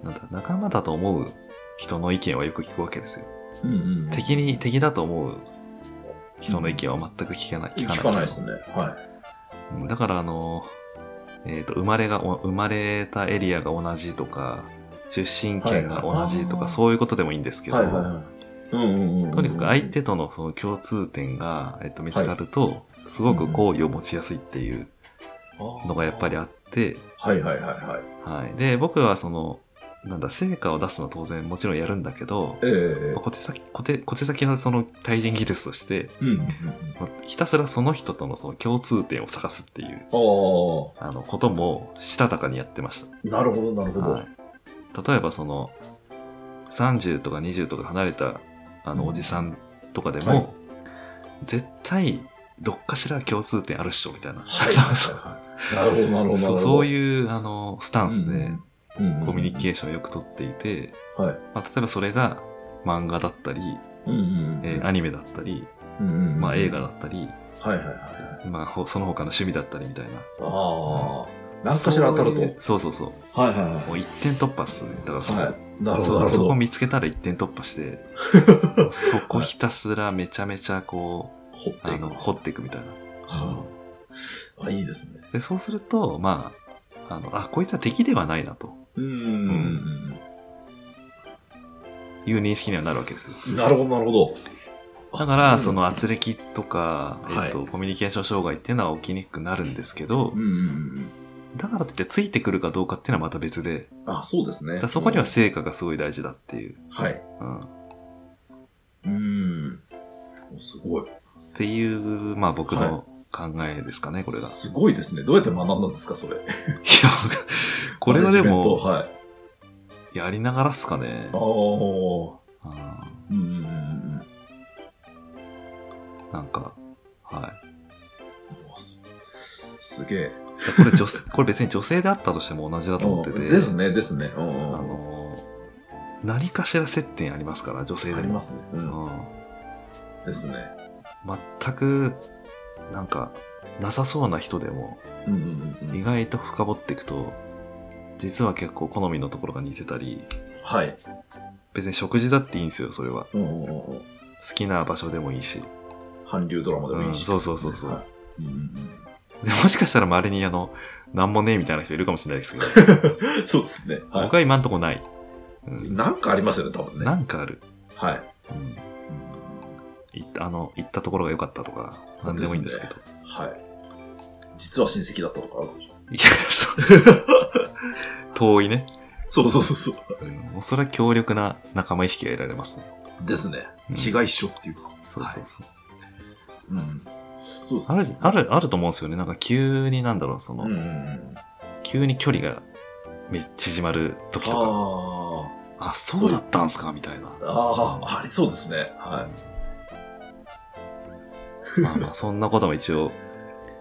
Speaker 2: ー、なんだ、仲間だと思う人の意見はよく聞くわけですよ。
Speaker 1: うんうん。
Speaker 2: 敵に、敵だと思う人の意見は全く聞けない、聞かない。
Speaker 1: 聞かないですね。はい。
Speaker 2: うんだからあの、えっ、と、生まれがお、生まれたエリアが同じとか、出身県が同じと
Speaker 1: はいはいあー
Speaker 2: か、そういうことでもいいんですけど、
Speaker 1: はいはいはい。うんうんうん。
Speaker 2: とにかく相手とのその共通点が、えっと、見つかると、すごく好意を持ちやすいっていうのがやっぱりあって、
Speaker 1: はいはいはいはい。
Speaker 2: はい。で、僕はその、なんだ、成果を出すのは当然もちろんやるんだけど、
Speaker 1: ええええ
Speaker 2: 小手先、小手、小手先のその対人技術として、
Speaker 1: うんうんうん。
Speaker 2: ひたすらその人とのその共通点を探すっていう、
Speaker 1: あ
Speaker 2: あの、ことも、したたかにやってました。
Speaker 1: あ、なるほどなるほど。
Speaker 2: はい、例えばその30とか20とか離れたあ
Speaker 1: う
Speaker 2: の
Speaker 1: ん
Speaker 2: おじさんとかでも、
Speaker 1: はい
Speaker 2: 絶対どっかしら共通点あるっしょみたいな、
Speaker 1: はい
Speaker 2: そう
Speaker 1: なるほどなるほどなるほど。
Speaker 2: そうそう
Speaker 1: う
Speaker 2: いうあのスタンスでコミュニケ
Speaker 1: ー
Speaker 2: ーションをよくとっていて、
Speaker 1: ション。はい。
Speaker 2: まあ、例えばそれが漫画だったり、
Speaker 1: うんうんうん。
Speaker 2: えーアニメだったり、
Speaker 1: うんうんうん
Speaker 2: まあ、映画だ。ったり、
Speaker 1: はいはいはいはい。
Speaker 2: まあ、ほその他の趣味だったりみたいな
Speaker 1: ああ。何かしら当たると。
Speaker 2: そう
Speaker 1: はい
Speaker 2: いうそうそうそう
Speaker 1: はいはい。
Speaker 2: もう一点突破っすねだからそこ、
Speaker 1: はい。なるほ
Speaker 2: そ
Speaker 1: ど、な
Speaker 2: う
Speaker 1: るほ
Speaker 2: そこ
Speaker 1: ど。
Speaker 2: 見つけたら一点突破 して、そこひたすらめちゃめちゃこ
Speaker 1: 掘っ
Speaker 2: う、
Speaker 1: て
Speaker 2: あ
Speaker 1: いく
Speaker 2: の、。掘っていくみたいな。
Speaker 1: はああ、いいですね。
Speaker 2: で、そうすると、まあ、あの、あ、こいつは敵ではないなと
Speaker 1: うんうんうん
Speaker 2: いう認識にはなるわけですよ。
Speaker 1: うん。なるほど、なるほど。
Speaker 2: だから、そ
Speaker 1: の、
Speaker 2: の圧力とか、
Speaker 1: はい
Speaker 2: えっと、コミュニケーション障害っていうのは起きにくくなるんですけど
Speaker 1: うん、うん
Speaker 2: だからといってついてくるかどうかっていうのはまた別で、
Speaker 1: うん。あ、そうです
Speaker 2: だ
Speaker 1: ね
Speaker 2: か。らそこには、成果がすごい大事だっていう、
Speaker 1: はい。
Speaker 2: うん。っ
Speaker 1: うん。おすごい。
Speaker 2: ていう、まあ僕の考えですかね、 これが。い
Speaker 1: すごいですね。どうやって学んだんですか、それ。
Speaker 2: や、これはで
Speaker 1: マ
Speaker 2: も、
Speaker 1: ネジメン
Speaker 2: やりながらっすかね。
Speaker 1: トはい。あ
Speaker 2: あ
Speaker 1: あ。うんうんうんうん。
Speaker 2: ーなんか、はい。
Speaker 1: おすすげえ。
Speaker 2: これ 女性、これ別に女性であったとしても同じだと思ってて。
Speaker 1: ですね、ですね。うん
Speaker 2: あ
Speaker 1: うん。
Speaker 2: のー、何かしら接点ありますから、女性でも。
Speaker 1: ありますね。う。
Speaker 2: うんん。
Speaker 1: ですね。
Speaker 2: 全く、なんか、なさそうな人でも、
Speaker 1: うんうんうんう
Speaker 2: 意
Speaker 1: ん。
Speaker 2: 外と深掘っていくと、実は結構好みのところが似てたり、
Speaker 1: はい。
Speaker 2: 別に食事だっていいんですよ、それは。
Speaker 1: うんうんうんうん。
Speaker 2: 好きな場所でもいいし。
Speaker 1: 韓流ドラマでもいいし。
Speaker 2: うんそうそうそうそう
Speaker 1: はいうんうん
Speaker 2: でもしかしたら稀にあの、なんもねえみたいな人いるかもしれないですけど、
Speaker 1: うんそうですね。はい
Speaker 2: 僕は今んとこない。うん
Speaker 1: なんかありますよね、多分ね。
Speaker 2: なんかある。
Speaker 1: はい。
Speaker 2: うん
Speaker 1: うん
Speaker 2: 行ったあの行ったところが良かったとか、なんでもいいんですけど。
Speaker 1: はい。実は親戚だったとかあるかもしれないです。
Speaker 2: いや、そう。 遠いね。
Speaker 1: そうそうそうそ
Speaker 2: うん、もうそれは強力な仲間意識が得られますね。
Speaker 1: う。ですね。
Speaker 2: うん
Speaker 1: 違いっしょっていうか。
Speaker 2: そうそうそう。
Speaker 1: うん。そうですね。
Speaker 2: ある、ある、あると思うんですよね。なんか急になんだろう、その、
Speaker 1: うんうんうん。
Speaker 2: 急に距離がめ縮まる時と
Speaker 1: あ
Speaker 2: か、あ、そうだったんすかみたいな。。
Speaker 1: あ。ああ、ありそうですね。はい
Speaker 2: まあまあ、そんなことも一応、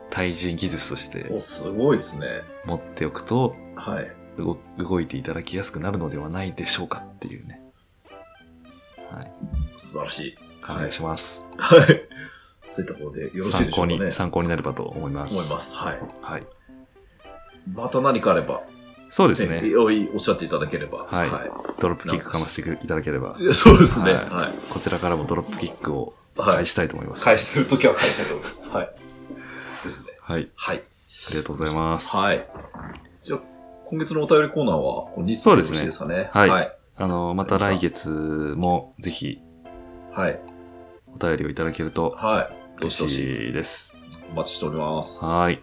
Speaker 2: 対人技術とし
Speaker 1: い。お、
Speaker 2: て
Speaker 1: すごいですね。
Speaker 2: 持っておくと、
Speaker 1: はい。
Speaker 2: 動動いていただきやすくなるのではないでしょうかっていうね、
Speaker 1: 素晴らしい。
Speaker 2: 感じがします。
Speaker 1: はい。といったところでよろしい
Speaker 2: 参
Speaker 1: でしょう
Speaker 2: 考
Speaker 1: かね。思
Speaker 2: に、
Speaker 1: い
Speaker 2: 参考になればと思います。
Speaker 1: ます。はい。
Speaker 2: はい。
Speaker 1: また何かあれば、
Speaker 2: そうですね。
Speaker 1: ねおいおっしゃっていただければ。
Speaker 2: はいドロップキックかましていただければ、
Speaker 1: いやそうですね。
Speaker 2: はい
Speaker 1: は
Speaker 2: こちらからもドロップキックを
Speaker 1: い。は
Speaker 2: 返
Speaker 1: い。
Speaker 2: したいと思います。
Speaker 1: 返してるときは返したいと思います。はい。ですね。
Speaker 2: はい。
Speaker 1: はい。
Speaker 2: ありがとうございます。
Speaker 1: はい。じゃあ、今月のお便りコーナーは、こ日
Speaker 2: そう
Speaker 1: よ
Speaker 2: で
Speaker 1: ろ
Speaker 2: す
Speaker 1: し
Speaker 2: ね
Speaker 1: いですかね。
Speaker 2: はい
Speaker 1: はい。
Speaker 2: あの、また来月もぜひ
Speaker 1: はい。
Speaker 2: お便りをいただけると
Speaker 1: はい。どし
Speaker 2: 嬉
Speaker 1: どし、
Speaker 2: しいです。
Speaker 1: お待ちしております。あ
Speaker 2: はい。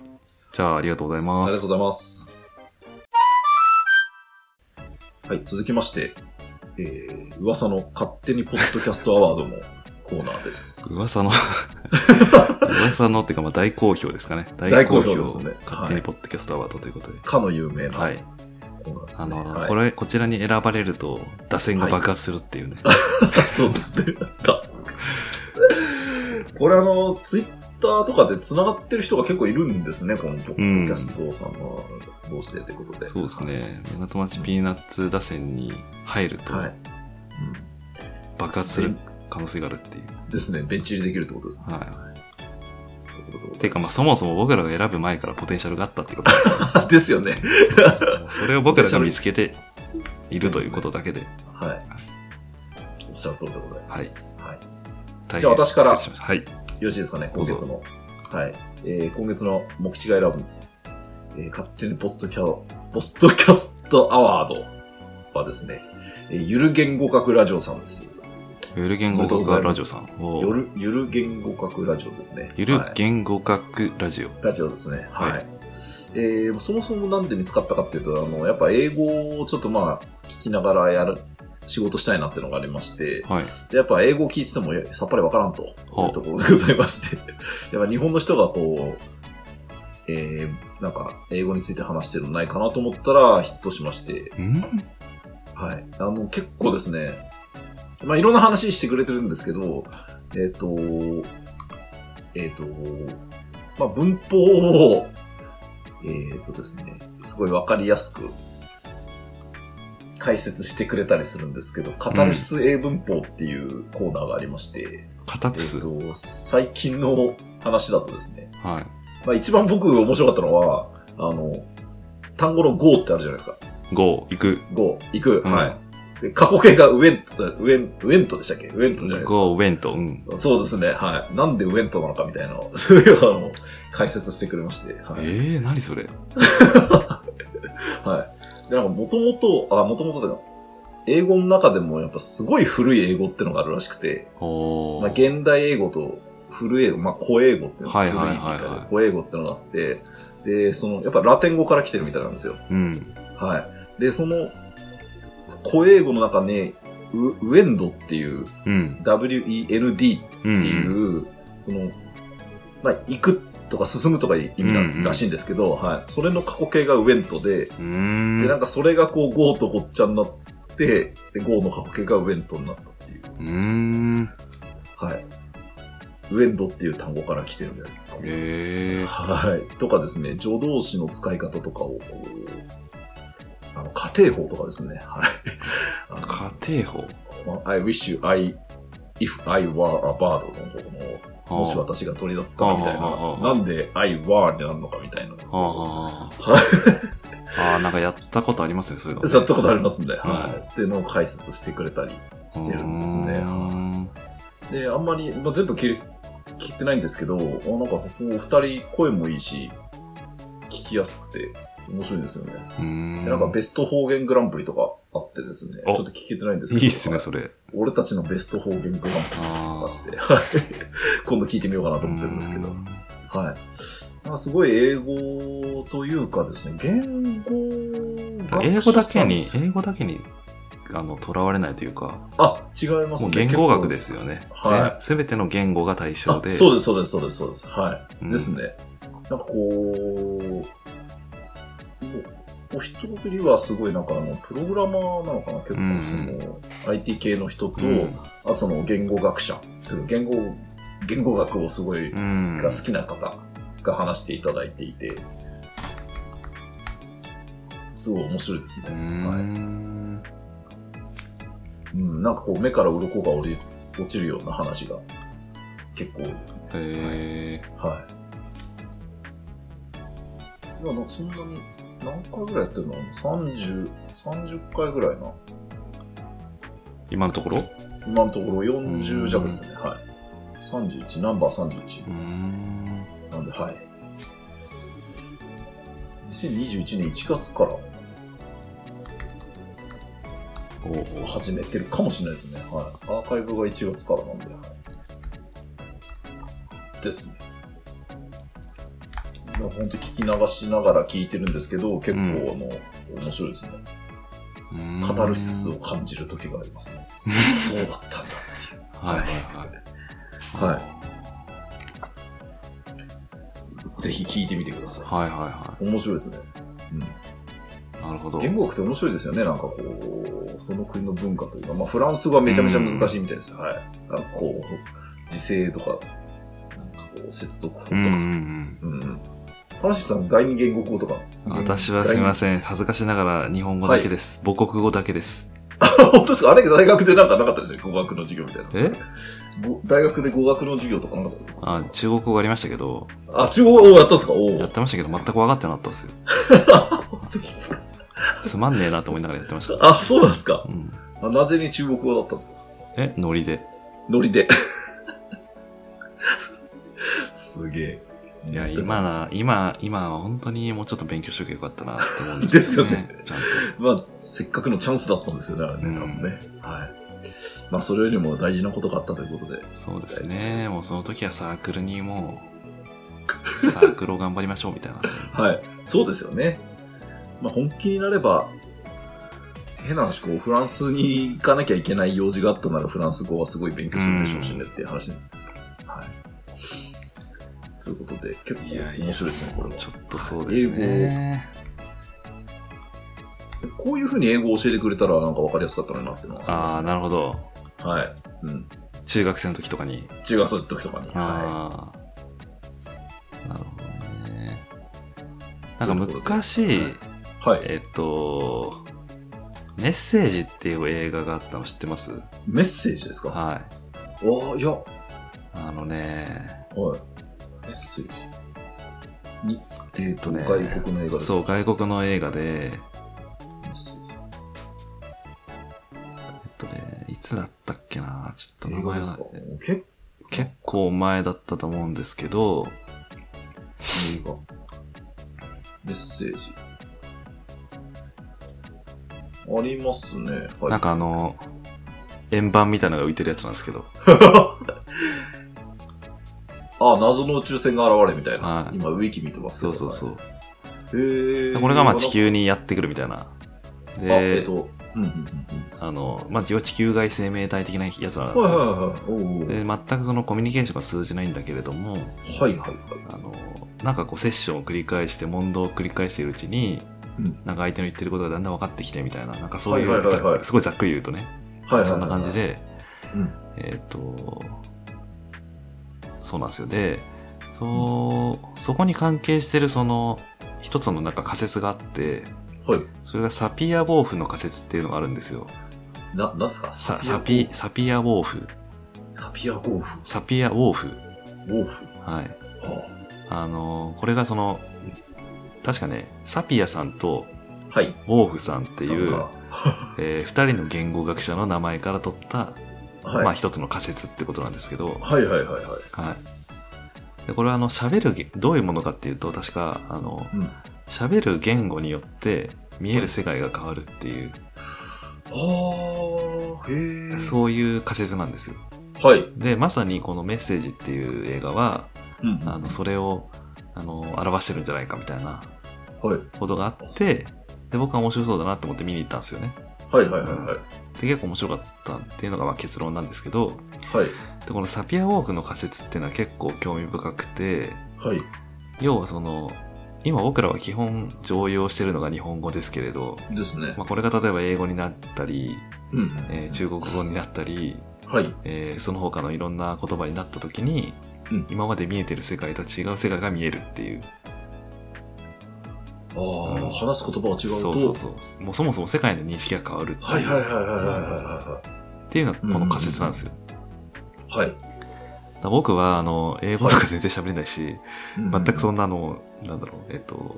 Speaker 2: じゃあ、ありがとうございま
Speaker 1: りがとう
Speaker 2: す
Speaker 1: ご。ざいます。はい、続きまして、えー、噂の勝手にポッドキャストアワードのコーナーです。
Speaker 2: 噂の、 噂のっていうか、まあ大好評ですかね。
Speaker 1: 大好評ですねはい
Speaker 2: 勝手にポッドキャストアワードということで。
Speaker 1: かの有名なコ
Speaker 2: はい。
Speaker 1: ーナーです
Speaker 2: あ
Speaker 1: ね。
Speaker 2: の、
Speaker 1: はい
Speaker 2: これ、こちらに選ばれると、打線が爆発するっていうね。
Speaker 1: そうですね。出す。これあの、ツイッターとかで繋がってる人が結構いるんですね、このポッドキャストさんの同士でということで。
Speaker 2: そうですね。港町ピーナッツ打線に入ると
Speaker 1: はい。はい。
Speaker 2: 爆発する可能性があるっていう。
Speaker 1: うんですね、ベンチ入りできるってことですね。
Speaker 2: は
Speaker 1: ということでございま
Speaker 2: い。
Speaker 1: す
Speaker 2: てか、まあ、そもそも僕らが選ぶ前からポテンシャルがあったってこと です
Speaker 1: ですよね。
Speaker 2: けどそれを僕らが見つけているということだけで、
Speaker 1: はい。おっしゃる通りでございます。はい。
Speaker 2: 大
Speaker 1: じゃあ私から
Speaker 2: 失礼しましたはい。
Speaker 1: よろしいですかね、
Speaker 2: ど
Speaker 1: 今
Speaker 2: うぞ
Speaker 1: 月の。はい。えー、今月の目地が選ぶ、えー、勝手にポッドキャ、ポストキャストアワードはですね、えーゆる言語学ラジオさんです。
Speaker 2: ゆる言語学ラジオさん。おー
Speaker 1: ゆる、ゆる言語学ラジオですね。
Speaker 2: ゆる
Speaker 1: はい
Speaker 2: 言語学ラジオ。
Speaker 1: ラジオですね。はい。
Speaker 2: はい
Speaker 1: えーそもそもなんで見つかったかっていうと、あの、やっぱ英語をちょっとまあ、聞きながらやる、仕事したいなっていうのがありまして、
Speaker 2: はい。
Speaker 1: でやっぱ英語を聞いててもえさっぱりわからんと、
Speaker 2: ほう
Speaker 1: いうところでございまして、 やっぱ日本の人がこう、えー、なんか、英語について話してるのないかなと思ったらヒットしまして、
Speaker 2: ん
Speaker 1: はい。あの、結構ですね、まあ、いろんな話してくれてるんですけど、えっ、と、えっ、と、まあ、文法を、えっ、とですね、すごいわかりやすく解説してくれたりするんですけど、カタルシス英文法っていうコーナーがありまして、
Speaker 2: カタ
Speaker 1: え
Speaker 2: プ
Speaker 1: っ、
Speaker 2: ス。
Speaker 1: と、最近の話だとですね、
Speaker 2: はい。
Speaker 1: まあ、一番僕面白かったのは、あの、単語の go ってあるじゃないですか。
Speaker 2: 5、行く。
Speaker 1: go、行く、
Speaker 2: うん
Speaker 1: はい。で、過去形がウェント、ウェン、ウェントでしたっけウェントじゃないですか。
Speaker 2: 5、ウェント。うん。
Speaker 1: そうですね、はい。なんでウェントなのかみたいな、 そういうのを解説してくれまして、は
Speaker 2: え
Speaker 1: い。
Speaker 2: ー、何それ
Speaker 1: はい。で、なんか元々、あ、元々というか、英語の中でもやっぱすごい古い英語ってのがあるらしくて、
Speaker 2: おー。
Speaker 1: まあ、現代英語と古い英語、まあ、古英語っていうの
Speaker 2: は
Speaker 1: 古
Speaker 2: い
Speaker 1: いみ
Speaker 2: はい
Speaker 1: たい
Speaker 2: はいはい
Speaker 1: な、古英語ってのがあって、で、その、やっぱラテン語から来てるみたいなんですよ。
Speaker 2: うん。
Speaker 1: はい。で、その、古英語の中に、ウウェンドっていう、
Speaker 2: うん。
Speaker 1: WEND
Speaker 2: う
Speaker 1: っていう、
Speaker 2: ん。
Speaker 1: その、まあ、行くとか進むとかいう意味なんらしいんですけど、はい。それの過去形がウェントで、
Speaker 2: うーん。
Speaker 1: で、なん
Speaker 2: う
Speaker 1: かそれがこう、ゴーとゴッチャになって、で、ゴーの過去形がウェントになったっていう。
Speaker 2: ーん。
Speaker 1: はい。ウェンドっていう単語から来てるんじゃないですか。
Speaker 2: えー。
Speaker 1: はい。とかですね、助動詞の使い方とかを、こうあの、家庭法とかですね。はい。あの
Speaker 2: 家庭法。
Speaker 1: I wish you I, if I were a bird のこの
Speaker 2: あー
Speaker 1: もし私が鳥だったらみたい
Speaker 2: あああ
Speaker 1: な。
Speaker 2: あ
Speaker 1: なんで I were になるのかみたいな。
Speaker 2: あーあー、なんかやったことありますね、そういうの。
Speaker 1: ざっとことありますんで、はい。っていうのを解説してくれたりしてるんですね。
Speaker 2: うーん
Speaker 1: で、あんまり、まあ、全部聞い聞いてってないんですけど、あなんかここお二人声もいいし、聞きやすくて面白いですよね。
Speaker 2: うーん。
Speaker 1: でなんかベスト方言グランプリとかあってですね、ち
Speaker 2: お
Speaker 1: ょっと聞けてないんですけ
Speaker 2: い
Speaker 1: ど。
Speaker 2: いっすね、それ。
Speaker 1: 俺たちのベスト方言グランプリ
Speaker 2: あ
Speaker 1: とかあって、はい 今度聞いてみようかなと思ってるんですけど。はい。まあ、すごい英語というかですね、言語学
Speaker 2: 英語
Speaker 1: 者
Speaker 2: だけに
Speaker 1: さんです
Speaker 2: 英語だけにあのとらわれないというか
Speaker 1: あ、違いますね。。
Speaker 2: もう言語学ですすよね
Speaker 1: は
Speaker 2: 全べての言語が対象
Speaker 1: あ
Speaker 2: で
Speaker 1: そうです、そうです、そうです、そうです。はい。
Speaker 2: うん
Speaker 1: ですね。なんかこう、もうお一人はすごいなんかあの、プログラマーなのかな、結構その、IT 系の人と、
Speaker 2: うん
Speaker 1: あとその言語学者、というか言語、言語学をすごい
Speaker 2: うん
Speaker 1: が好きな方が話していただいていて、すごい面白いですね。
Speaker 2: う
Speaker 1: はい
Speaker 2: ん
Speaker 1: うん、なんかこう目から鱗が降り落ちるような話が結構多いですね。
Speaker 2: へー
Speaker 1: はい。いや、なそんなに何回ぐらいやってるの ?30、30回ぐらいな。
Speaker 2: 今のところ
Speaker 1: 今のところ40弱ですね。はい。31、ナンバー31
Speaker 2: う。ん
Speaker 1: なんで、はい。2021年1月から
Speaker 2: おうおう
Speaker 1: 始めてるかもしれないですね。はい。アーカイブが1月からなんで。はい、ですね。いや本当に聞き流しながら聞いてるんですけど、結構、
Speaker 2: うん
Speaker 1: あの、面白いですね。
Speaker 2: うん
Speaker 1: カタルシスを感じる時がありますね。そうだったんだ。
Speaker 2: はいはい
Speaker 1: は
Speaker 2: はい
Speaker 1: い。 ぜひ聞いてみてくださ。
Speaker 2: はいはいはい
Speaker 1: 面白いですね。うん。
Speaker 2: いなるほど
Speaker 1: 言語学って面白いですよね、なんかこう、その国の文化というか、まあ、フランス語はめちゃめちゃ難しいみたいです。はい。なんかこう、時制とか、なんかこう、接続法と
Speaker 2: う
Speaker 1: か。
Speaker 2: んうんう
Speaker 1: うん。
Speaker 2: ん
Speaker 1: 田無さん、第二言語校とか。
Speaker 2: 私はすみま
Speaker 1: せん。
Speaker 2: せん恥ずかしながら日本語だけです母国語だけです
Speaker 1: 本当ですかあれ大学でなんかなかったですよ、語学の授業みたいな。
Speaker 2: え
Speaker 1: ご大学で語学の授業とかなかったですか
Speaker 2: あ中国語がありましたけど
Speaker 1: あ、中国語やったんですかお
Speaker 2: や
Speaker 1: お
Speaker 2: っ。てましたけど全く分かってなかったですよ
Speaker 1: 本当ですか
Speaker 2: つまんねえなと思いながらやってました。
Speaker 1: あ、そうなんですか
Speaker 2: うん、
Speaker 1: あなぜに中国語だったんですか
Speaker 2: え、ノリで。
Speaker 1: ノリで。 すげえ。
Speaker 2: いや、今な、今、今は本当にもうちょっと勉強しとけばよかったなって思うん
Speaker 1: です。
Speaker 2: ちゃん
Speaker 1: まあ、せっかくのチャンスだったんですよね、あれね、多分ね。はい。まあ、それよりも大事なことがあったということで。
Speaker 2: と。そうですね。もうその時はサークルにもう、サークルを頑張りましょうみたいな。
Speaker 1: はい。そうですよね。まあ、本気になれば、変な話、こう、フランスに行かなきゃいけない用事があったなら、フランス語はすごい勉強するでしょうしねっていう話ね。はい。ということで、結構
Speaker 2: いやいや
Speaker 1: 面白いですね、これは。
Speaker 2: ちょっとそうですね。
Speaker 1: こういうふうに英語を教えてくれたら、なんか分かりやすかったのになっていうの
Speaker 2: あ
Speaker 1: は
Speaker 2: あ、
Speaker 1: りますね。
Speaker 2: なるほど。
Speaker 1: はい。うん。
Speaker 2: 中学生の時とかに。
Speaker 1: 中学生の時とかに。は
Speaker 2: ああ。なるほどね。なんか昔、
Speaker 1: い。はい。
Speaker 2: えっと、メッセージっていう映画があったの知ってます
Speaker 1: メッセージですか
Speaker 2: はい。
Speaker 1: ああ、いや、は
Speaker 2: あのね、
Speaker 1: い。メッセージ。に、
Speaker 2: えっとね、
Speaker 1: 外国の映画ですか
Speaker 2: そう、外国の映画で、
Speaker 1: メッセージ
Speaker 2: えっとね、いつだったっけな、ちょっと名
Speaker 1: 映画
Speaker 2: 前
Speaker 1: です
Speaker 2: は
Speaker 1: か結
Speaker 2: 結構前だったと思うんですけど、
Speaker 1: 構映画。メッセージ。ありますね。はい。
Speaker 2: なんかあの、円盤みたいなのが浮いてるやつなんですけど、
Speaker 1: あ、謎の宇宙船が現れるみたいな
Speaker 2: は。い
Speaker 1: 今、ウィキ見てますけ
Speaker 2: そ
Speaker 1: ど
Speaker 2: うそうそう。
Speaker 1: へえ。
Speaker 2: でこれがまあ地。球にやってくるみたいな。
Speaker 1: あ、えっ
Speaker 2: で、
Speaker 1: と、うんうんうんうん。
Speaker 2: あの、まあ要は地球外生命体的なやつな
Speaker 1: はい
Speaker 2: んです
Speaker 1: はい
Speaker 2: よ。
Speaker 1: はい。おうおう
Speaker 2: で、全くそのコミュニケーションが通じないんだけれども、
Speaker 1: はいはいはい。
Speaker 2: あの、なんかこうセッションを繰り返して、問答を繰り返しているうちに、
Speaker 1: うん
Speaker 2: なんか相手の言ってることがだんだん分かってきてみたいな、なんかそういう、
Speaker 1: はいはいはいはい
Speaker 2: ざすごいざっくり言うとね、
Speaker 1: はいはいはい。
Speaker 2: そんな感じ。で、
Speaker 1: うん
Speaker 2: えっ、と、そうなんですよ。で、そう、そこに関係してるその、一つのなんか仮説があって、
Speaker 1: はい。
Speaker 2: それがサピア・ウォーフの仮説っていうのがあるんですよ。
Speaker 1: な、なんですか
Speaker 2: さサピ、サピア・ウォーフ。
Speaker 1: サピアゴーフ。
Speaker 2: サピア・ウォーフ。
Speaker 1: ウォーフ。
Speaker 2: はい。
Speaker 1: あ
Speaker 2: あの、これがその、確かね、サピアさんと
Speaker 1: あはい。
Speaker 2: ウォーフさんって
Speaker 1: そ
Speaker 2: い
Speaker 1: ん
Speaker 2: う、
Speaker 1: な
Speaker 2: えー二人の言語学者の名前から取った、
Speaker 1: はい。
Speaker 2: まあ一つの仮説ってことなんですけど、
Speaker 1: はいはいはいはい。
Speaker 2: はい。でこれはあの喋るげどういうものかっていうと確かあの
Speaker 1: うん。
Speaker 2: 喋る言語によって見える世界が変わるっていう、
Speaker 1: はあ、へえ。
Speaker 2: そういう仮説なんですよ
Speaker 1: はい。
Speaker 2: でまさにこの「メッセージ」っていう映画は
Speaker 1: うん。
Speaker 2: あのそれをあの表してるんじゃないかみたいな
Speaker 1: はい。
Speaker 2: ことがあってで僕は面白そうだなと思って見に行ったんですよね
Speaker 1: はいはいは
Speaker 2: で結構面白かったっていうのがまあ結論なんですけど
Speaker 1: いはい。
Speaker 2: でこのサピアウォークの仮説っていうのは結構興味深くて
Speaker 1: はい。は
Speaker 2: 要はその今僕らは基本常用してるのが日本語ですけれど、
Speaker 1: い。ですね。
Speaker 2: まあ、これが例えば英語になったり、
Speaker 1: うん。
Speaker 2: えー中国語になったり、
Speaker 1: はい。
Speaker 2: えーその他のいろんな言葉になった時に、
Speaker 1: うん
Speaker 2: 今まで見えてる世界と違う世界が見えるっていう
Speaker 1: ああ、
Speaker 2: うん
Speaker 1: 話す言葉が違うと。
Speaker 2: そうそうそうもうそもそも世界の認識が変わるっていう,、
Speaker 1: はいはいはいはいは
Speaker 2: っていうのがこの仮説なんですよ、
Speaker 1: いはいはい。はい。
Speaker 2: だから僕はあの英語とか全然喋れないし、全くそ
Speaker 1: の。
Speaker 2: んなのなんだろうえっと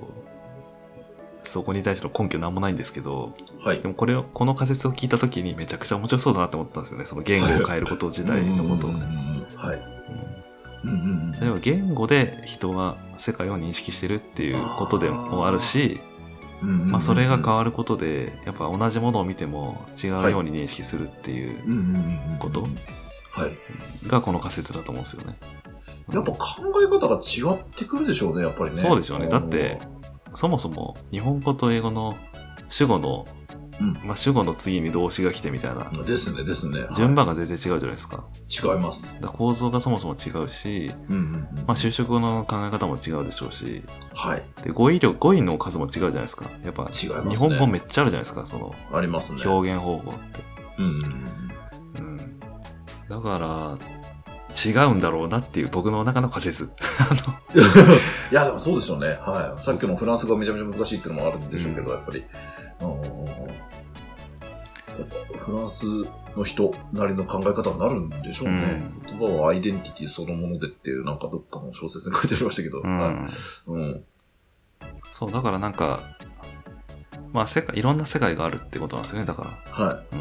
Speaker 2: そこに対しての根拠なんもないんですけど、
Speaker 1: はい
Speaker 2: で。もこれを、この仮説を聞いたときにめちゃくちゃ面白そうだなって思ったんですよね。その言語を変えること自体のこと を
Speaker 1: うんうんう
Speaker 2: ね。
Speaker 1: んうんはい。
Speaker 2: うん
Speaker 1: うんうん
Speaker 2: 例えば言語で人は世界を認識してるっていうことでもあるし、
Speaker 1: うん。
Speaker 2: まあそれが変
Speaker 1: わ
Speaker 2: わることで、やっぱ同じものを見ても違うように認識するっていう
Speaker 1: うんうんうんうん。
Speaker 2: こと
Speaker 1: はい。
Speaker 2: がこの仮説だと思うんですよね。
Speaker 1: やっぱ考え方が違ってくるでしょうね、やっぱりね。
Speaker 2: そうでしょうね
Speaker 1: あの
Speaker 2: だって、そもそも日本語と英語の主語の、
Speaker 1: うん
Speaker 2: まあ主語の次に動詞が来てみたいな、
Speaker 1: ですね、ですね。はい
Speaker 2: 順番が全然違うじゃないですか。
Speaker 1: 違います。
Speaker 2: だから構造がそもそも違うし、
Speaker 1: うんうんうん。
Speaker 2: まあ、就職後の考え方も違うでしょうし、
Speaker 1: はい。
Speaker 2: で語彙力、語彙の数も違うじゃないですか。やっぱ、
Speaker 1: 違いますね。
Speaker 2: 日本語めっちゃあるじゃないですか、その
Speaker 1: ありますね。
Speaker 2: 表現方法って。
Speaker 1: うんうんうん。
Speaker 2: うん。だから、違うんだろうなっていう僕の中の仮説。あ
Speaker 1: いや、でもそうでしょうね。はい。さっきのフランス語がめちゃめちゃ難しいっていうのもあるんでしょうけど、やっぱり。うんうんうんフランスの人なりの考え方になるんでしょうね。言葉はアイデンティティそのものでっていう、なんかどっかの小説に書いてありましたけど。
Speaker 2: の、う
Speaker 1: はい
Speaker 2: ん。
Speaker 1: うん。
Speaker 2: そう、だからなんか、まあ世界、いろんな世界があるってことなんですよね、だから。
Speaker 1: は
Speaker 2: う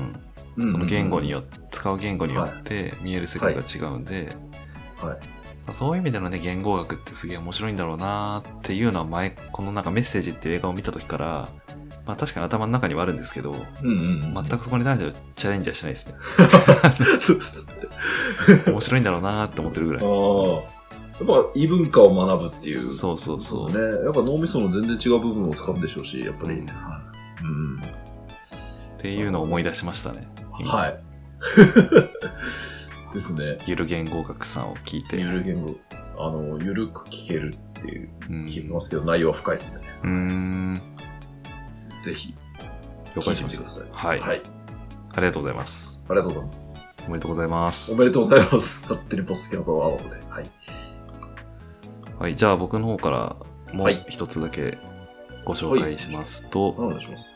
Speaker 2: ん。
Speaker 1: い。
Speaker 2: その言語に
Speaker 1: っ
Speaker 2: よって、使う言語によって見える世界が違うんで、
Speaker 1: て。はい。
Speaker 2: そういう意味でのね、言語学ってすげえ面白いんだろうなーっていうのは前、このなんかメッセージっていう映画を見た時から、まあ確かに頭の中にはあるんですけど、
Speaker 1: うんうんうん。
Speaker 2: 全くそこに対してはチャレンジはしてないです ね。
Speaker 1: そうです。
Speaker 2: 面白いんだろうなーって思ってるぐら
Speaker 1: ああ
Speaker 2: い。。
Speaker 1: やっぱ異文化を学ぶっていう。う
Speaker 2: そうそうそう。
Speaker 1: ですね。やっぱ脳みその全然違う部分を使うんでしょうし、やっぱり。
Speaker 2: うん
Speaker 1: はいうん。
Speaker 2: っていうのを思い出しましたね。い。
Speaker 1: はい。 ですね。
Speaker 2: ゆる言語学さんを聞いて。
Speaker 1: ゆるゲーム、あの、ゆるく聞けるっていう
Speaker 2: うん。
Speaker 1: 聞きますけど、内容は深いですね。
Speaker 2: うーん。
Speaker 1: ぜひ、
Speaker 2: 了
Speaker 1: 聞
Speaker 2: 解
Speaker 1: いて
Speaker 2: し
Speaker 1: み
Speaker 2: ま
Speaker 1: て
Speaker 2: し
Speaker 1: くだ
Speaker 2: た。
Speaker 1: さい。
Speaker 2: はい。
Speaker 1: はい。あり
Speaker 2: ありがとうございます。
Speaker 1: がとうございます。
Speaker 2: おめでとうございます
Speaker 1: お。めでとうございます。 勝手にポストキャラパワーをね。はい。
Speaker 2: はい。じゃあ僕の方からも
Speaker 1: は
Speaker 2: う
Speaker 1: い
Speaker 2: 一つだけご紹
Speaker 1: は
Speaker 2: 介
Speaker 1: い
Speaker 2: しますと、
Speaker 1: お願いします。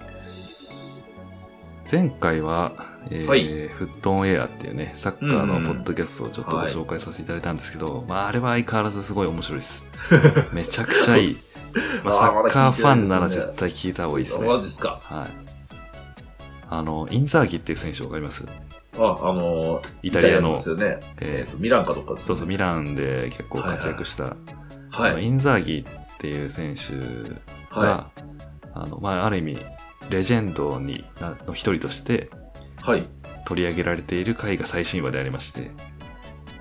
Speaker 2: 前回は、えー
Speaker 1: はい
Speaker 2: フットオンエアっていうね、サッカーのポッドキャストをちょっとご紹介させていただいたんですけど、まあ、あれは相変わらずすごい面白い です。めちゃくちゃいい。まあ、サ
Speaker 1: あーまだ聞いてない
Speaker 2: ッカーファンなら
Speaker 1: ですね
Speaker 2: 絶対聞いた方がいいです
Speaker 1: あ
Speaker 2: ね。
Speaker 1: マジですか。
Speaker 2: はい。あの、インザーギっていう選手わかります
Speaker 1: あ、あの、
Speaker 2: イタリ
Speaker 1: な
Speaker 2: ア
Speaker 1: ん
Speaker 2: の
Speaker 1: で、すよね。え
Speaker 2: え
Speaker 1: っ
Speaker 2: ー
Speaker 1: と、ミランかどっかですね
Speaker 2: そうそう、ミランで結構活躍した、
Speaker 1: は
Speaker 2: あの
Speaker 1: い。
Speaker 2: インザーギっていう選手が、
Speaker 1: は
Speaker 2: あの、まあ、ある意味、レジェンドになの一人として
Speaker 1: い。はい。
Speaker 2: 取り上げられている回が最新話でありまして、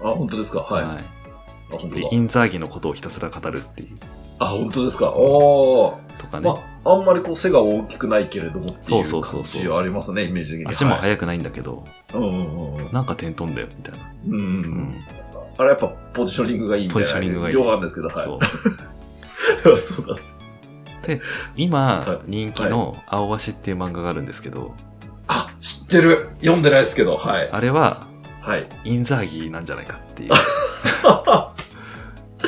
Speaker 1: あ、本当ですか。はい。あ、
Speaker 2: い
Speaker 1: 本当
Speaker 2: で
Speaker 1: だ
Speaker 2: イ。ンザーギのことをひたすら語るっていう
Speaker 1: あ、本当ですか。おー。
Speaker 2: とかね、
Speaker 1: まあ、あんまりこう背が大きくないけれどもってい
Speaker 2: そううそうそ
Speaker 1: 感
Speaker 2: うそう
Speaker 1: じはありますね、イメージ的に。
Speaker 2: 足も
Speaker 1: い。
Speaker 2: 速くないんだけど、
Speaker 1: うんうんうんうん。
Speaker 2: なんか点飛んだよみたいな、
Speaker 1: うんう
Speaker 2: うん
Speaker 1: んうん。あれやっぱポジショニングがいいみたいな。
Speaker 2: ポジショニングがいい
Speaker 1: 両方あるんですけど、
Speaker 2: そ
Speaker 1: は
Speaker 2: う
Speaker 1: い。 そうなんです。
Speaker 2: 今
Speaker 1: は
Speaker 2: 人気の「青足」っていう漫画があるんですけど、
Speaker 1: あ、知ってる。読んでないですけど、はい。
Speaker 2: あれは
Speaker 1: はい。
Speaker 2: インザーギなんじゃないか っていう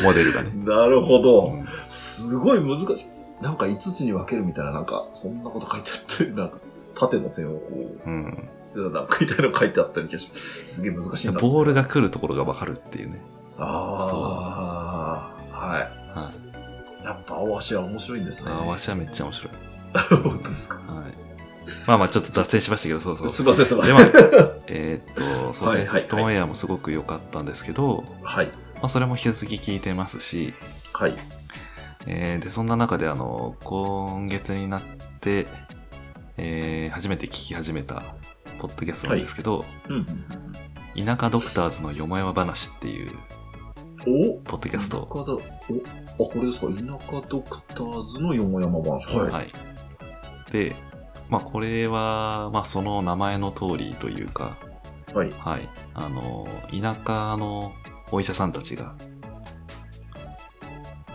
Speaker 2: モデルがね、
Speaker 1: なるほ
Speaker 2: う
Speaker 1: ど。
Speaker 2: ん
Speaker 1: すごい難しい。なんか5つに分けるみたいな、なんか、そんなこと書いてあったり、なんか、縦の線をこう、
Speaker 2: うん
Speaker 1: なんかみたいなの書いてあったり気がします。すげえ難しいな。
Speaker 2: ボールが来るところが分かるっていうね、
Speaker 1: ああ、は
Speaker 2: はい
Speaker 1: い。やっぱ、青足は面白いんですね。
Speaker 2: 青足はめっちゃ面白い、
Speaker 1: 本当ですか。
Speaker 2: はい、まあまあちょっと脱線しましたけどそうそう
Speaker 1: すいません、すいませ
Speaker 2: で
Speaker 1: ん。
Speaker 2: まあえーっとそうですね、
Speaker 1: はいはいはい
Speaker 2: フットオンエアもすごく良かったんですけど、
Speaker 1: はい。
Speaker 2: まあ、それも引き続き聞いてますし、
Speaker 1: はい。
Speaker 2: えーで、そんな中で、あの、今月になって、えー初めて聞き始めた、ポッドキャストなんですけど、
Speaker 1: うん。
Speaker 2: 田舎ドクターズのよもやま話っていう、
Speaker 1: お
Speaker 2: ポッドキャスト。
Speaker 1: 田舎だ。お、あ、これですか。田舎ドクターズのよもやま話。はい。
Speaker 2: はい。で、まあ、これは、まあ、その名前の通りというか、
Speaker 1: はい。
Speaker 2: はい。あの、田舎のお医者さんたちが、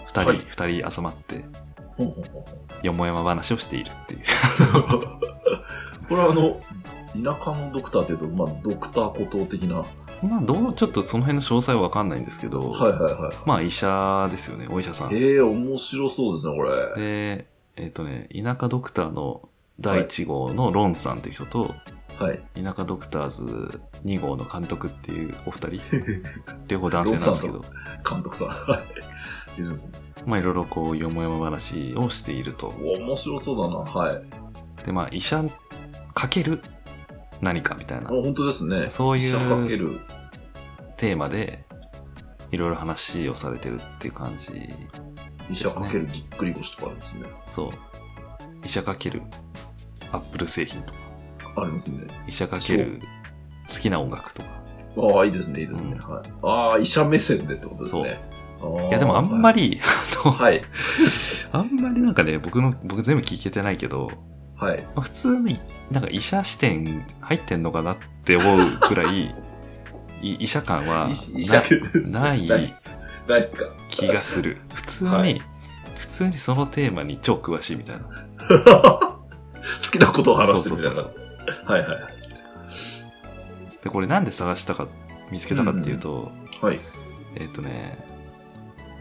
Speaker 2: 二人、
Speaker 1: はい
Speaker 2: 二、人集まって、
Speaker 1: ほんほんほんほん
Speaker 2: よもやま話をしているっていう。
Speaker 1: これはあの、田舎のドクターというと、まあ、ドクター孤島的な。は
Speaker 2: まあ、どう、ちょっとその辺の詳細はわかんないんですけど、
Speaker 1: いはいはい。
Speaker 2: まあ、医者ですよね、お医者さん。で、
Speaker 1: ええ面白そうですね、これ。
Speaker 2: えっ、とね、田舎ドクターの第1号のロンさんっていう人と、
Speaker 1: はい。
Speaker 2: 田舎ドクターズ2号の監督っていう お二人、両方男性なんですけ
Speaker 1: ロ
Speaker 2: ど、
Speaker 1: 監督さん。はい。いるんですね。
Speaker 2: まあ、いろいろこう、よもやま話をしていると。
Speaker 1: お面白そうだな。はい。
Speaker 2: で、まあ、医者かける何かみたい
Speaker 1: あ
Speaker 2: な
Speaker 1: 本当ですね。
Speaker 2: そういう
Speaker 1: 医者かける。
Speaker 2: テーマで、いろいろ話をされてるっていう感じ。
Speaker 1: 医者かけるぎっくり腰とかあるんですね。
Speaker 2: そう。医者かけるアップル製品とか、
Speaker 1: ありますね。
Speaker 2: 医者かける好きな音楽とか。
Speaker 1: ああ、いいですね、いいですね。
Speaker 2: うん
Speaker 1: はい。ああ、医者目線でってことですね。
Speaker 2: いや、でもあんま
Speaker 1: り。
Speaker 2: り、あの、
Speaker 1: はい。
Speaker 2: あんまりなんかね、僕の、僕全部聞けてないけど、
Speaker 1: はい。
Speaker 2: まあ普通に、なんか医者視点入ってんのかなって思うくら い、い医者感は
Speaker 1: 医医者系 ナ
Speaker 2: なない
Speaker 1: イス。ナイスか。
Speaker 2: 気がする。普通に、
Speaker 1: はい
Speaker 2: 普通にそのテーマに超詳しいみたいな。
Speaker 1: 好きなことを話してるみたい
Speaker 2: そう
Speaker 1: な
Speaker 2: そう。
Speaker 1: はいはい。
Speaker 2: で、これなんで探したか、見つけたかっていうと、
Speaker 1: はい。
Speaker 2: えっ、とね、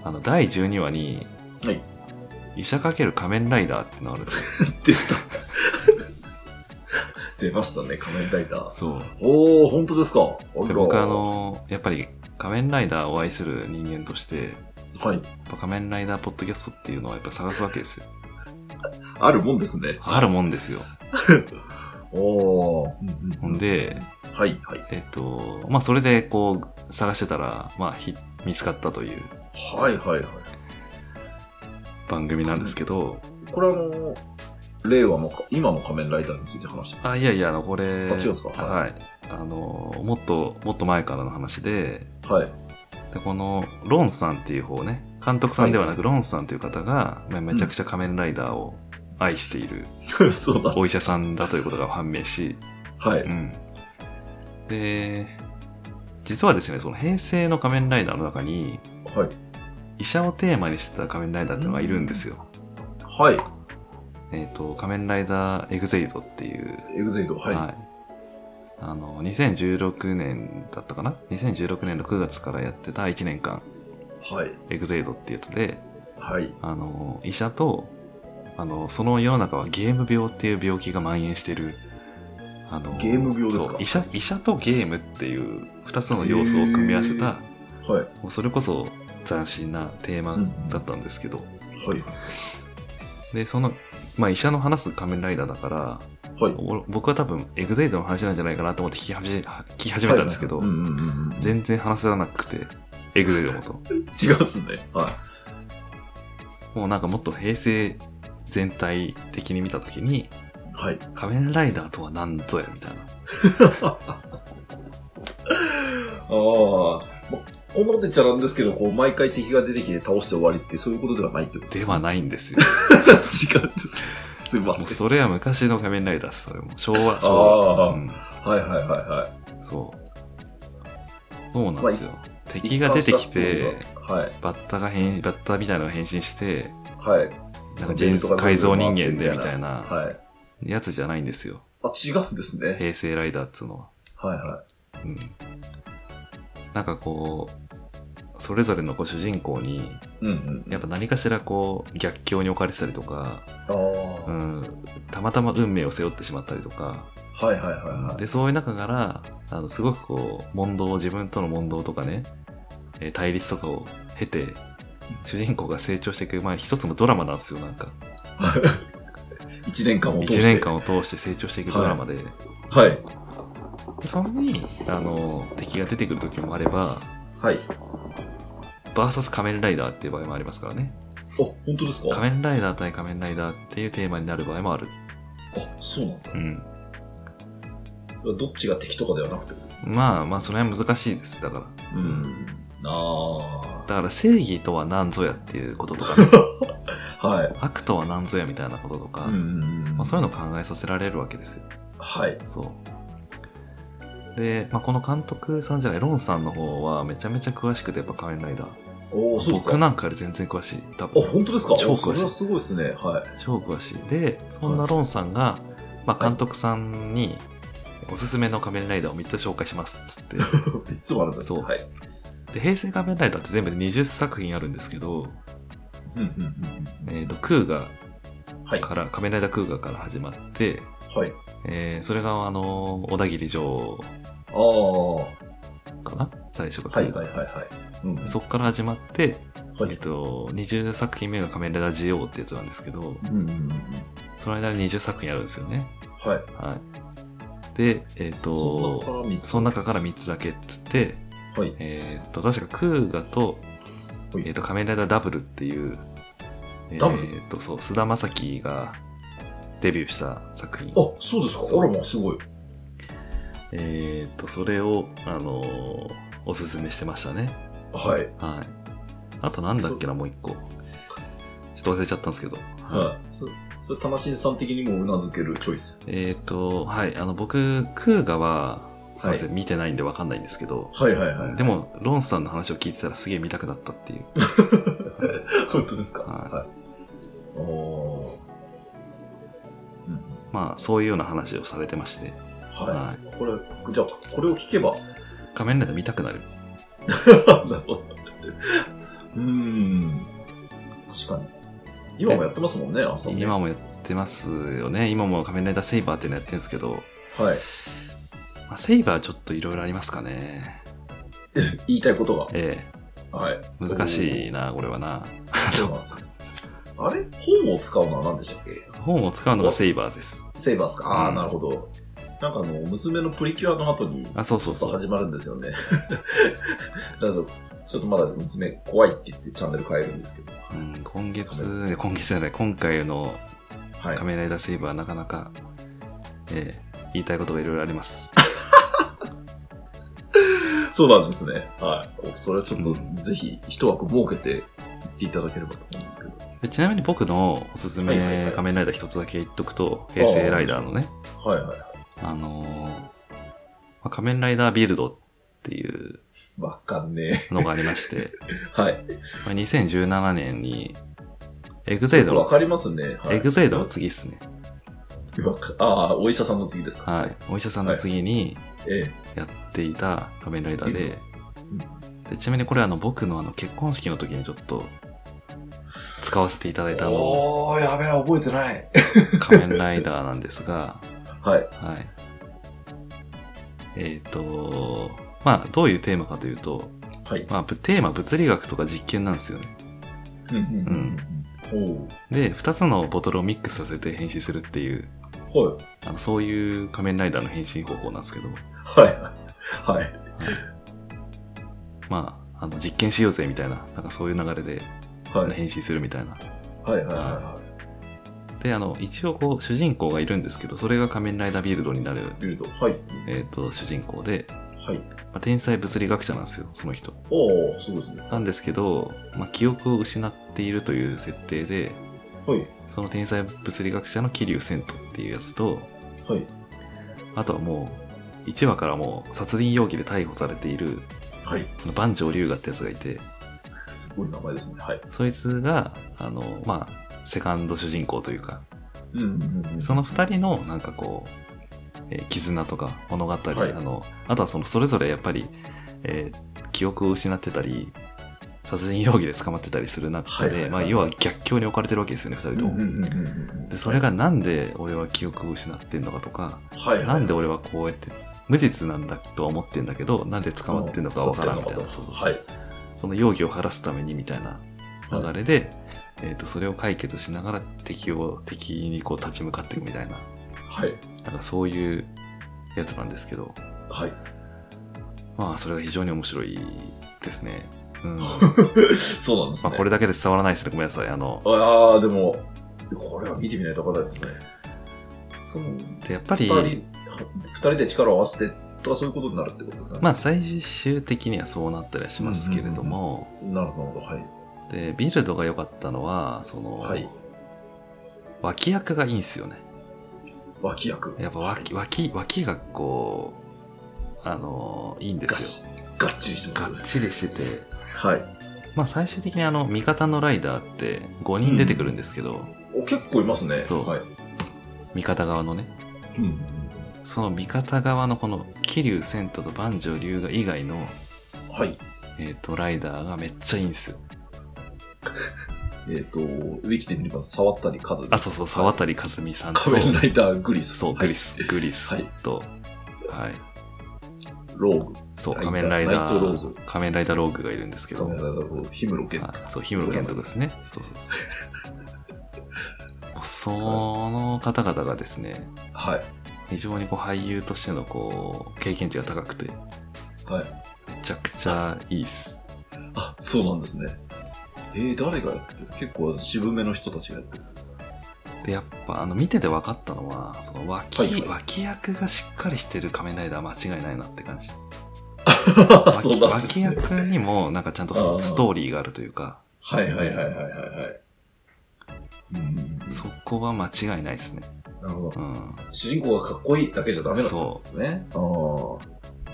Speaker 2: あの、第12話に、
Speaker 1: はい
Speaker 2: 医者かける仮面ライダーってのがあるんですよ。
Speaker 1: 出た。出ましたね、仮面ライダー。
Speaker 2: そう。
Speaker 1: おー、本当ですか。あ
Speaker 2: で
Speaker 1: ら
Speaker 2: 僕あ、の、やっぱり仮面ライダーを愛する人間として、
Speaker 1: はい。
Speaker 2: やっぱ仮面ライダーポッドキャストっていうのはやっぱ探すわけですよ。
Speaker 1: あるもんですね。
Speaker 2: あるもんですよ。
Speaker 1: おー。
Speaker 2: ほんで、
Speaker 1: はい、はい。
Speaker 2: えっと、まあそれでこう探してたら、まあひ見つかったという
Speaker 1: はい、はい、はい。
Speaker 2: 番組なんですけど、
Speaker 1: これあの、令和のか、今の仮面ライダーについて話してま
Speaker 2: あ、いやいや、あの、これ、
Speaker 1: あ違うんですか
Speaker 2: は。
Speaker 1: はい
Speaker 2: あの、もっと、もっと前からの話で、
Speaker 1: す。はい。
Speaker 2: でこのロンさんっていう方ね監督さんではなく、ロンさんという方がまあめちゃくちゃ仮面ライダーを愛している
Speaker 1: そうだ。
Speaker 2: お医者さんだということが判明し、
Speaker 1: は
Speaker 2: う
Speaker 1: い。
Speaker 2: ん、で実はですねその平成の仮面ライダーの中に
Speaker 1: はい。
Speaker 2: 医者をテーマにしてた仮面ライダーっていうのがいるんですよ、
Speaker 1: はい。
Speaker 2: えっ、と仮面ライダーエグゼイドっていう、
Speaker 1: エグゼイド、はい。
Speaker 2: いあの2016年だったかな2016年の9月からやってた1年間
Speaker 1: はい。
Speaker 2: エグゼイドってやつで
Speaker 1: はい。
Speaker 2: あの医者とあのその世の中はゲーム病っていう病気が蔓延してるあの
Speaker 1: ゲーム病ですか
Speaker 2: そう医者医者とゲームっていう2つの要素を組み合わ
Speaker 1: へ
Speaker 2: せた
Speaker 1: はい。
Speaker 2: もうそれこそ斬新なテーマだったんですけど、
Speaker 1: はい。
Speaker 2: でその、まあ、医者の話す仮面ライダーだから
Speaker 1: はい。
Speaker 2: お僕は多分エグゼイドの話なんじゃないかなと思って聞きはじ聞き始めたんですけど、
Speaker 1: はいうんうんうんうん、
Speaker 2: 全然話せなくてエグゼイドのこと
Speaker 1: 違うっすね。はい。
Speaker 2: もうなんかもっと平成全体的に見た時に
Speaker 1: はい。
Speaker 2: 仮面ライダーとは何ぞやみたいな。
Speaker 1: ああ。まこんなこと言っちゃなんですけど、こう、毎回敵が出てきて倒して終わりって、そういうことではないってこと
Speaker 2: ではないんですよ。
Speaker 1: 違うんです。すいませ。
Speaker 2: もうんそれは昔の仮面ライダーです、それも。昭和、昭和。
Speaker 1: あー
Speaker 2: うん、
Speaker 1: はいはいはいは
Speaker 2: そう。そうなんですよ。
Speaker 1: い。
Speaker 2: 敵が出て
Speaker 1: 一、貫し
Speaker 2: きて
Speaker 1: たストーリーがはい。
Speaker 2: バッタが変、バッタみたいなのが変身して、
Speaker 1: はい。
Speaker 2: なんか人改造人間でみたいな
Speaker 1: はい。
Speaker 2: やつじゃないんですよ。
Speaker 1: あ、違うんですね。
Speaker 2: 平成ライダーっつうのは。
Speaker 1: はいは
Speaker 2: うん。なんかこう、それぞれのこう主人公に、
Speaker 1: い。うんうん。
Speaker 2: やっぱ何かしらこう、逆境に置かれてたりとか、
Speaker 1: ああ。
Speaker 2: う
Speaker 1: はい
Speaker 2: ん、たまたま運命を背負ってしまったりとか、
Speaker 1: はいはいはい。
Speaker 2: でそういう中からあのすごくこう問答自分との問答とかねえー対立とかを経て主人公が成長していく、まあ、一つのドラマなんですよなんか
Speaker 1: 一年間を通し
Speaker 2: 1
Speaker 1: て。
Speaker 2: 年。間を通して成長していくドラマで,、
Speaker 1: はい。
Speaker 2: でそんなにあの敵が出てくる時もあれば
Speaker 1: はい。
Speaker 2: VS 仮面ライダーっていう場合もありますからね。
Speaker 1: 本当ですか
Speaker 2: 仮面ライダー対仮面ライダーっていうテーマになる場合もある。
Speaker 1: あ、そうなんです
Speaker 2: う
Speaker 1: か、
Speaker 2: ん。
Speaker 1: どっちが敵とかではなくて。
Speaker 2: まあまあ、その辺難しいです。だから。
Speaker 1: うん。あ
Speaker 2: だから正義とは何ぞやっていうこととかね、
Speaker 1: あ。はい。
Speaker 2: 悪とは何ぞやみたいなこととか、
Speaker 1: ん
Speaker 2: まあ、そういうのを考えさせられるわけですよ。
Speaker 1: はい。
Speaker 2: そう。で、まあ、この監督さんじゃない、ロンさんの方はめちゃめちゃ詳しくて、やっぱ仮面ライダー。
Speaker 1: おお、そうですか。
Speaker 2: 僕なんかより全然詳しい。多
Speaker 1: あ、
Speaker 2: 分
Speaker 1: 本当ですか
Speaker 2: 超詳しい
Speaker 1: それはすごいですね。はい。
Speaker 2: 超詳しい。で、そんなロンさんが、まあ、監督さんに、おすすめの仮面ライダーを3つ紹介しますっ つって。
Speaker 1: いつもあるんですね
Speaker 2: そう
Speaker 1: はい。
Speaker 2: で、平成仮面ライダーって全部で20作品あるんですけど、
Speaker 1: うんうんうん
Speaker 2: えっ、と、クーガ
Speaker 1: うん。はい。
Speaker 2: から、仮面ライダークーガから始まって、
Speaker 1: はい。
Speaker 2: えーそれが、あの、小田切城
Speaker 1: ああ。は
Speaker 2: かな最初がク
Speaker 1: い
Speaker 2: ーガ。
Speaker 1: はいはいはい。うん。
Speaker 2: そっから始まって、
Speaker 1: は
Speaker 2: えっ
Speaker 1: い。
Speaker 2: と、20作品目が仮面ライダー GO ってやつなんですけど、
Speaker 1: うんうんうん。
Speaker 2: その間に20作品あるんですよね。
Speaker 1: はい。
Speaker 2: はい。で、えっ、
Speaker 1: その中から
Speaker 2: と、
Speaker 1: 三つ
Speaker 2: その中から3つだけっつって、
Speaker 1: はい。
Speaker 2: えっ、と、確かクーガと、え
Speaker 1: は
Speaker 2: っ、
Speaker 1: い
Speaker 2: と、仮面ライダーダブルっていう、え
Speaker 1: ダブル
Speaker 2: っと、そう、菅田将暉がデビューした作品。
Speaker 1: あ、そうですか。
Speaker 2: そう
Speaker 1: あらまあ、すごい。
Speaker 2: えっ、と、それを、あのーおすすめしてましたね。
Speaker 1: はい。
Speaker 2: はい。あとなんだっけな、もう一個。ちょっと忘れちゃったんですけど。
Speaker 1: はい。そそれ、タマシンさん的にもうなずけるチョイス。
Speaker 2: えっ、と、はい、あの、僕、クーガは、すいません、
Speaker 1: は
Speaker 2: 見てないんでわかんないんですけど、
Speaker 1: はいはいはい。
Speaker 2: でも、ロンさんの話を聞いてたらすげえ見たくなったっていう。
Speaker 1: 本当ですか。
Speaker 2: は
Speaker 1: はい。おーうん
Speaker 2: まあ、そういうような話をされてまして、は
Speaker 1: はい。これ、じゃあ、これを聞け ば。
Speaker 2: 仮面ライダー見たくなる。
Speaker 1: なるほどうーん。確かに。今もやってますもんね、朝ね。
Speaker 2: 今もやってますよね。今も仮面ライダーセイバーっていうのやってるんですけど、
Speaker 1: はい。
Speaker 2: まあ、セイバーちょっといろいろありますかね。
Speaker 1: 言いたいことが。
Speaker 2: え
Speaker 1: はい。
Speaker 2: え、難しいな、これはな。
Speaker 1: そうなんですねあれ本を使うのは何でしたっけ
Speaker 2: 本を使うのがセイバーです。
Speaker 1: セイバーっすかああ、
Speaker 2: うん
Speaker 1: なるほど。なんかあの、娘のプリキュアの後に、
Speaker 2: あ、そうそうそう。
Speaker 1: 始まるんですよね。 だからちょっとまだ娘怖いって言ってチャンネル変えるんですけど。
Speaker 2: うん、今月、いや今月じゃない、今回の
Speaker 1: はい。
Speaker 2: 仮面ライダーセイバーなかなか、ええ言いたいことがいろいろあります。
Speaker 1: そうなんですね。はい。おそれはちょっと、
Speaker 2: うん
Speaker 1: ぜひ、一枠設けて言っていただければと思うんですけど。
Speaker 2: でちなみに僕のおすす
Speaker 1: はいはいは
Speaker 2: め
Speaker 1: い
Speaker 2: 仮面ライダー一つだけ言っとくと、平成ライダーのね、
Speaker 1: はいはいは
Speaker 2: あのーまあ仮面ライダービルドっていう
Speaker 1: い。わかんね
Speaker 2: のがありま して、
Speaker 1: え。はい。
Speaker 2: まあ2017年に、エグゼイドの
Speaker 1: わかり
Speaker 2: 次、
Speaker 1: ますね。はい、
Speaker 2: エグゼイドの次ですね。
Speaker 1: わかああ、お医者さんの次ですか。
Speaker 2: はい。お医者さんの次に
Speaker 1: ええ。
Speaker 2: やっていた仮面ライダー
Speaker 1: ビ
Speaker 2: で
Speaker 1: ル、うん
Speaker 2: でちなみにこれあの僕のあの結婚式の時にちょっと使わせていただいたあの
Speaker 1: おー、やべえ、覚えてない。
Speaker 2: 仮面ライダーなんです が、
Speaker 1: はい。
Speaker 2: はい。えっ、と、まあ、どういうテーマかというと、
Speaker 1: はい。
Speaker 2: まあ、ぶテーマ物理学とか実験なんですよね。
Speaker 1: うんうん
Speaker 2: で、2つのボトルをミックスさせて変身するっていう、
Speaker 1: おおー
Speaker 2: あのそういう仮面ライダーの変身方法なんですけど、
Speaker 1: はい。はい。はい。
Speaker 2: まあ、あの実験しようぜみたいな、なんかそういう流れで
Speaker 1: はい。はい。
Speaker 2: 変身するみたいな。
Speaker 1: はい。は
Speaker 2: で、あの、一応こう、主人公がいるんですけど、それが仮面ライダービルドになる、
Speaker 1: い。ビルド。はい。
Speaker 2: えっ、と、主人公で、
Speaker 1: はい。
Speaker 2: まあ、天才物理学者なんですよ、その人。
Speaker 1: おー、そうですね。
Speaker 2: なんですけど、まあ、記憶を失っているという設定で、
Speaker 1: はい。
Speaker 2: その天才物理学者の桐生千斗っていうやつと、
Speaker 1: はい。
Speaker 2: あとはもう、1話からもう殺人容疑で逮捕されている、
Speaker 1: はい。
Speaker 2: あの万丈龍河ってやつがいて、
Speaker 1: すごい名前ですね。はい。
Speaker 2: そいつが、あの、まあ、セカンド主人公というか、
Speaker 1: うんうんうん。
Speaker 2: その2人のなんかこう、えー絆とか物語、
Speaker 1: はい
Speaker 2: あの、あとはそのそれぞれやっぱり、えー記憶を失ってたり、殺人容疑で捕まってたりする中
Speaker 1: はいはいは
Speaker 2: で、
Speaker 1: い
Speaker 2: まあ、要は逆境に置かれてるわけですよね、2人とも。
Speaker 1: うんうんうんうん
Speaker 2: でそれがなんで俺は記憶を失ってんのかとか、
Speaker 1: はいはい。
Speaker 2: なんで俺はこうやって無実なんだとは思ってんだけどなんで捕まってんのかわからんみたいな、そうそうそう
Speaker 1: はい。
Speaker 2: その容疑を晴らすためにみたいな流
Speaker 1: れ。
Speaker 2: れで、えー、とそれを解決しながら敵を敵にこう立ち向かっていくみたいな
Speaker 1: はい。
Speaker 2: なんかそういうやつなんですけど
Speaker 1: はい。
Speaker 2: まあそれが非常に面白いですね うん。
Speaker 1: そうなんです
Speaker 2: まあ、
Speaker 1: ね。
Speaker 2: これだけで伝わらないですね。ごめんなさい。あの、
Speaker 1: ああ、でも、これは見てみないとわからないですね。その、
Speaker 2: でやっぱ
Speaker 1: 二
Speaker 2: り、
Speaker 1: 人、二人で力を合わせてとかそういうことになるってことですね。
Speaker 2: まあ、最終的にはそうなったりはしますけれども、
Speaker 1: なるほど、はい。
Speaker 2: で、ビルドが良かったのは、その、
Speaker 1: はい。
Speaker 2: 脇役がいいんですよね。
Speaker 1: 脇役。
Speaker 2: やっぱ脇、脇、脇がこう、あの、いいんで
Speaker 1: がっ
Speaker 2: す
Speaker 1: しがっちりして
Speaker 2: よ。が
Speaker 1: ま
Speaker 2: っ
Speaker 1: す。
Speaker 2: ちりしてて、
Speaker 1: はい。
Speaker 2: まあ最終的にあの、味方のライダーって5人出てくるんですけど、
Speaker 1: お結構いますね。
Speaker 2: そう
Speaker 1: はい。
Speaker 2: 味方側のね、
Speaker 1: うん。
Speaker 2: その味方側のこの、桐生千とと万丈龍が以外の、
Speaker 1: はい。
Speaker 2: えっ、と、ライダーがめっちゃいいんですよ。
Speaker 1: えっ、と、ウィキで見れば、触ったり数。
Speaker 2: あ、そうそう、沢渡和美さんと、
Speaker 1: 仮面ライダーグリス。
Speaker 2: そう、グリス、グリス
Speaker 1: はい
Speaker 2: と、はい、
Speaker 1: ローグ。
Speaker 2: そう、
Speaker 1: ライダー
Speaker 2: 仮面ライダ
Speaker 1: ナイトロー
Speaker 2: ー
Speaker 1: グ、
Speaker 2: 仮面ライダーローグがいるんですけ
Speaker 1: 仮面
Speaker 2: ど、
Speaker 1: ライダーローグ。ヒムロケン。
Speaker 2: はいそう、氷室健人ですね。そうそう そう。その方々がですね、
Speaker 1: はい。
Speaker 2: 非常にこう俳優としてのこう経験値が高くて、め
Speaker 1: はい。
Speaker 2: ちゃくちゃいいっす。
Speaker 1: あ、そうなんですね。えー、誰がやってる結構渋めの人たちがやってる。
Speaker 2: で、やっぱあの見てて分かったのは、その脇,、
Speaker 1: はいはい
Speaker 2: 脇役がしっかりしてる仮面ライダーは間違いないなって感じ。
Speaker 1: そうなんですね。
Speaker 2: 脇脇役にもなんかちゃんと
Speaker 1: あー
Speaker 2: スストーリーがあるというか、
Speaker 1: はいはいはいはいはいはい。うん、
Speaker 2: そこは間違いないですね。
Speaker 1: なるほ
Speaker 2: う
Speaker 1: ど。
Speaker 2: ん。
Speaker 1: 主人公がかっこいいだけじゃダメだったんですね。そう。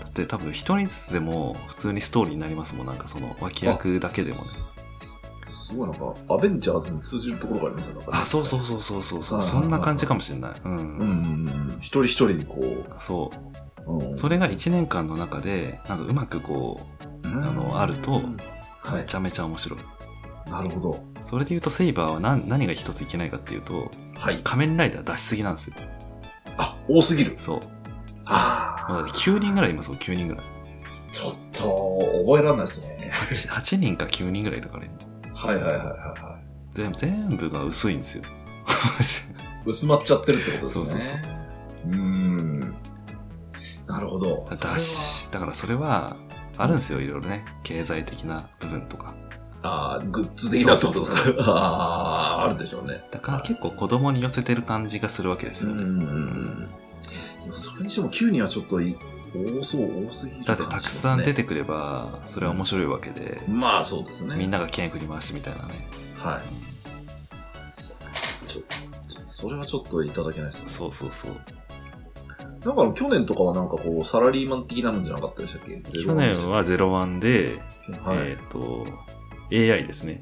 Speaker 2: だって多分一人ずつでも普通にストーリーになりますもん、なんかその脇役だけでもね。
Speaker 1: すごいなんか、アベンジャーズに通じるところがありますよね。
Speaker 2: あ、そうそうそうそうそうそう、
Speaker 1: はい
Speaker 2: そんな感じかもしれない。う。
Speaker 1: うんんうんうん。一人一人にこ、
Speaker 2: そう
Speaker 1: う
Speaker 2: う。
Speaker 1: ん
Speaker 2: それが1年間の中で、なんかうまくこ
Speaker 1: うん
Speaker 2: あのあるとう、
Speaker 1: は
Speaker 2: めちゃめちゃ面白い。
Speaker 1: い。なるほど。
Speaker 2: それで言うと、セイバーは何何が一ついけないかっていうと、
Speaker 1: はい。
Speaker 2: 仮面ライダー出しすぎなんですよ。
Speaker 1: あ、多すぎる。
Speaker 2: そう。
Speaker 1: あ
Speaker 2: だって9人ぐらいいますよ、9人ぐらい。
Speaker 1: ーちょっと、覚えられないですね。
Speaker 2: 8, 8人か9人ぐらいいるから、今
Speaker 1: はいはいはいはいは
Speaker 2: 全部全部が薄いんですよ。
Speaker 1: い。薄まっちゃってるってことですね。
Speaker 2: そうそう
Speaker 1: うーん。なるほど。 それは
Speaker 2: だし、だからそれは、あるんですよ、いろいろね。経済的な部分とか。
Speaker 1: ああ、グッズ的なってことです
Speaker 2: そ
Speaker 1: か。ああー、あるでしょうね。
Speaker 2: だから結構子供に寄せてる感じがするわけです
Speaker 1: う
Speaker 2: よね。
Speaker 1: ん。でもそれにしても9人はちょっとい多そう、多すぎる
Speaker 2: だ
Speaker 1: 感
Speaker 2: っ
Speaker 1: じ
Speaker 2: て
Speaker 1: しますね。
Speaker 2: たくさん出てくれば、それは面白いわけで、
Speaker 1: まあそうですね。
Speaker 2: みんなが剣振り回してみたいなね。
Speaker 1: は
Speaker 2: う
Speaker 1: い。ちょちょそれはちょっといただけないです
Speaker 2: ん
Speaker 1: ね。
Speaker 2: そうそうそう。
Speaker 1: なんかあの去年とかはなんかこう、サラリーマン的なのじゃなかったでしたっけ
Speaker 2: 去年、は01で、
Speaker 1: はい。
Speaker 2: えっ、と、AI ですね。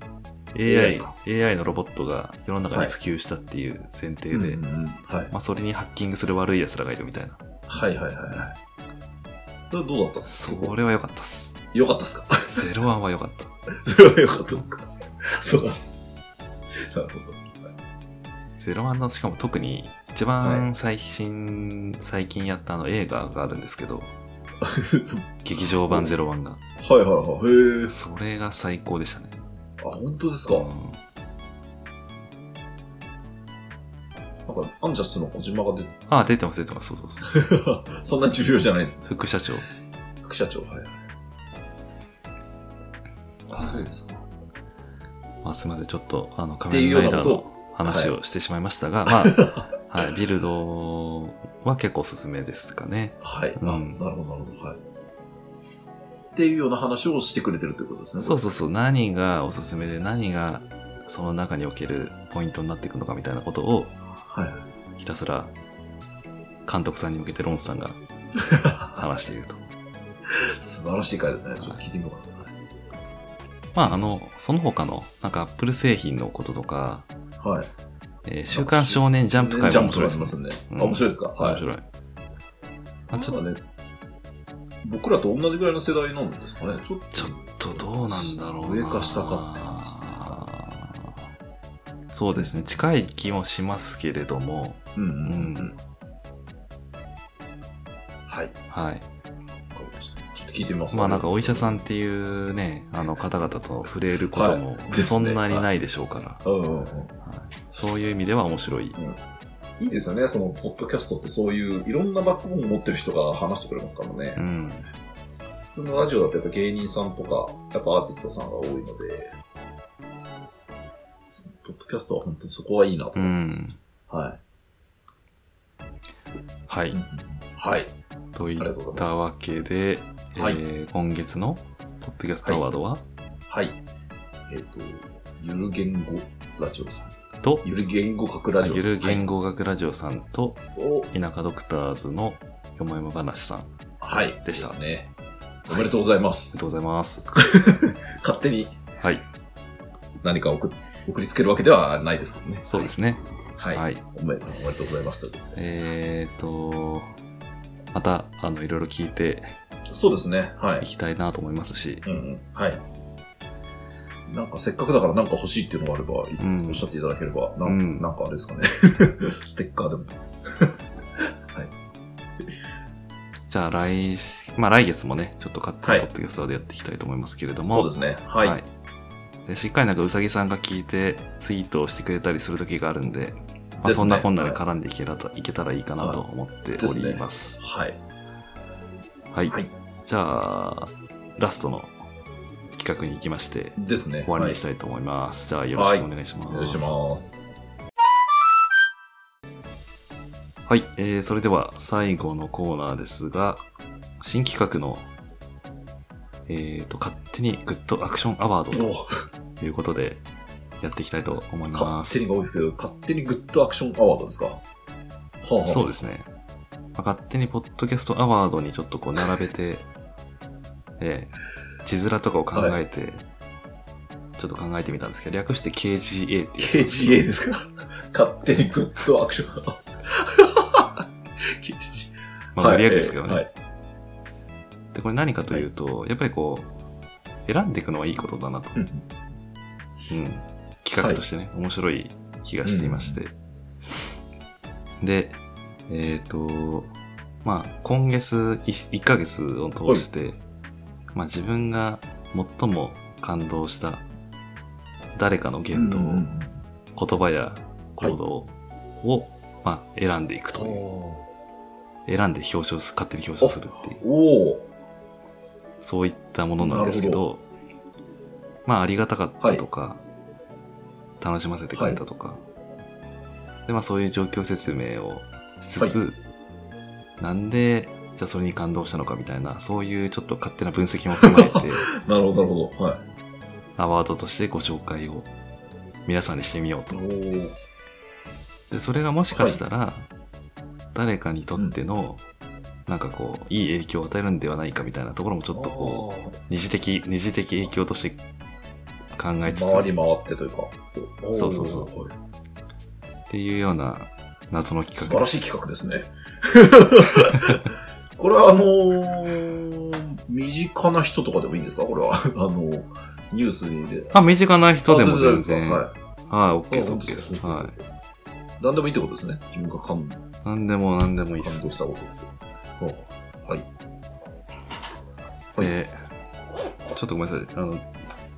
Speaker 2: AI,
Speaker 1: AI か
Speaker 2: AI のロボットが世の中に普及したっていう前提で、
Speaker 1: うんうんうんはい。
Speaker 2: まあ、それにハッキングする悪い奴らがいるみたいな。
Speaker 1: はいはいはいはい。それはどうだったんです
Speaker 2: そ
Speaker 1: か
Speaker 2: れは良かったっす。
Speaker 1: よかったですか
Speaker 2: 01は良かった。
Speaker 1: それはよかったですかそうなんです。 なるほど。
Speaker 2: 01の、しかも特に一番最新、最近やったあの映画があるんですけど、劇場版01が。
Speaker 1: はいはいはい。へえ。
Speaker 2: それが最高でしたね。
Speaker 1: あ、本当ですか。
Speaker 2: うん
Speaker 1: なんか、アンジャスの小島が出て、
Speaker 2: あ、出てます、出てます。そうそうそう。
Speaker 1: そんな重要じゃない です。
Speaker 2: 副社長。
Speaker 1: 副社長、はい。あ、そうですか。
Speaker 2: まあ、すみません、ちょっと、あの、仮
Speaker 1: ていう
Speaker 2: 面
Speaker 1: よう
Speaker 2: ラ
Speaker 1: な
Speaker 2: イダー
Speaker 1: こ
Speaker 2: の話をしてしまいましたが、 まあ、はい、ビルドは結構おすすめですかね。
Speaker 1: はい。あ、
Speaker 2: うん
Speaker 1: なるほど、なるほど。はい。っていうような話をしてくれてるということですね。
Speaker 2: そうそうそう、何がおすすめで、何がその中におけるポイントになっていくのかみたいなことを、
Speaker 1: はい。
Speaker 2: ひたすら、監督さんに向けてロンさ んが話していると。
Speaker 1: 素晴らしい回ですね。ちょっと聞いてみようか
Speaker 2: まあ、あの、その他の、なんかアップル製品のこととか、
Speaker 1: な。はい。
Speaker 2: えー週刊少年ジャンプ会
Speaker 1: ジャ
Speaker 2: も
Speaker 1: ン
Speaker 2: 面
Speaker 1: プがあ
Speaker 2: 白いで
Speaker 1: り
Speaker 2: すね
Speaker 1: ま。すんで。
Speaker 2: うん
Speaker 1: あ、面白いですか。は
Speaker 2: 面
Speaker 1: い。
Speaker 2: 白い。あちょっと
Speaker 1: なんかね、僕らと同じぐらいの世代なんですかね。ちょっと。
Speaker 2: ちょっとどうなんだろう
Speaker 1: 上
Speaker 2: な。
Speaker 1: か下か
Speaker 2: そうですね。近い気もしますけれども、
Speaker 1: うんうんうんう
Speaker 2: うんん。
Speaker 1: はい。わ
Speaker 2: はい。
Speaker 1: かりました。ちょっと聞いてみます。
Speaker 2: まあなんかお医者さんっていうね、あの方々と触れることも
Speaker 1: はいですね
Speaker 2: そんなにないでしょうから、
Speaker 1: うんうんうん。
Speaker 2: はいそういう意味では面白い。
Speaker 1: いいですよね、そのポッドキャストってそういういろんなバックボーンを持ってる人が話してくれますからね。
Speaker 2: うん。
Speaker 1: 普通のラジオだとやっぱ芸人さんとか、やっぱアーティストさんが多いので、ポッドキャストは本当にそこはいいなと
Speaker 2: う
Speaker 1: 思います。
Speaker 2: ん。
Speaker 1: はい。
Speaker 2: はい。
Speaker 1: はい。
Speaker 2: とい
Speaker 1: ありがとう
Speaker 2: っ
Speaker 1: ございます
Speaker 2: たわけで、えー
Speaker 1: はい
Speaker 2: 今月のポッドキャストアワードは、
Speaker 1: はい。えっ、と、ゆる言語ラジオさん。
Speaker 2: と、
Speaker 1: ゆる言語学ラジオさん。
Speaker 2: ゆる言
Speaker 1: 語
Speaker 2: 語学ラジオさんと、
Speaker 1: を、
Speaker 2: 田舎ドクターズのよもやま話さん。あ
Speaker 1: はい。
Speaker 2: でした
Speaker 1: すね。おめでとうございま
Speaker 2: りが
Speaker 1: す。
Speaker 2: とうございます。
Speaker 1: 勝手に
Speaker 2: はい。
Speaker 1: 何か送送りつけるわけではないですけどね。
Speaker 2: そうですね。
Speaker 1: は。
Speaker 2: はいい。
Speaker 1: おめおめでとうございますということで。
Speaker 2: えーと、また、あの、いろいろ聞いて
Speaker 1: そうですね。はいい。
Speaker 2: きたいなと思いますし、
Speaker 1: うんうん。はい。なんかせっかくだからなんか欲しいっていうのがあれば、
Speaker 2: ん
Speaker 1: おっしゃっていただければ、なん,、
Speaker 2: うん
Speaker 1: なんかあれ ですかね。ステッカーでも。
Speaker 2: じゃあ来し、まあ来月もね、ちょっと勝手
Speaker 1: は
Speaker 2: に
Speaker 1: い
Speaker 2: ポッドキャストでやっていきたいと思いますけれども、
Speaker 1: そうですね。はい。
Speaker 2: はいでしっかりなんかうさぎさんが聞いてツイートをしてくれたりする時があるんで、まあ
Speaker 1: ですね
Speaker 2: そんなこんなで絡んでいけらた、い、けたらいいかなと思っております。
Speaker 1: はい。
Speaker 2: はい、
Speaker 1: はい
Speaker 2: じゃあ、ラストの企画に行きまして、
Speaker 1: ですね。
Speaker 2: 終わりにし
Speaker 1: は
Speaker 2: たいと思います。じゃあよろしくお願いします。
Speaker 1: い。お願いします。
Speaker 2: はい、えーそれでは最後のコーナーですが、新企画の、えー、と勝手にグッドアクションアワード
Speaker 1: お
Speaker 2: ということでやっていきたいと思いま
Speaker 1: 勝
Speaker 2: す
Speaker 1: 手に。が多いですけど、勝手にグッドアクションアワードですか。はあ、はあ、
Speaker 2: そうですね。まあ勝手にポッドキャストアワードにちょっとこう並べて、えー字面とかを考えて、ちょっと考えてみたんですけど、略して KGA っていう。
Speaker 1: KGA ですか 勝手にグッドアクシ ョン。KGA。
Speaker 2: まあ、無理やりですけどね。
Speaker 1: はいはい
Speaker 2: で、これ何かというと、やっぱりこう、選んでいくのはいいことだなと。
Speaker 1: うん
Speaker 2: うん、企画としてね、面白い気がしていまして。で、えっ、と、まあ、今月い1ヶ月を通して、まあ自分が最も感動した誰かの言動、
Speaker 1: うんうん
Speaker 2: 言葉や行動を、まあ、選んでいくという。選んで表彰す、勝手に表彰するっていう。
Speaker 1: おー
Speaker 2: そういったものなんですけ
Speaker 1: なる
Speaker 2: ど、まあ、ありがたかったとか、楽しませてくれたとか、で、まあ、そういう状況説明をしつつ、なんで、じゃあそれに感動したのかみたいな、そういうちょっと勝手な分析も踏ま えて、
Speaker 1: なるほど、なるほど。はい。
Speaker 2: アワードとしてご紹介を皆さんにしてみようと
Speaker 1: お。ー
Speaker 2: で、それがもしかしたら、誰かにとっての、なんかこう、いい影響を与えるんではないかみたいなところもちょっとこう、二次的、二次的影響として考えつつ
Speaker 1: 回
Speaker 2: っ
Speaker 1: り回ってというか。おー
Speaker 2: そうそうそう
Speaker 1: はい
Speaker 2: ていうような謎の企
Speaker 1: 素
Speaker 2: 画
Speaker 1: 晴ら
Speaker 2: で
Speaker 1: し
Speaker 2: す。
Speaker 1: い企画ですね。 これはあのー身近な人とかでもいいんですかこれは。あ のーニュースにで。
Speaker 2: あ、身近な人でも
Speaker 1: あ
Speaker 2: 全
Speaker 1: 全然
Speaker 2: 然。
Speaker 1: ですか
Speaker 2: はい、
Speaker 1: はい
Speaker 2: OK
Speaker 1: あ
Speaker 2: です、
Speaker 1: 本
Speaker 2: OK
Speaker 1: 当で
Speaker 2: ですす。は
Speaker 1: 何でもいいってことですね。自分が感感
Speaker 2: い。何でも何でもいいです
Speaker 1: 動。したこと。はい。はい。
Speaker 2: で、ちょっとごめんなさい。あの、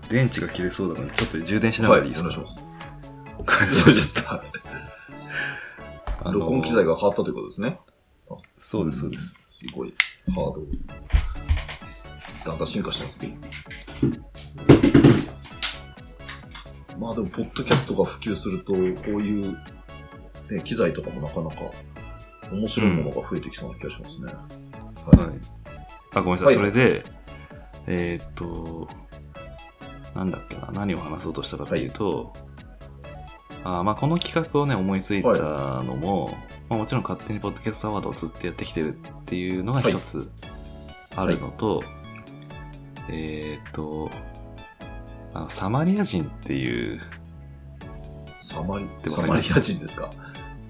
Speaker 2: 電池が切れそうだので、ちょっと充電しなが
Speaker 1: は
Speaker 2: ら
Speaker 1: い、
Speaker 2: でいい
Speaker 1: お
Speaker 2: です
Speaker 1: 願い
Speaker 2: か、
Speaker 1: します。
Speaker 2: おかえり そうです。
Speaker 1: はい
Speaker 2: あの
Speaker 1: 録音機材が変わったということですね。
Speaker 2: そうです、そうです。。
Speaker 1: すごい、ハード。だんだん進化してますね。まあでも、ポッドキャストが普及すると、こういう、ね、機材とかもなかなか面白いものが増えてきそうな気がしますね。
Speaker 2: はい。あ、ごめんなさい。
Speaker 1: はい
Speaker 2: それで、えーっと、なんだっけな、何を話そうとしたかっていうと、あーまあ、この企画をね、思いついたのも、まあ、もちろん勝手にポッドキャストアワードをずっとやってきてるっていうのが
Speaker 1: はい
Speaker 2: 一つあるのと、えーっと、あのサマリア人っていう、
Speaker 1: サマリ
Speaker 2: で、も
Speaker 1: サマリア人です か。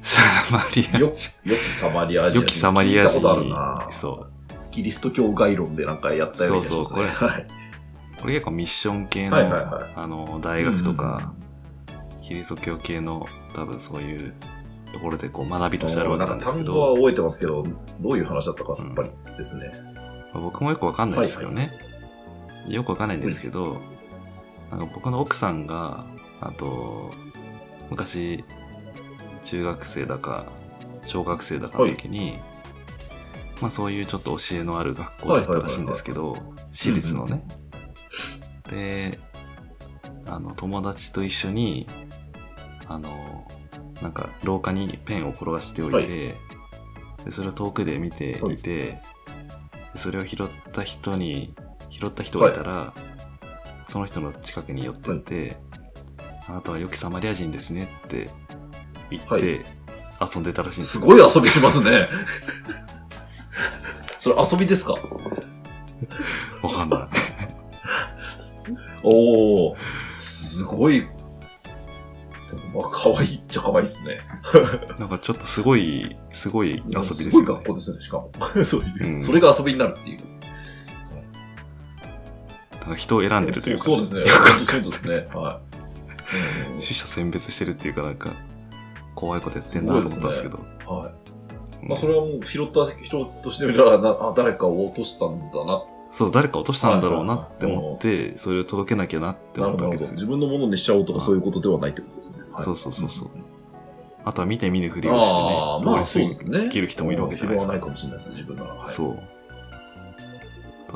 Speaker 2: サマリア
Speaker 1: よ、良きサマリア人。
Speaker 2: 良きサマリア人。
Speaker 1: 聞いたことあるな
Speaker 2: そう。
Speaker 1: キリスト教概論でなんかやったような気がしますね。
Speaker 2: そう
Speaker 1: はい。
Speaker 2: これ結構ミッション系の、
Speaker 1: はいはいはい
Speaker 2: あの大学とか、キリスト教系の多分そういうところでこう学びとしてあるわけなんですけ
Speaker 1: 単語は
Speaker 2: ど、
Speaker 1: 覚えてますけど、どういう話だったかさっぱりですね。
Speaker 2: まあ僕もよくわかんないですけどね、よくわかんないんですけど、なんか僕の奥さんが、あと、昔、中学生だか、小学生だかの時に、まあそういうちょっと教えのある学校だったらしいんですけど、私立のね。で、あの、友達と一緒に、あの、なんか、廊下にペンを転がしておいて、
Speaker 1: はい
Speaker 2: でそれを遠くで見て
Speaker 1: はい
Speaker 2: いて、でそれを拾った人に、拾った人がいたら、その人の近くに寄ってって、あなたは良きサマリア人ですねって言って、
Speaker 1: はい
Speaker 2: 遊んでたらしいんで
Speaker 1: す
Speaker 2: すよ
Speaker 1: ごい遊びしますね。 それ遊びですか
Speaker 2: わかんない。
Speaker 1: おお、すごい。でもまあ、可愛いっちゃ可愛いですね。
Speaker 2: なんかちょっとすごい、すごい遊びです
Speaker 1: す
Speaker 2: よね。
Speaker 1: ごい学校ですね、しかも。 そういう、
Speaker 2: うん
Speaker 1: それが遊びになるっていう。
Speaker 2: なんか人を選んでると
Speaker 1: そ
Speaker 2: いう
Speaker 1: う
Speaker 2: か、
Speaker 1: そうですね。そうですね。はい。うん
Speaker 2: 取捨選別してるっていうか、なんか、怖いことやってんなと思ったんですけど。
Speaker 1: はい。
Speaker 2: うん
Speaker 1: まあ、それはもう拾った人としてみれば、なあ、誰かを落としたんだな。
Speaker 2: そう、誰か落としたんだろうなって思って、それを届けなきゃなって
Speaker 1: な
Speaker 2: 思
Speaker 1: るほど
Speaker 2: ったわ
Speaker 1: なるほ
Speaker 2: けです
Speaker 1: ど。
Speaker 2: よ。
Speaker 1: 自分のものにしちゃおうとか
Speaker 2: はい
Speaker 1: そういうことではないってことですね。はい
Speaker 2: そうそうそうそう。あとは見て見ぬふりをしてね
Speaker 1: ああ、、
Speaker 2: 通
Speaker 1: まあ
Speaker 2: り
Speaker 1: そうですね。
Speaker 2: 過ぎる人もいるわけじゃないです
Speaker 1: 拾わないか
Speaker 2: か。
Speaker 1: もしれないですね、自分なら。はい
Speaker 2: そう。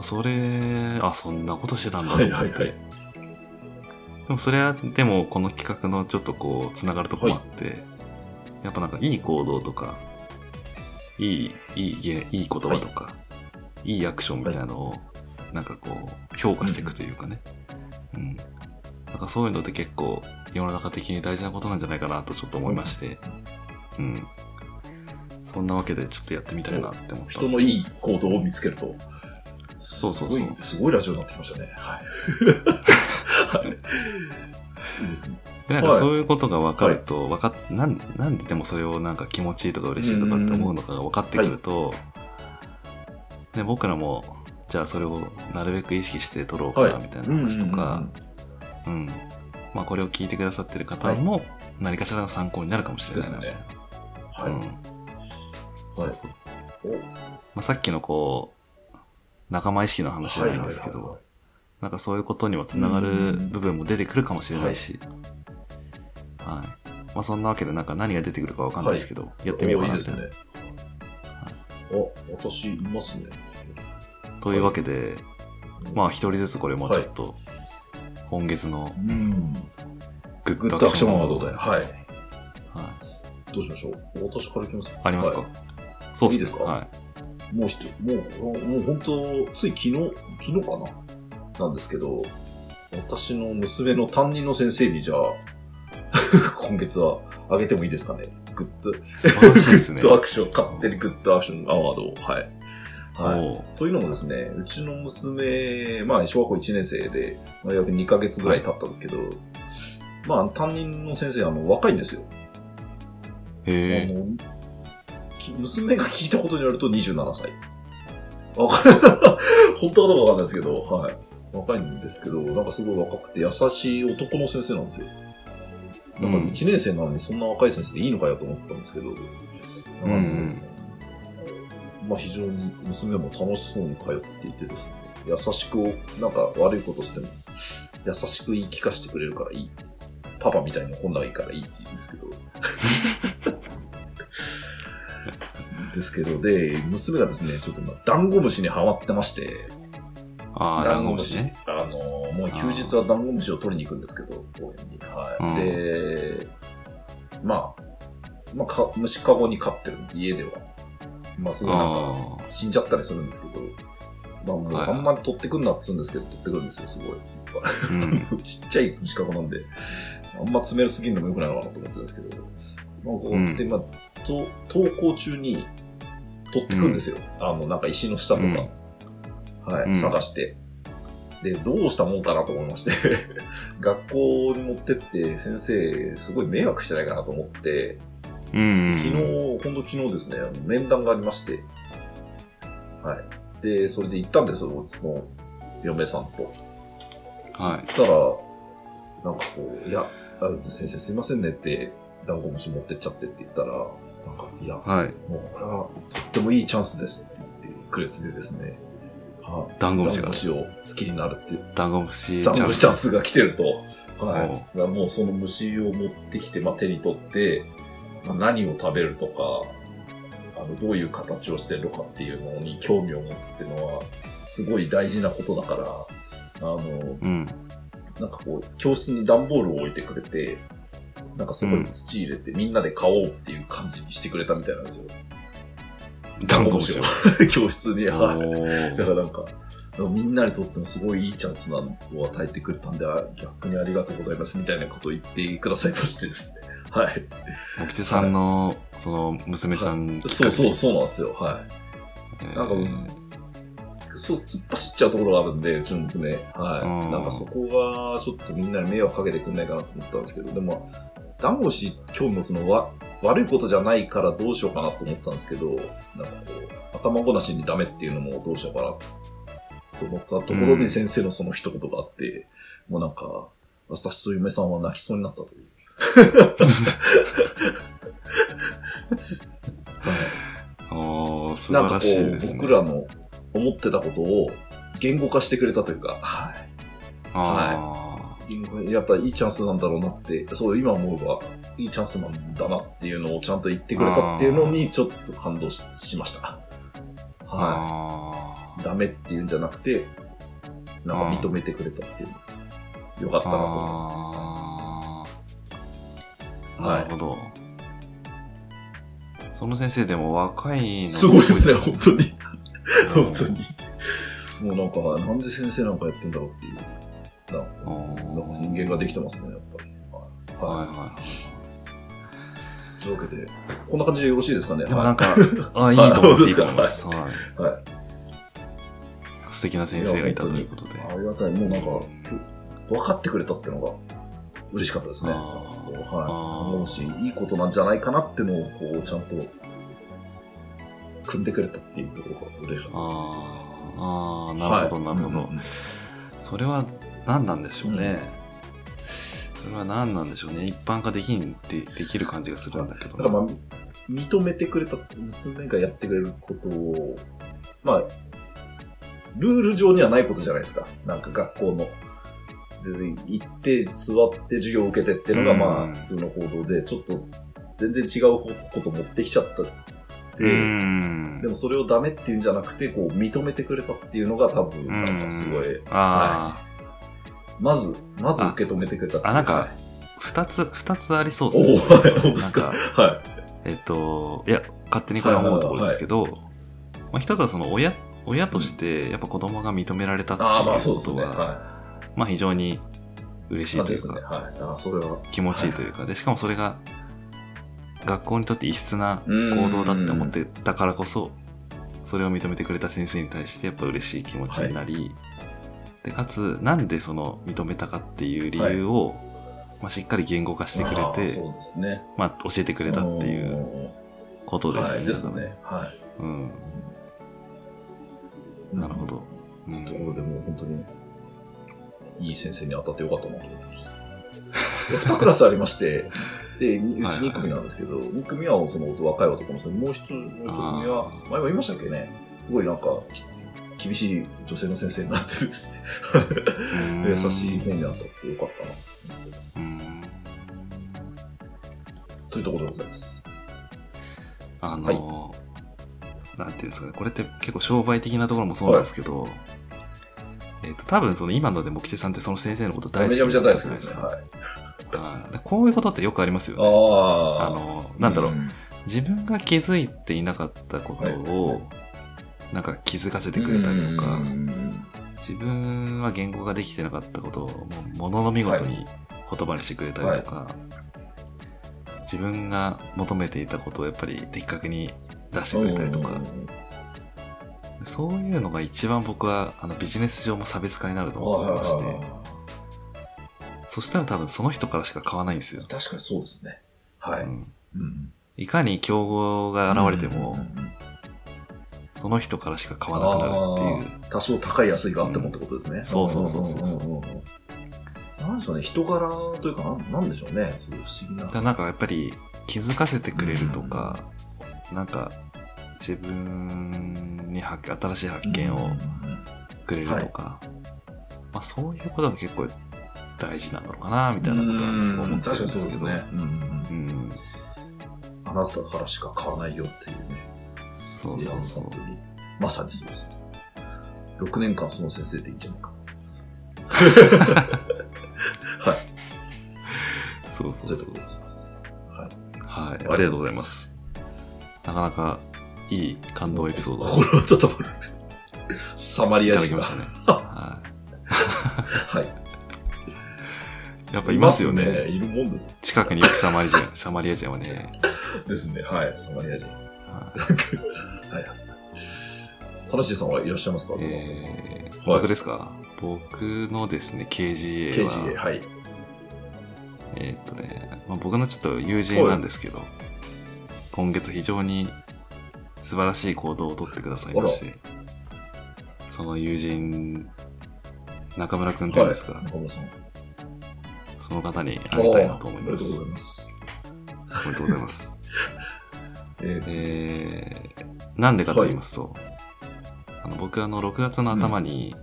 Speaker 2: それ、あ、そんなことしてたんだ
Speaker 1: は
Speaker 2: と
Speaker 1: い
Speaker 2: 思っ
Speaker 1: はいは
Speaker 2: て
Speaker 1: い。。
Speaker 2: でもそれは、でもこの企画のちょっとこう、つながるとこもあって、やっぱなんかいい行動とか、いい、いいげ、いい言葉とか、い、いアクションみたいなのを、なんかこう、評価していくというかね。うん。なんかそういうのって結構、世の中的に大事なことなんじゃないかなとちょっと思いまして、うん。そんなわけでちょっとやってみたいなって思っ たん
Speaker 1: 人
Speaker 2: です
Speaker 1: のいい行動を見つけると。
Speaker 2: そうそう
Speaker 1: す
Speaker 2: そう
Speaker 1: ごい、すごいラジオになってきましたね。はい。 はいいいですね。
Speaker 2: でなんかそういうことが分かると、分かっなんなんででもそれをなんか気持ちいいとか嬉しいとかって思うのかが分かってくると、で僕らもじゃあそれをなるべく意識して撮ろうかなみたいな話とか、うんまあ、これを聞いてくださってる方も何かしらの参考になるかもしれない
Speaker 1: ですね。は
Speaker 2: う
Speaker 1: い。
Speaker 2: んそうそう
Speaker 1: お
Speaker 2: まあ、さっきのこう仲間意識の話じゃないんですけ
Speaker 1: は
Speaker 2: ど、
Speaker 1: いはいはいはい
Speaker 2: なんかそういうことにもつながる部分も出てくるかもしれないし、はい。まあそんなわけで、なんか何が出てくるかわかんないですけど、やってみようかな
Speaker 1: おい
Speaker 2: み
Speaker 1: いで
Speaker 2: た
Speaker 1: す
Speaker 2: いな。
Speaker 1: ね。お、私いますね。
Speaker 2: というわけで、まあ
Speaker 1: あ、
Speaker 2: 一人ずつこれもちょっと、今月の
Speaker 1: うん。
Speaker 2: グ
Speaker 1: グッ
Speaker 2: ッド
Speaker 1: ド
Speaker 2: ア
Speaker 1: ア
Speaker 2: ク
Speaker 1: ク
Speaker 2: シ
Speaker 1: シ
Speaker 2: ョ
Speaker 1: ョ
Speaker 2: ン
Speaker 1: ン
Speaker 2: ワ
Speaker 1: ワ
Speaker 2: ー
Speaker 1: ー
Speaker 2: ド
Speaker 1: ド
Speaker 2: で。
Speaker 1: で。
Speaker 2: は
Speaker 1: はい。
Speaker 2: い
Speaker 1: どうしましょう。私からいきますか
Speaker 2: ありますか
Speaker 1: は
Speaker 2: そう
Speaker 1: いい
Speaker 2: で
Speaker 1: です
Speaker 2: す
Speaker 1: か
Speaker 2: ね。はい。
Speaker 1: いもう一人、もう、もう本当、つい昨日、昨日かななんですけど、私の娘の担任の先生にじゃあ、 今月はあげてもいいですかね。グッド、
Speaker 2: 素晴らしいです
Speaker 1: グッ
Speaker 2: ね。
Speaker 1: ドアクション、勝手にグッドアクションアワードを。はい。はい。
Speaker 2: おう
Speaker 1: というのもですね、うちの娘、まあ、小学校1年生で、まあ、約2ヶ月ぐらい経ったんですけど、まあ、担任の先生、あの、若いんですよ。あ
Speaker 2: へえ。
Speaker 1: のき娘が聞いたことによると27歳。わか 本当かどうかわかんないですけど、はい。若いんですけど、なんかすごい若くて優しい男の先生なんですよ。
Speaker 2: う
Speaker 1: なんんか1年生なのにそんな若い先生でいいのかよと思ってたんですけど、なんか
Speaker 2: うんうん
Speaker 1: まあ非常に娘も楽しそうに通っていてですね、優しく、なんか悪いことしても、優しく言い聞かせてくれるからいい。パパみたいに怒んないからいいって言うんです けど。ですけど、で、娘がですね、ちょっと今、ダンゴムシにハマってまして、
Speaker 2: ああ、ダンゴムシね。
Speaker 1: あのー、もう休日はダンゴムシを取りに行くんですけど、公園に。はい。
Speaker 2: うん
Speaker 1: で、まあ、まあか、虫かごに飼ってるんです、家では。まあ、すごいなんか、
Speaker 2: あ
Speaker 1: 死んじゃったりするんですけど、まあもう、
Speaker 2: はい
Speaker 1: あんまり取ってくんなっつうんですけど、取ってくるんですよ、すごい。
Speaker 2: あ。うん。
Speaker 1: ちっちゃい虫かごなんで、あんま詰めるすぎるのも良くないのかなと思ってたんですけど、まあ、こうで、まあ、と登校中に取ってくんですよ。あの、なんか石の下とか、はい、
Speaker 2: うん
Speaker 1: 探して。で、どうしたもんかなと思いまして、 学校に持ってって、先生、すごい迷惑してないかなと思って、
Speaker 2: うん。
Speaker 1: 昨日、本当昨日ですね、あの面談がありまして、はい。で、それで行ったんですよ、その嫁さんと。
Speaker 2: はい。
Speaker 1: そしたら、なんかこう、いや、あ先生すいませんねって、ダンゴムシ持ってっちゃってって言ったら、なんか、いや、も
Speaker 2: はい。
Speaker 1: うこれはとってもいいチャンスですって言ってくれててですね、はい
Speaker 2: ダン
Speaker 1: ダン
Speaker 2: ゴムシ
Speaker 1: ゴ
Speaker 2: が
Speaker 1: ム。シを好きになるっていう、
Speaker 2: ダンゴムシ
Speaker 1: ダンゴムシチャン
Speaker 2: ス。
Speaker 1: スが来てると、はい。だからもうその虫を持ってきて、まあ、手に取って、まあ、何を食べるとか、あの、どういう形をしてるのかっていうのに興味を持つっていうのは、すごい大事なことだから、あの、
Speaker 2: うん。
Speaker 1: なんかこう、教室に段ボールを置いてくれて、なんかそこに土入れて、みんなで買おうっていう感じにしてくれたみたいなんですよ。
Speaker 2: ダンゴムシ
Speaker 1: シ
Speaker 2: を
Speaker 1: を。教室に、はい。
Speaker 2: お
Speaker 1: だ
Speaker 2: ー
Speaker 1: からなんか、みんなにとってもすごいいいチャンスなのを与えてくれたんで、あ逆にありがとうございますみたいなことを言ってくださいましてですね。はい。
Speaker 2: もきてさんの、その、娘さん、
Speaker 1: そうそう、そうなんですよ。はい。
Speaker 2: えー
Speaker 1: なんかそう、突っ走っちゃうところがあるんで、うちの娘。は
Speaker 2: う
Speaker 1: い。
Speaker 2: ん
Speaker 1: なんかそこが、ちょっとみんなに迷惑かけてくんないかなと思ったんですけど、でも、ダンゴシ興味持つのは悪いことじゃないからどうしようかなと思ったんですけど、なんかこう、頭ごなしにダメっていうのもどうしようかなと思ったところ
Speaker 2: うん
Speaker 1: に先生のその一言があって、もうなんか、私と嫁さんは泣きそうになった という。
Speaker 2: おー素
Speaker 1: なんか
Speaker 2: 晴
Speaker 1: こ
Speaker 2: らしいで
Speaker 1: う、
Speaker 2: すね。
Speaker 1: 僕らの思ってたことを言語化してくれたというか、はい。
Speaker 2: あ
Speaker 1: やっぱいいチャンスなんだろうなって、そう、今思えばいいチャンスなんだなっていうのをちゃんと言ってくれたっていうのにちょっと感動ししました。
Speaker 2: ー
Speaker 1: は
Speaker 2: あ
Speaker 1: い。ダメっていうんじゃなくて、なんか認めてくれたっていうの。よかっ
Speaker 2: ー
Speaker 1: たなと思
Speaker 2: あー。
Speaker 1: う。は
Speaker 2: ないる。ほど。その先生でも若いの
Speaker 1: すごいですね、本当に。
Speaker 2: うん
Speaker 1: 本当に。もうなんか、なんで先生なんかやってんだろうっていう。なんか、なんか人間ができてますね、やっぱり。はい。
Speaker 2: は
Speaker 1: はい。
Speaker 2: はい
Speaker 1: というわけで、こんな感じでよろしいですかね。
Speaker 2: い。でも
Speaker 1: は
Speaker 2: ない んか、あ、いいと思います。いいと
Speaker 1: そ
Speaker 2: 思い
Speaker 1: う
Speaker 2: ま。
Speaker 1: です
Speaker 2: はい
Speaker 1: はい。
Speaker 2: 素敵な先生がいたということで。
Speaker 1: ありがたい。もうなんか、分かってくれたってのが嬉しかったですね。
Speaker 2: あーあ
Speaker 1: はい。
Speaker 2: ー
Speaker 1: もし、いいことなんじゃないかなってのを、こう、ちゃんと、組んでくれたっていうところが嬉しかっ
Speaker 2: あーあー、
Speaker 1: た。
Speaker 2: なるほど、
Speaker 1: はい
Speaker 2: なるほど
Speaker 1: うん。
Speaker 2: それは何なんでしょうね。それは何なんでしょうね。一般化できんでできる感じがするんだけど
Speaker 1: だからまあ、認めてくれた、娘がやってくれることを、まあ、ルール上にはないことじゃないですか。なんか学校の。別に行って、座って授業を受けてっていうのが
Speaker 2: うん
Speaker 1: まあ普通の行動で、ちょっと全然違うこと持ってきちゃったって、
Speaker 2: うーん
Speaker 1: でもそれをダメっていうんじゃなくて、こう認めてくれたっていうのが多分なんかすごい、
Speaker 2: あ
Speaker 1: まず、まず受け止めてくれたっていう
Speaker 2: あ、あ、なんか、二つ、二つありそう
Speaker 1: おお、
Speaker 2: ですね。
Speaker 1: はい、本当ですか。
Speaker 2: なんか
Speaker 1: は
Speaker 2: えっと、いや、勝手にこれは思うところですけど、まあ、一つはその親、親として、やっぱ子供が認められたっ
Speaker 1: い。
Speaker 2: ていう
Speaker 1: ああ、まあそう
Speaker 2: こ
Speaker 1: です
Speaker 2: と
Speaker 1: ね。
Speaker 2: が、
Speaker 1: は
Speaker 2: まあ非常に嬉
Speaker 1: い。
Speaker 2: し
Speaker 1: ま
Speaker 2: い
Speaker 1: あ
Speaker 2: とい
Speaker 1: で
Speaker 2: う
Speaker 1: すね。
Speaker 2: か、
Speaker 1: はい。ああ、それは。
Speaker 2: 気持ちいいというか、で、しかもそれが、学校にとって異質な行動だって思ってたからこそ、それを認めてくれた先生に対してやっぱ嬉しい気持ちになり、でかつなんでその認めたかっていう理由を、まあ、しっかり言語化してくれ
Speaker 1: あー
Speaker 2: て
Speaker 1: そうですね。
Speaker 2: まあ、教えてくれたっていうことですよね。
Speaker 1: はい、ですね。はい。
Speaker 2: うん、なるほ。ど。う
Speaker 1: と
Speaker 2: ん、
Speaker 1: ころでもう本当に、いい先生に当たってよかったな と思ってます。2クラスありまして、で、にうち2組なんですけど、2組はその若い男の人、もう1組は、
Speaker 2: あ
Speaker 1: 前も言いましたっけね、すごいなんか、き厳しい女性の先生になってるんです ね。で優しい方に当たってよかったな。
Speaker 2: うん。
Speaker 1: というところでございます。
Speaker 2: あのーなんていうんですかね、これって結構商売的なところもそうなんですけど、えっ、と、多分その今のでも吉さんってその先生のこと大
Speaker 1: め
Speaker 2: 好き
Speaker 1: ちゃめちゃ大好きで
Speaker 2: じ
Speaker 1: す
Speaker 2: ゃ
Speaker 1: ね。
Speaker 2: な
Speaker 1: は
Speaker 2: い
Speaker 1: い。
Speaker 2: ですかはいこういうことってよくありますよね。あ
Speaker 1: あー
Speaker 2: のーなんだろう、
Speaker 1: うん
Speaker 2: 自分が気づいていなかったことを、なんか気づかせてくれたりとか、
Speaker 1: うん
Speaker 2: 自分は言語ができてなかったことをもうものの見事に言葉にしてくれたりとか、自分が求めていたことをやっぱり的確に出してくれたりとか、そういうのが一番僕はあのビジネス上も差別化になると思ってまし
Speaker 1: はいはいはい
Speaker 2: て、
Speaker 1: はい
Speaker 2: そしたら多分その人からしか買わないんですよ。
Speaker 1: 確かにそうですね。は
Speaker 2: う
Speaker 1: い。
Speaker 2: ん
Speaker 1: うん
Speaker 2: いかに競合が現れて
Speaker 1: うんう
Speaker 2: も、
Speaker 1: んうん
Speaker 2: その人からしか買わなくなるっていう。
Speaker 1: 多少高い安いがあってもってことですね。
Speaker 2: んそうそうそうそうそうん
Speaker 1: んんんなんでしょうね、人柄というか、なんなんでしょうね、そういう不思議
Speaker 2: だから
Speaker 1: な。
Speaker 2: なんかやっぱり気づかせてくれるとか、なんか自分に発新しい発見
Speaker 1: うんう
Speaker 2: を
Speaker 1: ん
Speaker 2: くれるとか、まあ、そういうことが結構大事なのかなみたいな
Speaker 1: う
Speaker 2: ことはすごい
Speaker 1: んう
Speaker 2: 思っ
Speaker 1: ん
Speaker 2: てる
Speaker 1: 確
Speaker 2: ん
Speaker 1: か
Speaker 2: で
Speaker 1: にそうです
Speaker 2: け
Speaker 1: す
Speaker 2: ど。
Speaker 1: ね。うんうんうん
Speaker 2: うん、
Speaker 1: あなたからしか買わないよっていうね。
Speaker 2: そうそうそう
Speaker 1: いや本。当にまさにそうです。よ6年間その先生でいいんじゃないかなと思います。はい。
Speaker 2: そうそ
Speaker 1: と
Speaker 2: う
Speaker 1: いう
Speaker 2: そう
Speaker 1: ことで。ございます。
Speaker 2: はい。ありがとうございます。なかなかいい感動エピソードをい
Speaker 1: 心温まる。サマリア
Speaker 2: ただき
Speaker 1: 人
Speaker 2: ま
Speaker 1: が
Speaker 2: し。たね。は
Speaker 1: はい。
Speaker 2: い。やっぱいますよ
Speaker 1: い
Speaker 2: ね。
Speaker 1: いるもんだ
Speaker 2: 近くにいるサマリア人、サマリア人はね。
Speaker 1: ですね。はい。サマリア人。
Speaker 2: はい
Speaker 1: ハナシーさんはいらっしゃいますか、
Speaker 2: えー
Speaker 1: はい
Speaker 2: 僕ですか僕のですね、KGA は、
Speaker 1: KGA。はい。
Speaker 2: えーっとね、まあ、僕のちょっと友人なんですけど、今月非常に素晴らしい行動をとってくださいまして、その友人、中村くんというんですか、
Speaker 1: 中村さん。あ
Speaker 2: その方に会いたいなと思い
Speaker 1: りが
Speaker 2: ま
Speaker 1: とう
Speaker 2: す
Speaker 1: ござ。います。
Speaker 2: おめでとうございます。
Speaker 1: え
Speaker 2: えー、なんでかと言いますと、あの僕あの6月の頭に、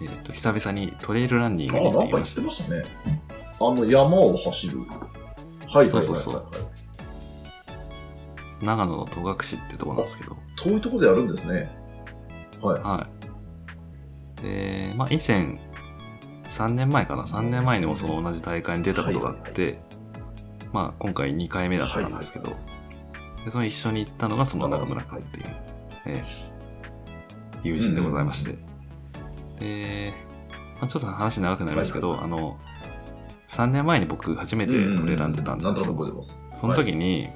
Speaker 2: えーっと久々にトレイルランニン
Speaker 1: ー、
Speaker 2: グに
Speaker 1: あ、
Speaker 2: 行っ
Speaker 1: な
Speaker 2: て
Speaker 1: ん
Speaker 2: き
Speaker 1: か言
Speaker 2: ま
Speaker 1: っ
Speaker 2: してた。
Speaker 1: ましたね。あの、山を走る。はい、はい、はい。
Speaker 2: そうそうそう
Speaker 1: はいはい
Speaker 2: 長野の戸隠ってとこなんですけど、
Speaker 1: 遠いところでやるんですね。はい。
Speaker 2: はい。で、まあ、以前、3年前かな、3年前にもその同じ大会に出たことがあって、まあ、今回2回目だったんですけど、でその一緒に行ったのがその中村君っていう、ええ友人でございまして、で、まあ、ちょっと話長くなりますけど、あの、3年前に僕初めてトレラン出たんです
Speaker 1: なん
Speaker 2: よ
Speaker 1: となく覚えてます。
Speaker 2: その時に、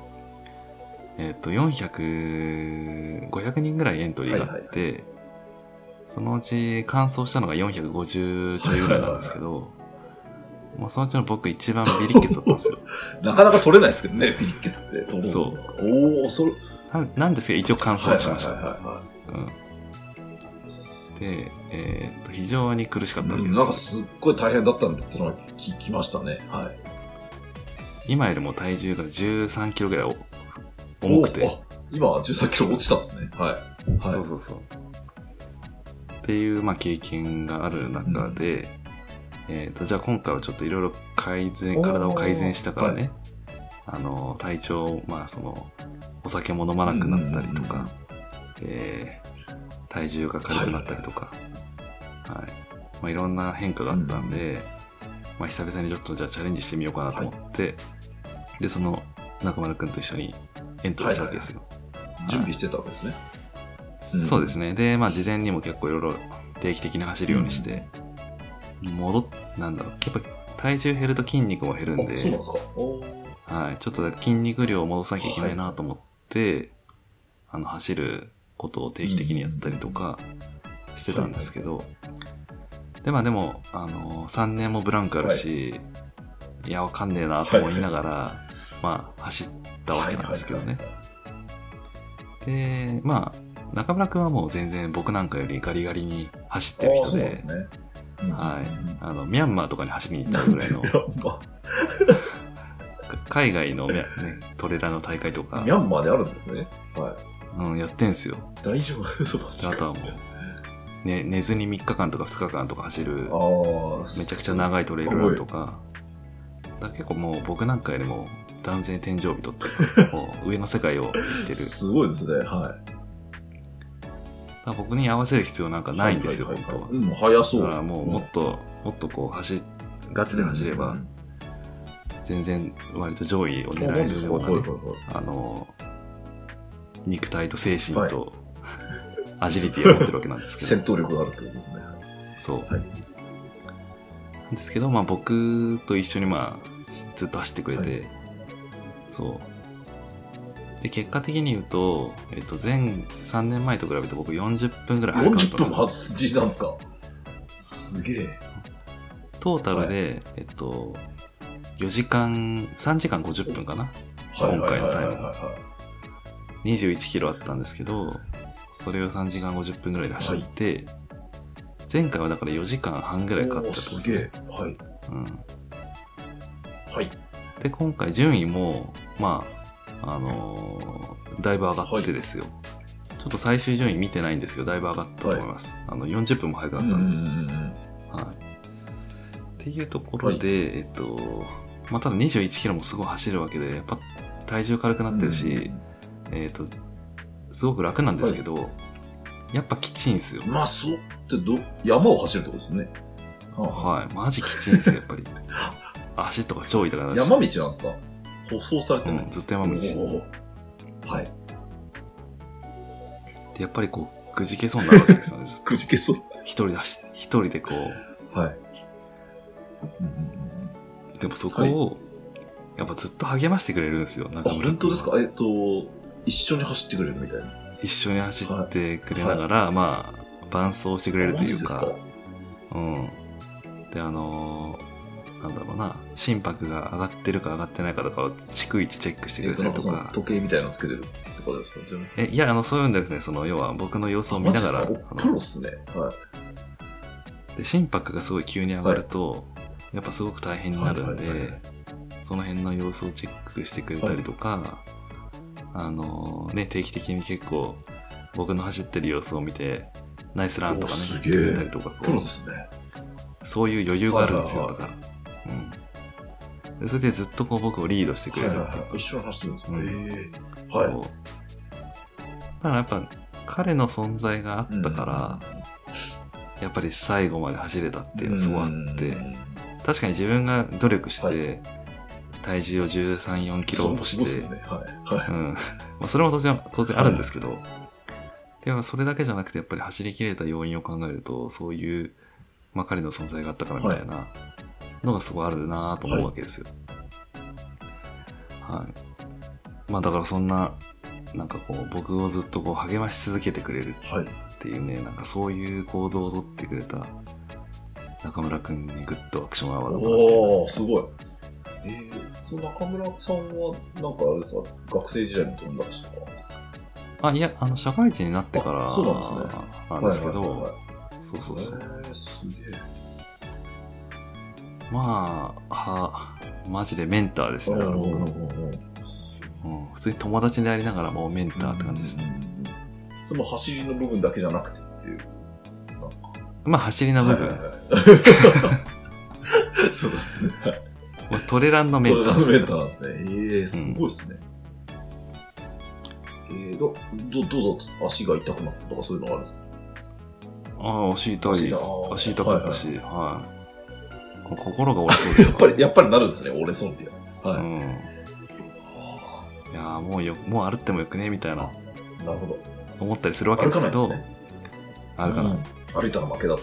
Speaker 2: えっ、と、400、500人ぐらいエントリーがあって、そのうち完走したのが450ちょいぐらいなんですけど、まあそのうちの僕一番ビリッケツだったん ですよ。
Speaker 1: なかなか取れないですけどね、ピリッケツって。取るのおー、それ、
Speaker 2: ななんですけど、一応完走
Speaker 1: はい
Speaker 2: は
Speaker 1: はい
Speaker 2: し
Speaker 1: はい
Speaker 2: ました。
Speaker 1: は
Speaker 2: うん
Speaker 1: い。
Speaker 2: で、えっ、と、非常に苦しかったわけ
Speaker 1: う
Speaker 2: で
Speaker 1: ん
Speaker 2: す
Speaker 1: なん
Speaker 2: よ
Speaker 1: か。すっごい大変だったんだってのは聞きましたね。はい。
Speaker 2: 今よりも体重が13キロぐらいお重くて
Speaker 1: お。ー。あ今は13キロ落ちたんですね。はい。はい。
Speaker 2: そうそうそう。っていう、まあ、経験がある中で、えっ、と、じゃあ今回はちょっといろいろ改善、
Speaker 1: おー
Speaker 2: 体を改善したからね、あの、体調を、まあ、その、お酒も飲まなくなったりと
Speaker 1: うんうんうん
Speaker 2: か、えー体重が軽くなったりとか、はい。まあ、いろんな変化があったんで、まあ、久々にちょっとじゃあチャレンジしてみようかなと思って、で、その、中村くんと一緒にエントリーしたわけですよ。
Speaker 1: 準備してたわけですね。うん
Speaker 2: そうですね。で、まあ、事前にも結構いろいろ定期的に走るようにして、戻っ、なんだろう、やっぱ体重減ると筋肉も減るん
Speaker 1: あ、そうなん
Speaker 2: で
Speaker 1: で、すか。おー
Speaker 2: はい、ちょっと筋肉量を戻さなきゃいけないなと思って、あの、走ることを定期的にやったりとかしてたんですけど、で、まあでも、あの、3年もブランクあるし、い、や、わかんねえなと思いながら、まあ、走ったわけなんですけどね。で、まあ、中村くんはもう全然僕なんかよりガリガリに走って
Speaker 1: あ
Speaker 2: る
Speaker 1: あ、
Speaker 2: 人
Speaker 1: そう
Speaker 2: で、
Speaker 1: なんですね。
Speaker 2: はい
Speaker 1: い。
Speaker 2: あの、ミャンマーとかに走りに行っちゃうぐらいの
Speaker 1: ミ、ャ
Speaker 2: 海外のミャ、ね、トレーラーの大会とか
Speaker 1: ンマー、ミ、ャンマーであるんですね。は
Speaker 2: うん、やってんすよ。
Speaker 1: い。大丈夫 そうマジ
Speaker 2: で
Speaker 1: か
Speaker 2: あとはもう、ね、寝ずに3日間とか2日間とか走る、
Speaker 1: ああ、
Speaker 2: めちゃくちゃ長いトレイルランとか、だから結構もう僕なんかよりも断然天井人 っていうか、もう上の世界を行ってる。
Speaker 1: すごいですね。はい。
Speaker 2: だから僕に合わせる必要なんかないんですよ、
Speaker 1: は
Speaker 2: 本当は
Speaker 1: は。いはいはいうん、早
Speaker 2: だ
Speaker 1: そう。
Speaker 2: からもうもっと、もっとこう走、ガチで走れば、全然割と上位を狙えるような
Speaker 1: はい
Speaker 2: ね、あの、肉体と精神と、 アジリティを持ってるわけな んですけ
Speaker 1: 戦
Speaker 2: ど、
Speaker 1: 闘力があるってことですね。
Speaker 2: そう。
Speaker 1: はい
Speaker 2: なんですけど、まあ僕と一緒にまあ、ずっと走ってくれて、そう。で、結果的に言うと、えっと、前、3年前と比べて僕40分ぐらい早かったん
Speaker 1: 40
Speaker 2: です
Speaker 1: 分
Speaker 2: よ
Speaker 1: も発自なんですかすげえ。
Speaker 2: トータルで、えっと、4時間、3時間50分かな
Speaker 1: はいはいはいはい
Speaker 2: 今回のタイム
Speaker 1: は
Speaker 2: ?21 キロあったんですけど、それを3時間50分ぐらいで走って、前回はだから4時間半ぐ
Speaker 1: い。
Speaker 2: らい勝っ
Speaker 1: おー
Speaker 2: たってことです
Speaker 1: げえ。はい。
Speaker 2: すうん。
Speaker 1: はい。
Speaker 2: で、今回順位も、まあ、あのーだいぶ上がってですよ。ちょっと最終順位見てないんですけど、だいぶ上がったと思います。あの、40分も早くなったんで。
Speaker 1: ん。
Speaker 2: はい。っていうところで、えっと、まあ、ただ21キロもすごい走るわけで、やっぱ体重軽くなってるし、えっと、すごく楽なんですけど、やっぱきちいんすよ。
Speaker 1: まあ、そうってど、山を走るってことですよね。はあは
Speaker 2: はい。マジきちいんすよ、や っぱり。足とか超痛くな
Speaker 1: あ
Speaker 2: るし。
Speaker 1: 山道なんですか舗装されて
Speaker 2: う
Speaker 1: ない
Speaker 2: ん、。ずっと山道。
Speaker 1: おおはい。
Speaker 2: で、やっぱりこう、くじけそうになるわけです よね。ずっと
Speaker 1: くじけそう。
Speaker 2: 一人だし、一人でこう、
Speaker 1: はい。うんうん
Speaker 2: でもそこを、やっぱずっと励ましてくれるんですよ。
Speaker 1: うん
Speaker 2: なん
Speaker 1: あ、
Speaker 2: か村君は
Speaker 1: 本当ですかえっと、一緒に走ってくれるみたいな。
Speaker 2: 一緒に走ってくれながら、まあ、伴走してくれると
Speaker 1: マ
Speaker 2: い
Speaker 1: ジ
Speaker 2: う
Speaker 1: です
Speaker 2: か、うん。で、あのーなんだろうな、心拍が上がってるか上がってないかとかを逐一チェックして
Speaker 1: え
Speaker 2: く
Speaker 1: っと、な
Speaker 2: れたり
Speaker 1: んか
Speaker 2: と
Speaker 1: その
Speaker 2: か。
Speaker 1: 時計みたいなのつけてるってことですか全部
Speaker 2: え、いや、あの、そういうんですね、その、要は僕の様子を見ながら、
Speaker 1: マジですかお
Speaker 2: あ
Speaker 1: プロ
Speaker 2: の
Speaker 1: っすね。はい。
Speaker 2: で心拍がすごい急に上がると、やっぱすごく大変になるんで、
Speaker 1: はいはいはい
Speaker 2: その辺の様子をチェックしてくれたりとか、あのーね、定期的に結構、僕の走ってる様子を見て、ナイスランとかね
Speaker 1: おす、げえ
Speaker 2: 言ってくれたりとか、こう
Speaker 1: プロですね。
Speaker 2: そういう余裕があるんですよ、
Speaker 1: はい
Speaker 2: と
Speaker 1: は
Speaker 2: か。うんで。それでずっとこう僕をリードしてく
Speaker 1: はい
Speaker 2: れ
Speaker 1: はい
Speaker 2: るって
Speaker 1: はい。一緒に走ってるんですね。ええ
Speaker 2: こう
Speaker 1: はい。
Speaker 2: ただやっぱ彼の存在があったから、やっぱり最後まで走れたっていうのはすごいあって、
Speaker 1: うん
Speaker 2: 確かに自分が努力して、
Speaker 1: は
Speaker 2: 体重を13、4キロ落とし
Speaker 1: そうす
Speaker 2: て、
Speaker 1: ごいっすね。はい。は
Speaker 2: う
Speaker 1: い。
Speaker 2: ん。ま あそれも当然当然あるんですけど、でもそれだけじゃなくてやっぱり走り切れた要因を考えると、そういう、まあ、彼の存在があったからみたいなのがすごいあるなと思うわけですよ。はい。まあだからそんな、なんかこう僕をずっとこう励まし続けてくれる
Speaker 1: はい。
Speaker 2: っていうね、なんかそういう行動をとってくれた中村くんにグッドアクションアワーだったなっていう
Speaker 1: おー、すごい。えー、その中村さんは、なんかあれですか、学生時代の友達とか。
Speaker 2: あ、いや、あの、社会人になってから
Speaker 1: あそうなんですね
Speaker 2: なんですけど、
Speaker 1: はいはいはい
Speaker 2: そうそうそう。
Speaker 1: えー、すげえ。
Speaker 2: まあ、は、マジでメンターですね。だから僕の、うん、普通に友達でありながらもメンターって感じですね。
Speaker 1: うんその走りの部分だけじゃなくてっていう。なんか
Speaker 2: まあ、走りの部分、
Speaker 1: はいはい はい、そうですね。
Speaker 2: まあトレランのメンターです
Speaker 1: それが
Speaker 2: ね
Speaker 1: メンターなんですね。ええすごいですね。えー、ど、ど、どうだった足が痛くなったとかそういうのがあるんですか
Speaker 2: ああ、足痛いです
Speaker 1: 足。痛い
Speaker 2: 足痛かったし、はい、こ心が折れそうで
Speaker 1: や
Speaker 2: す
Speaker 1: っぱり、やっぱりなるんですね、折れそうには。
Speaker 2: う
Speaker 1: は
Speaker 2: ん。いやーもうよ、もう歩ってもよくね、みたいな、
Speaker 1: い。なるほど。
Speaker 2: 思ったりするわけで
Speaker 1: 歩か
Speaker 2: す
Speaker 1: な
Speaker 2: け
Speaker 1: いです
Speaker 2: ど、
Speaker 1: ね。
Speaker 2: あるか
Speaker 1: う。
Speaker 2: なん
Speaker 1: 歩いたら負けだと。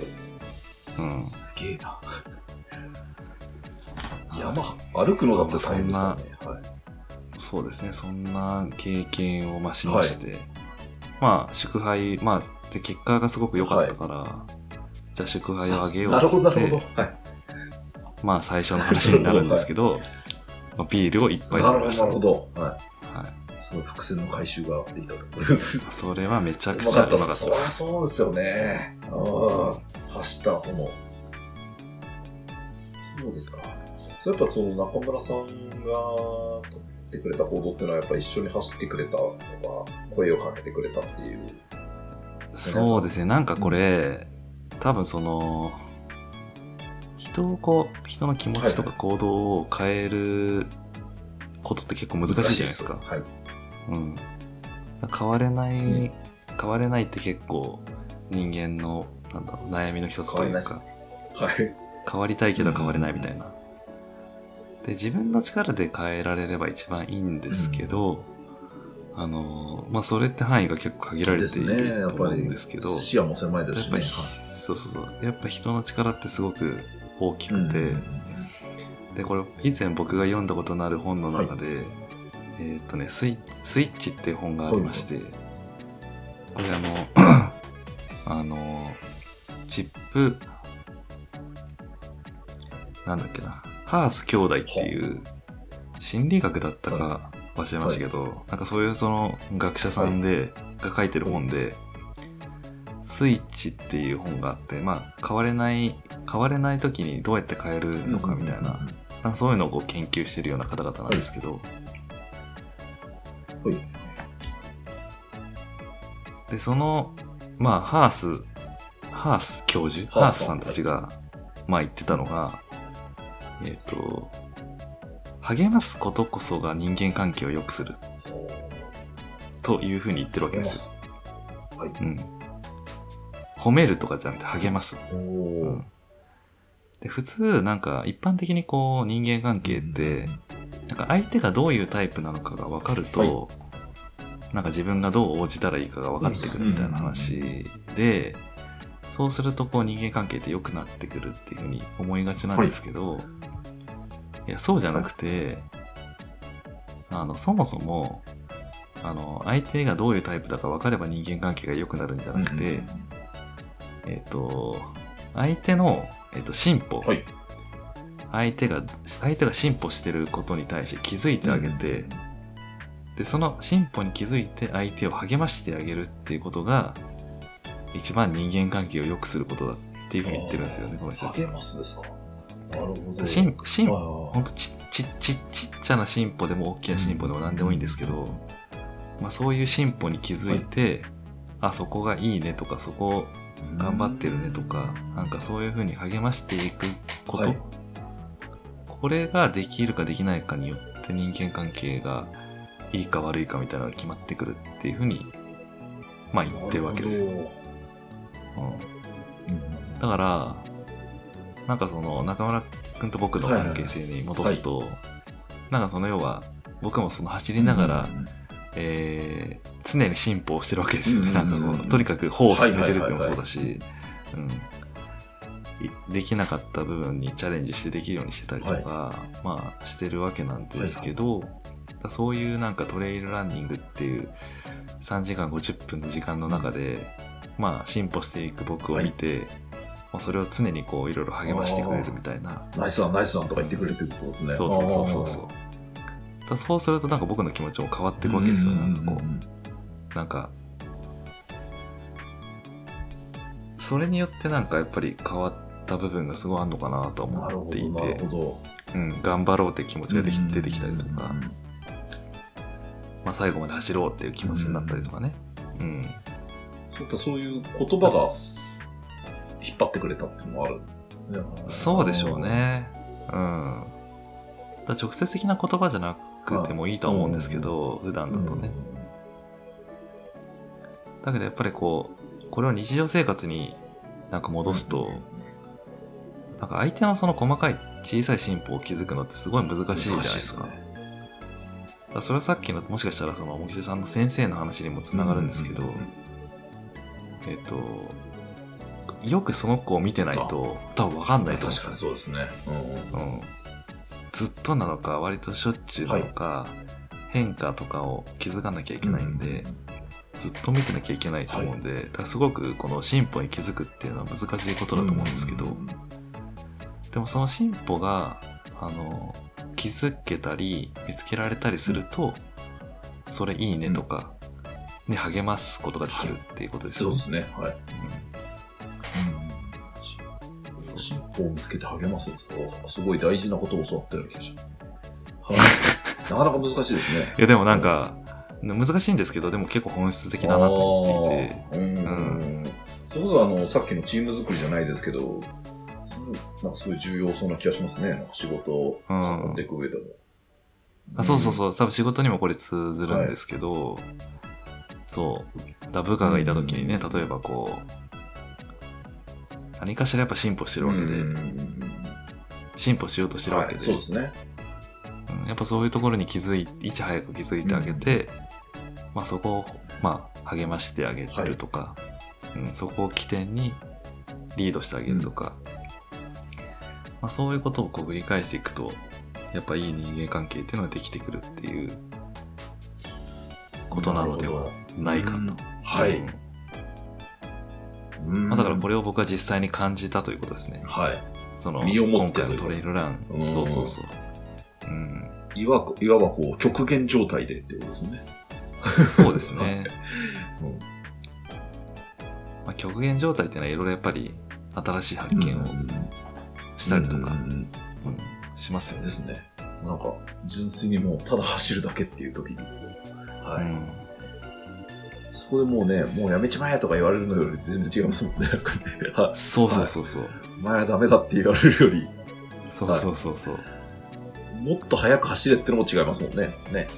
Speaker 2: うん。
Speaker 1: すげえな。山、歩くのだって大変ですからね。
Speaker 2: そうですね、そんな経験をまあしまして、まあ、祝杯、まあ、で結果がすごく良かったから、じゃあ祝杯をあげよう
Speaker 1: な
Speaker 2: っ
Speaker 1: る
Speaker 2: つ
Speaker 1: ほど、
Speaker 2: っ
Speaker 1: なるほ
Speaker 2: て、
Speaker 1: ど。はい。
Speaker 2: まあ、最初の話になるんですけ ど、まあ、ビールをいっぱい
Speaker 1: な
Speaker 2: 飲
Speaker 1: る
Speaker 2: み
Speaker 1: ほ
Speaker 2: まし
Speaker 1: ど、
Speaker 2: た。
Speaker 1: なるほど。はい。
Speaker 2: はい、
Speaker 1: その伏線の回収ができたと。
Speaker 2: それはめちゃく
Speaker 1: う
Speaker 2: ちゃ
Speaker 1: まか
Speaker 2: うま
Speaker 1: っ
Speaker 2: か
Speaker 1: た
Speaker 2: っ
Speaker 1: ったす。そりゃそうですよね。うん。走った後も。そうですか。そうやっぱその中村さんが取ってくれた行動っていうのはやっぱ一緒に走ってくれたとか、声をかけてくれたっていう。
Speaker 2: そうですね、なんかこれ、多分その、人をこう、人の気持ちとか行動を変えることって結構難しいじゃないですか
Speaker 1: 難。しいっ
Speaker 2: うん、変われない、
Speaker 1: うん
Speaker 2: 変われないって結構人間のなんだろう悩みの一つというか
Speaker 1: 変
Speaker 2: 変
Speaker 1: わ
Speaker 2: わ
Speaker 1: すはい。はい。
Speaker 2: りたいけど変われないみたいな、で自分の力で変えられれば一番いいんですけど、あのまあそれって範囲が結構限られていると思うんですけど
Speaker 1: 視野も狭いですしね。
Speaker 2: そうそうそうやっぱ人の力ってすごく大きくて、でこれ以前僕が読んだことのある本の中で、えーっ、とねスイ「スイッチ」っていう本がありまして、これあの あのチップなんだっけなハース兄弟っていう心理学だったか忘れましたけど、なんかそういうその学者さんで、が書いてる本で「スイッチ」っていう本があってまあ変われない変われない時にどうやって変えるのかみたいな。なんかそういうのをこう研究してるような方々なんですけど、
Speaker 1: はい
Speaker 2: でそのまあハースハース教授ハ
Speaker 1: ハ
Speaker 2: ー
Speaker 1: ー
Speaker 2: ス
Speaker 1: ス
Speaker 2: さ
Speaker 1: さん
Speaker 2: んたちが、まあ言ってたのがえっ、と励ますことこそが人間関係を良くするというふうに言ってるわけ
Speaker 1: 励
Speaker 2: で
Speaker 1: ます
Speaker 2: よ
Speaker 1: す。
Speaker 2: うん、褒めるとかじゃなくて励ます。
Speaker 1: おお
Speaker 2: う
Speaker 1: ー
Speaker 2: んで普通、なんか一般的にこう人間関係って、なんか相手がどういうタイプなのかが分かる
Speaker 1: は
Speaker 2: と、なんか自分がどう応じたらいいかが分かってくるみたいな話で、そうするとこう人間関係って良くなってくるっていうふうに思いがちなんですけど、い、や、そうじゃなくて、あの、そもそも、あの、相手がどういうタイプだか分かれば人間関係が良くなるんじゃなくて、えっ、と、相手の、えっと進歩、
Speaker 1: はい
Speaker 2: 相手が、相手が進歩してることに対して気づいてあげて、で、その進歩に気づいて相手を励ましてあげるっていうことが、一番人間関係を良くすることだっていうふうに言ってるんですよね、この人たち
Speaker 1: 励。ますですかなるほど
Speaker 2: 進進歩、
Speaker 1: 歩
Speaker 2: ほんとちちちちっちゃな進歩でも大きな進歩でも何でもいいんですけど、まあ、そういう進歩に気づいて、あ、そこがいいねとか、そこ頑張ってるねとか、なんかそういう風に励ましていくこと、
Speaker 1: はい
Speaker 2: これができるかできないかによって人間関係がいいか悪いかみたいなのが決まってくるっていう風に、まあ言ってるわけですよ。
Speaker 1: なるほ
Speaker 2: うん
Speaker 1: ど
Speaker 2: だから、なんかその中村くんと僕の関係性に戻すと、なんかその要は、僕もその走りながら、えー常に進歩をしてるわけですよね。
Speaker 1: うんうんうんうん
Speaker 2: なんかこうとにかく方を進めてるってのもそうだし、うんいできなかった部分にチャレンジしてできるようにしてたりとか、
Speaker 1: はい
Speaker 2: まあしてるわけなんですけど、そういうなんかトレイルランニングっていう3時間50分の時間の中で、まあ進歩していく僕を見て、まあそれを常にこういろいろ励ましてくれるみたいな。
Speaker 1: ナイスワンナイスワンとか言ってくれてるってことですね
Speaker 2: そうそうそうそうそう
Speaker 1: っ。
Speaker 2: だからそうするとなんか僕の気持ちも変わっていくわけですよね。なんかこう。なんか、それによってなんかやっぱり変わった部分がすごいあるのかなと
Speaker 1: なる
Speaker 2: 思っ
Speaker 1: ほ
Speaker 2: て
Speaker 1: ど
Speaker 2: い
Speaker 1: なる
Speaker 2: て、
Speaker 1: ほ
Speaker 2: うん、頑張ろうって気持ち
Speaker 1: ど
Speaker 2: ができ出てきたりとか、
Speaker 1: うん
Speaker 2: まあ、最後まで走ろうっていう気持ちになったりとかね。うん。
Speaker 1: やっぱそういう言葉が引っ張ってくれたっていうのもあるんですね
Speaker 2: そうでしょうね。うん。だから直接的な言葉じゃなくてもいいとは思うんですけど、普段だとね。だけどやっぱりこう、これを日常生活になんか戻すと、なんか相手のその細かい小さい進歩を気づくのってすごい難しいじゃないですか。
Speaker 1: 難しい
Speaker 2: だからそれはさっきのもしかしたらその茂木さんの先生の話にもつながるんですけど、えっと、よくその子を見てないと多分わかんないと思
Speaker 1: 確
Speaker 2: う
Speaker 1: か
Speaker 2: んで
Speaker 1: に
Speaker 2: す
Speaker 1: そうですねうん
Speaker 2: よ。うんずっとなのか割としょっちゅうなのか、変化とかを気づかなきゃいけないんで、ずっと見てなきゃいけないと思うんで、だからすごくこの進歩に気づくっていうのは難しいことだと思うんですけど、でもその進歩が、あの、気づけたり、見つけられたりすると、それいいねとか、ね、励ますことができるっていうことです
Speaker 1: そ
Speaker 2: よ
Speaker 1: う
Speaker 2: ね。
Speaker 1: ですねはい進歩を見つけて励ますんですよすごい大事なことを教わったような気がしますはいなかなか難しいですね
Speaker 2: いや、でもなんか、難しいんですけど、でも結構本質的だなと思っていて、
Speaker 1: あーうんそれこそあのさっきのチーム作りじゃないですけどそのなんかすごい重要そうな気がしますねなんか仕事を
Speaker 2: う
Speaker 1: 持
Speaker 2: ん
Speaker 1: っていく上でも、
Speaker 2: あ。そうそうそう、多分仕事にもこれ通ずるんですけど、そう、だ部下がいた時にね、例えばこう、何かしらやっぱ進歩してるわけ
Speaker 1: うん
Speaker 2: で、進歩しようとしてるわ
Speaker 1: は
Speaker 2: け
Speaker 1: い、
Speaker 2: で、
Speaker 1: そうですね
Speaker 2: うんやっぱそういうところに気づいいち早く気づいてあげて、まあ、そこを、まあ、励ましてあげるとか、うん、そこを起点にリードしてあげるとか、まあ、そういうことをこう繰り返していくとやっぱいい人間関係っていうのができてくるっていうことなのではないかと。
Speaker 1: うんはい、
Speaker 2: う
Speaker 1: う
Speaker 2: ん
Speaker 1: ん
Speaker 2: まあ、だからこれを僕は実際に感じたということですね。
Speaker 1: はい
Speaker 2: その
Speaker 1: 身をもっ
Speaker 2: 今
Speaker 1: て
Speaker 2: 回のトレイルラン、
Speaker 1: うん
Speaker 2: そうそうそう。うん
Speaker 1: いわくいわばこう極限状態でってことですね、
Speaker 2: そうですね。
Speaker 1: うん
Speaker 2: まあ、極限状態っていうのはいろいろやっぱり新しい発見をしたりとか、
Speaker 1: うんうん
Speaker 2: うんしますよ
Speaker 1: うん
Speaker 2: ね
Speaker 1: で。すねなんか純粋にもうただ走るだけっていう時にはい、
Speaker 2: うん
Speaker 1: そこでもうね、もうやめちまえとか言われるのより全然違いますもんね。はい
Speaker 2: そうそうそうそう。
Speaker 1: お前はダメだって言われるより、
Speaker 2: そうそうそうそう。
Speaker 1: もっと早く走れってのも違いますもんね。ね。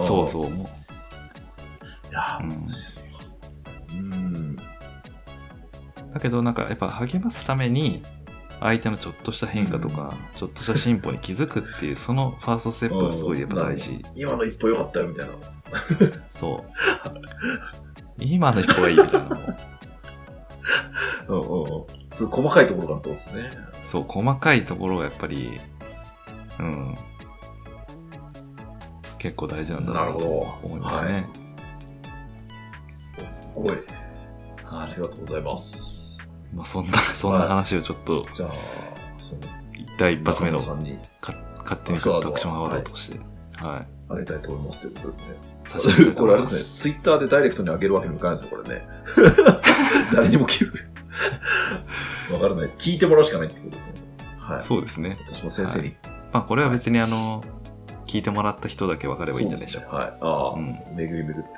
Speaker 2: そうそう。
Speaker 1: う
Speaker 2: も
Speaker 1: ん。いやー、
Speaker 2: うん
Speaker 1: 難しいですよ。うん。
Speaker 2: だけどなんかやっぱ励ますために相手のちょっとした変化とか、ちょっとした進歩に気づくっていうそのファーストステップがすごいやっぱ大
Speaker 1: うん
Speaker 2: 事
Speaker 1: 今の一歩良かったよみたいな。
Speaker 2: そう今の人がいいみたいなのも
Speaker 1: うんうんうん。そういう細かいところがあったんですね。
Speaker 2: そう細かいところがやっぱりうん結構大事なんだなと思いますね、
Speaker 1: すごい。ありがとうございます。
Speaker 2: まあ、そんなそんな話をちょっと
Speaker 1: じゃあ、その、
Speaker 2: 第一発目の
Speaker 1: 中野さんに
Speaker 2: か勝手に買ったアクションアワードとして、は
Speaker 1: あげたいと思いますということですね。
Speaker 2: い。差し上げたいと
Speaker 1: これ
Speaker 2: 思
Speaker 1: あ
Speaker 2: い
Speaker 1: れ
Speaker 2: ま
Speaker 1: ですね、ツイッターでダイレクトに上げるわけにもいかないですよ、これ ね。誰にも聞く。わからない。聞いてもらうしかないってことですね。はい。
Speaker 2: そうですね。
Speaker 1: 私も先生に。
Speaker 2: まあ、これは別にあの、聞いてもらった人だけ分かればいいんじゃないでしょう
Speaker 1: そ
Speaker 2: か。
Speaker 1: うですねはい。ああ、
Speaker 2: うん
Speaker 1: 巡り巡るってことですね。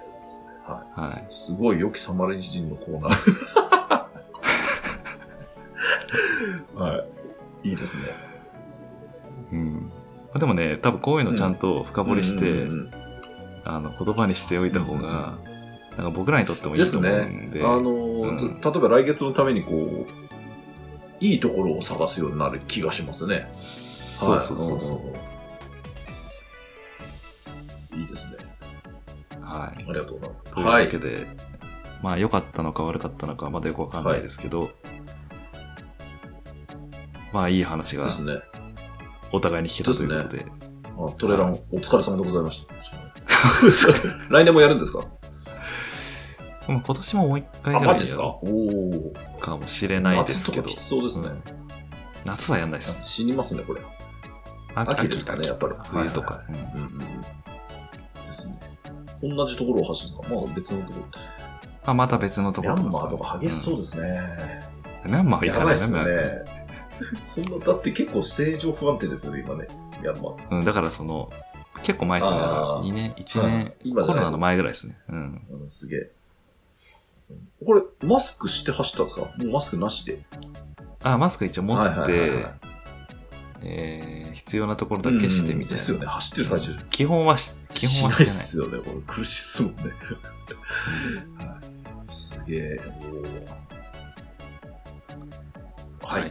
Speaker 1: は
Speaker 2: はい。
Speaker 1: い。すごい、良きサマレジ人のコーナー。 はい。いいですね。
Speaker 2: うん。まあ、でもね、多分こういうのちゃんと深掘りして、
Speaker 1: うんうん
Speaker 2: あの、言葉にしておいた方が、なんか僕らにとってもいいと思うんで。
Speaker 1: うんあのー、例えば来月のためにこう、いいところを探すようになる気がしますね。
Speaker 2: そうそうそうそう。
Speaker 1: はい。いいですね。
Speaker 2: は
Speaker 1: あ
Speaker 2: い。
Speaker 1: りがとうござい
Speaker 2: と
Speaker 1: ます。
Speaker 2: いう
Speaker 1: は
Speaker 2: わ
Speaker 1: い
Speaker 2: け。で、まあ、良かったのか悪かったのか、まだよくわかんないですけど、まあ、いい話が
Speaker 1: ですね。
Speaker 2: お互いに聞けたということで、
Speaker 1: あトレラン、お疲れ様でございま した。来年もやるんですか
Speaker 2: まあ今年ももう一回
Speaker 1: あ、
Speaker 2: ぐら
Speaker 1: マ
Speaker 2: い
Speaker 1: ジですか
Speaker 2: や
Speaker 1: おお。
Speaker 2: るかもしれないです
Speaker 1: 夏
Speaker 2: け
Speaker 1: と
Speaker 2: ど
Speaker 1: かき、つそうですね。
Speaker 2: 夏はやんないです。
Speaker 1: 死にますね、これ。
Speaker 2: 秋
Speaker 1: 秋ですかね
Speaker 2: 秋
Speaker 1: やっぱり
Speaker 2: 冬とか。うん
Speaker 1: うんうんうん。ですね。同じところを走るのか、まあ別のところ。
Speaker 2: まあ、また別のとこ
Speaker 1: ミ
Speaker 2: ろ
Speaker 1: ャン
Speaker 2: です
Speaker 1: マ
Speaker 2: か
Speaker 1: ーとか激しそうですね。
Speaker 2: うんミャンマーは行
Speaker 1: や
Speaker 2: か
Speaker 1: ば
Speaker 2: ないい
Speaker 1: っす
Speaker 2: ミャンマーは行
Speaker 1: ね。 そんな、だって結構正常不安定ですよね、今ね。ミャンマー。
Speaker 2: かないうん、だからその、結構前ですね。だから
Speaker 1: あー
Speaker 2: 2年、1年、
Speaker 1: うん今じ
Speaker 2: コ
Speaker 1: ゃない
Speaker 2: ロナの前ぐらいですね。うん。
Speaker 1: うんすげえ。これ、マスクして走ったんですかもうマスクなしで。
Speaker 2: あ、マスク一応持
Speaker 1: はい
Speaker 2: っ
Speaker 1: はいはいはい
Speaker 2: て、えー必要なところだけしてみ
Speaker 1: うん
Speaker 2: たい
Speaker 1: ですよね、
Speaker 2: な。
Speaker 1: 走ってる最中。
Speaker 2: 基本はし、基
Speaker 1: し
Speaker 2: 本
Speaker 1: な
Speaker 2: はい
Speaker 1: っ
Speaker 2: して
Speaker 1: すよね、これ苦しそうね。 はいすげえ。おーはいい、わ
Speaker 2: な。はい。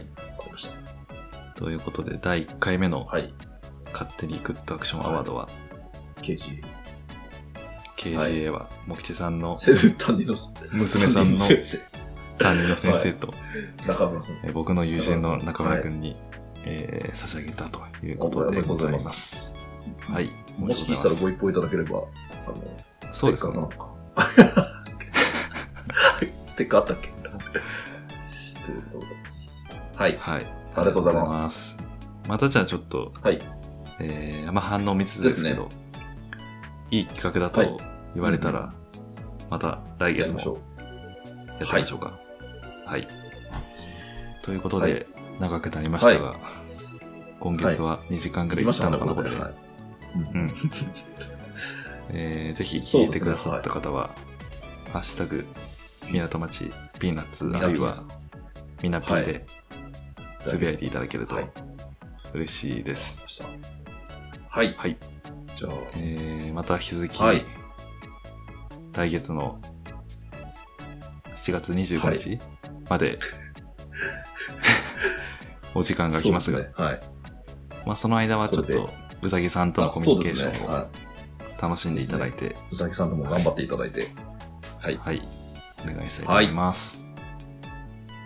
Speaker 1: かりました。
Speaker 2: ということで、第1回目の
Speaker 1: はい、
Speaker 2: 勝手にグッドアクションアワードは、
Speaker 1: KG。
Speaker 2: KGA は、もきちさんの
Speaker 1: 先生、担任の
Speaker 2: 娘さんの
Speaker 1: 先生。
Speaker 2: 担任の先生と、
Speaker 1: 中村さん。
Speaker 2: えー僕の友人の中村くんに、えー差し上げたということでございます。
Speaker 1: す。
Speaker 2: はい。
Speaker 1: もし聞いたらご
Speaker 2: い
Speaker 1: 一報いただければ、あの、
Speaker 2: そうですね
Speaker 1: ステッ。カーかなんか ステッカーあったっけということでございます。はい。
Speaker 2: はい。
Speaker 1: ありがとうございます
Speaker 2: す。またじゃあちょっと、
Speaker 1: はい。
Speaker 2: えー、まあ反応見つつですけど、いい企画だ
Speaker 1: はい
Speaker 2: と言われたら、また来
Speaker 1: や
Speaker 2: 月
Speaker 1: り
Speaker 2: も
Speaker 1: ましょう。
Speaker 2: やってみましょうか。はい。ということで、
Speaker 1: はい
Speaker 2: 長くなりましたが、今月は2時間ぐらいいったのかな、これで。
Speaker 1: はい
Speaker 2: うん えーぜひ聞いてくださった方は、ハッシュタグ、港町ピーナッツ、あるいは、みなぴーでつぶやいていただけると
Speaker 1: はい。わか
Speaker 2: 嬉しいです。
Speaker 1: りましたはい。
Speaker 2: はい。
Speaker 1: じゃあ、
Speaker 2: えーまた引き続き、
Speaker 1: はい
Speaker 2: 来月の7月25日 まで、お時間が来ますが、
Speaker 1: そうですねはい。
Speaker 2: まあ、その間はちょっ、
Speaker 1: こと
Speaker 2: うさぎさんとのコミュニケーションを
Speaker 1: を。
Speaker 2: 楽しんでいただいて、
Speaker 1: うさぎさんとも頑張っていただいて。はい。
Speaker 2: はい、お願いしたいと思います。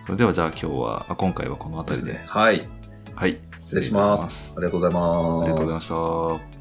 Speaker 2: それではじゃあ今日は、あ今回はこの辺
Speaker 1: で
Speaker 2: り
Speaker 1: す
Speaker 2: で、
Speaker 1: ね。はい。
Speaker 2: はい、
Speaker 1: 失礼します。ありがとうございます。
Speaker 2: ありがとうございました。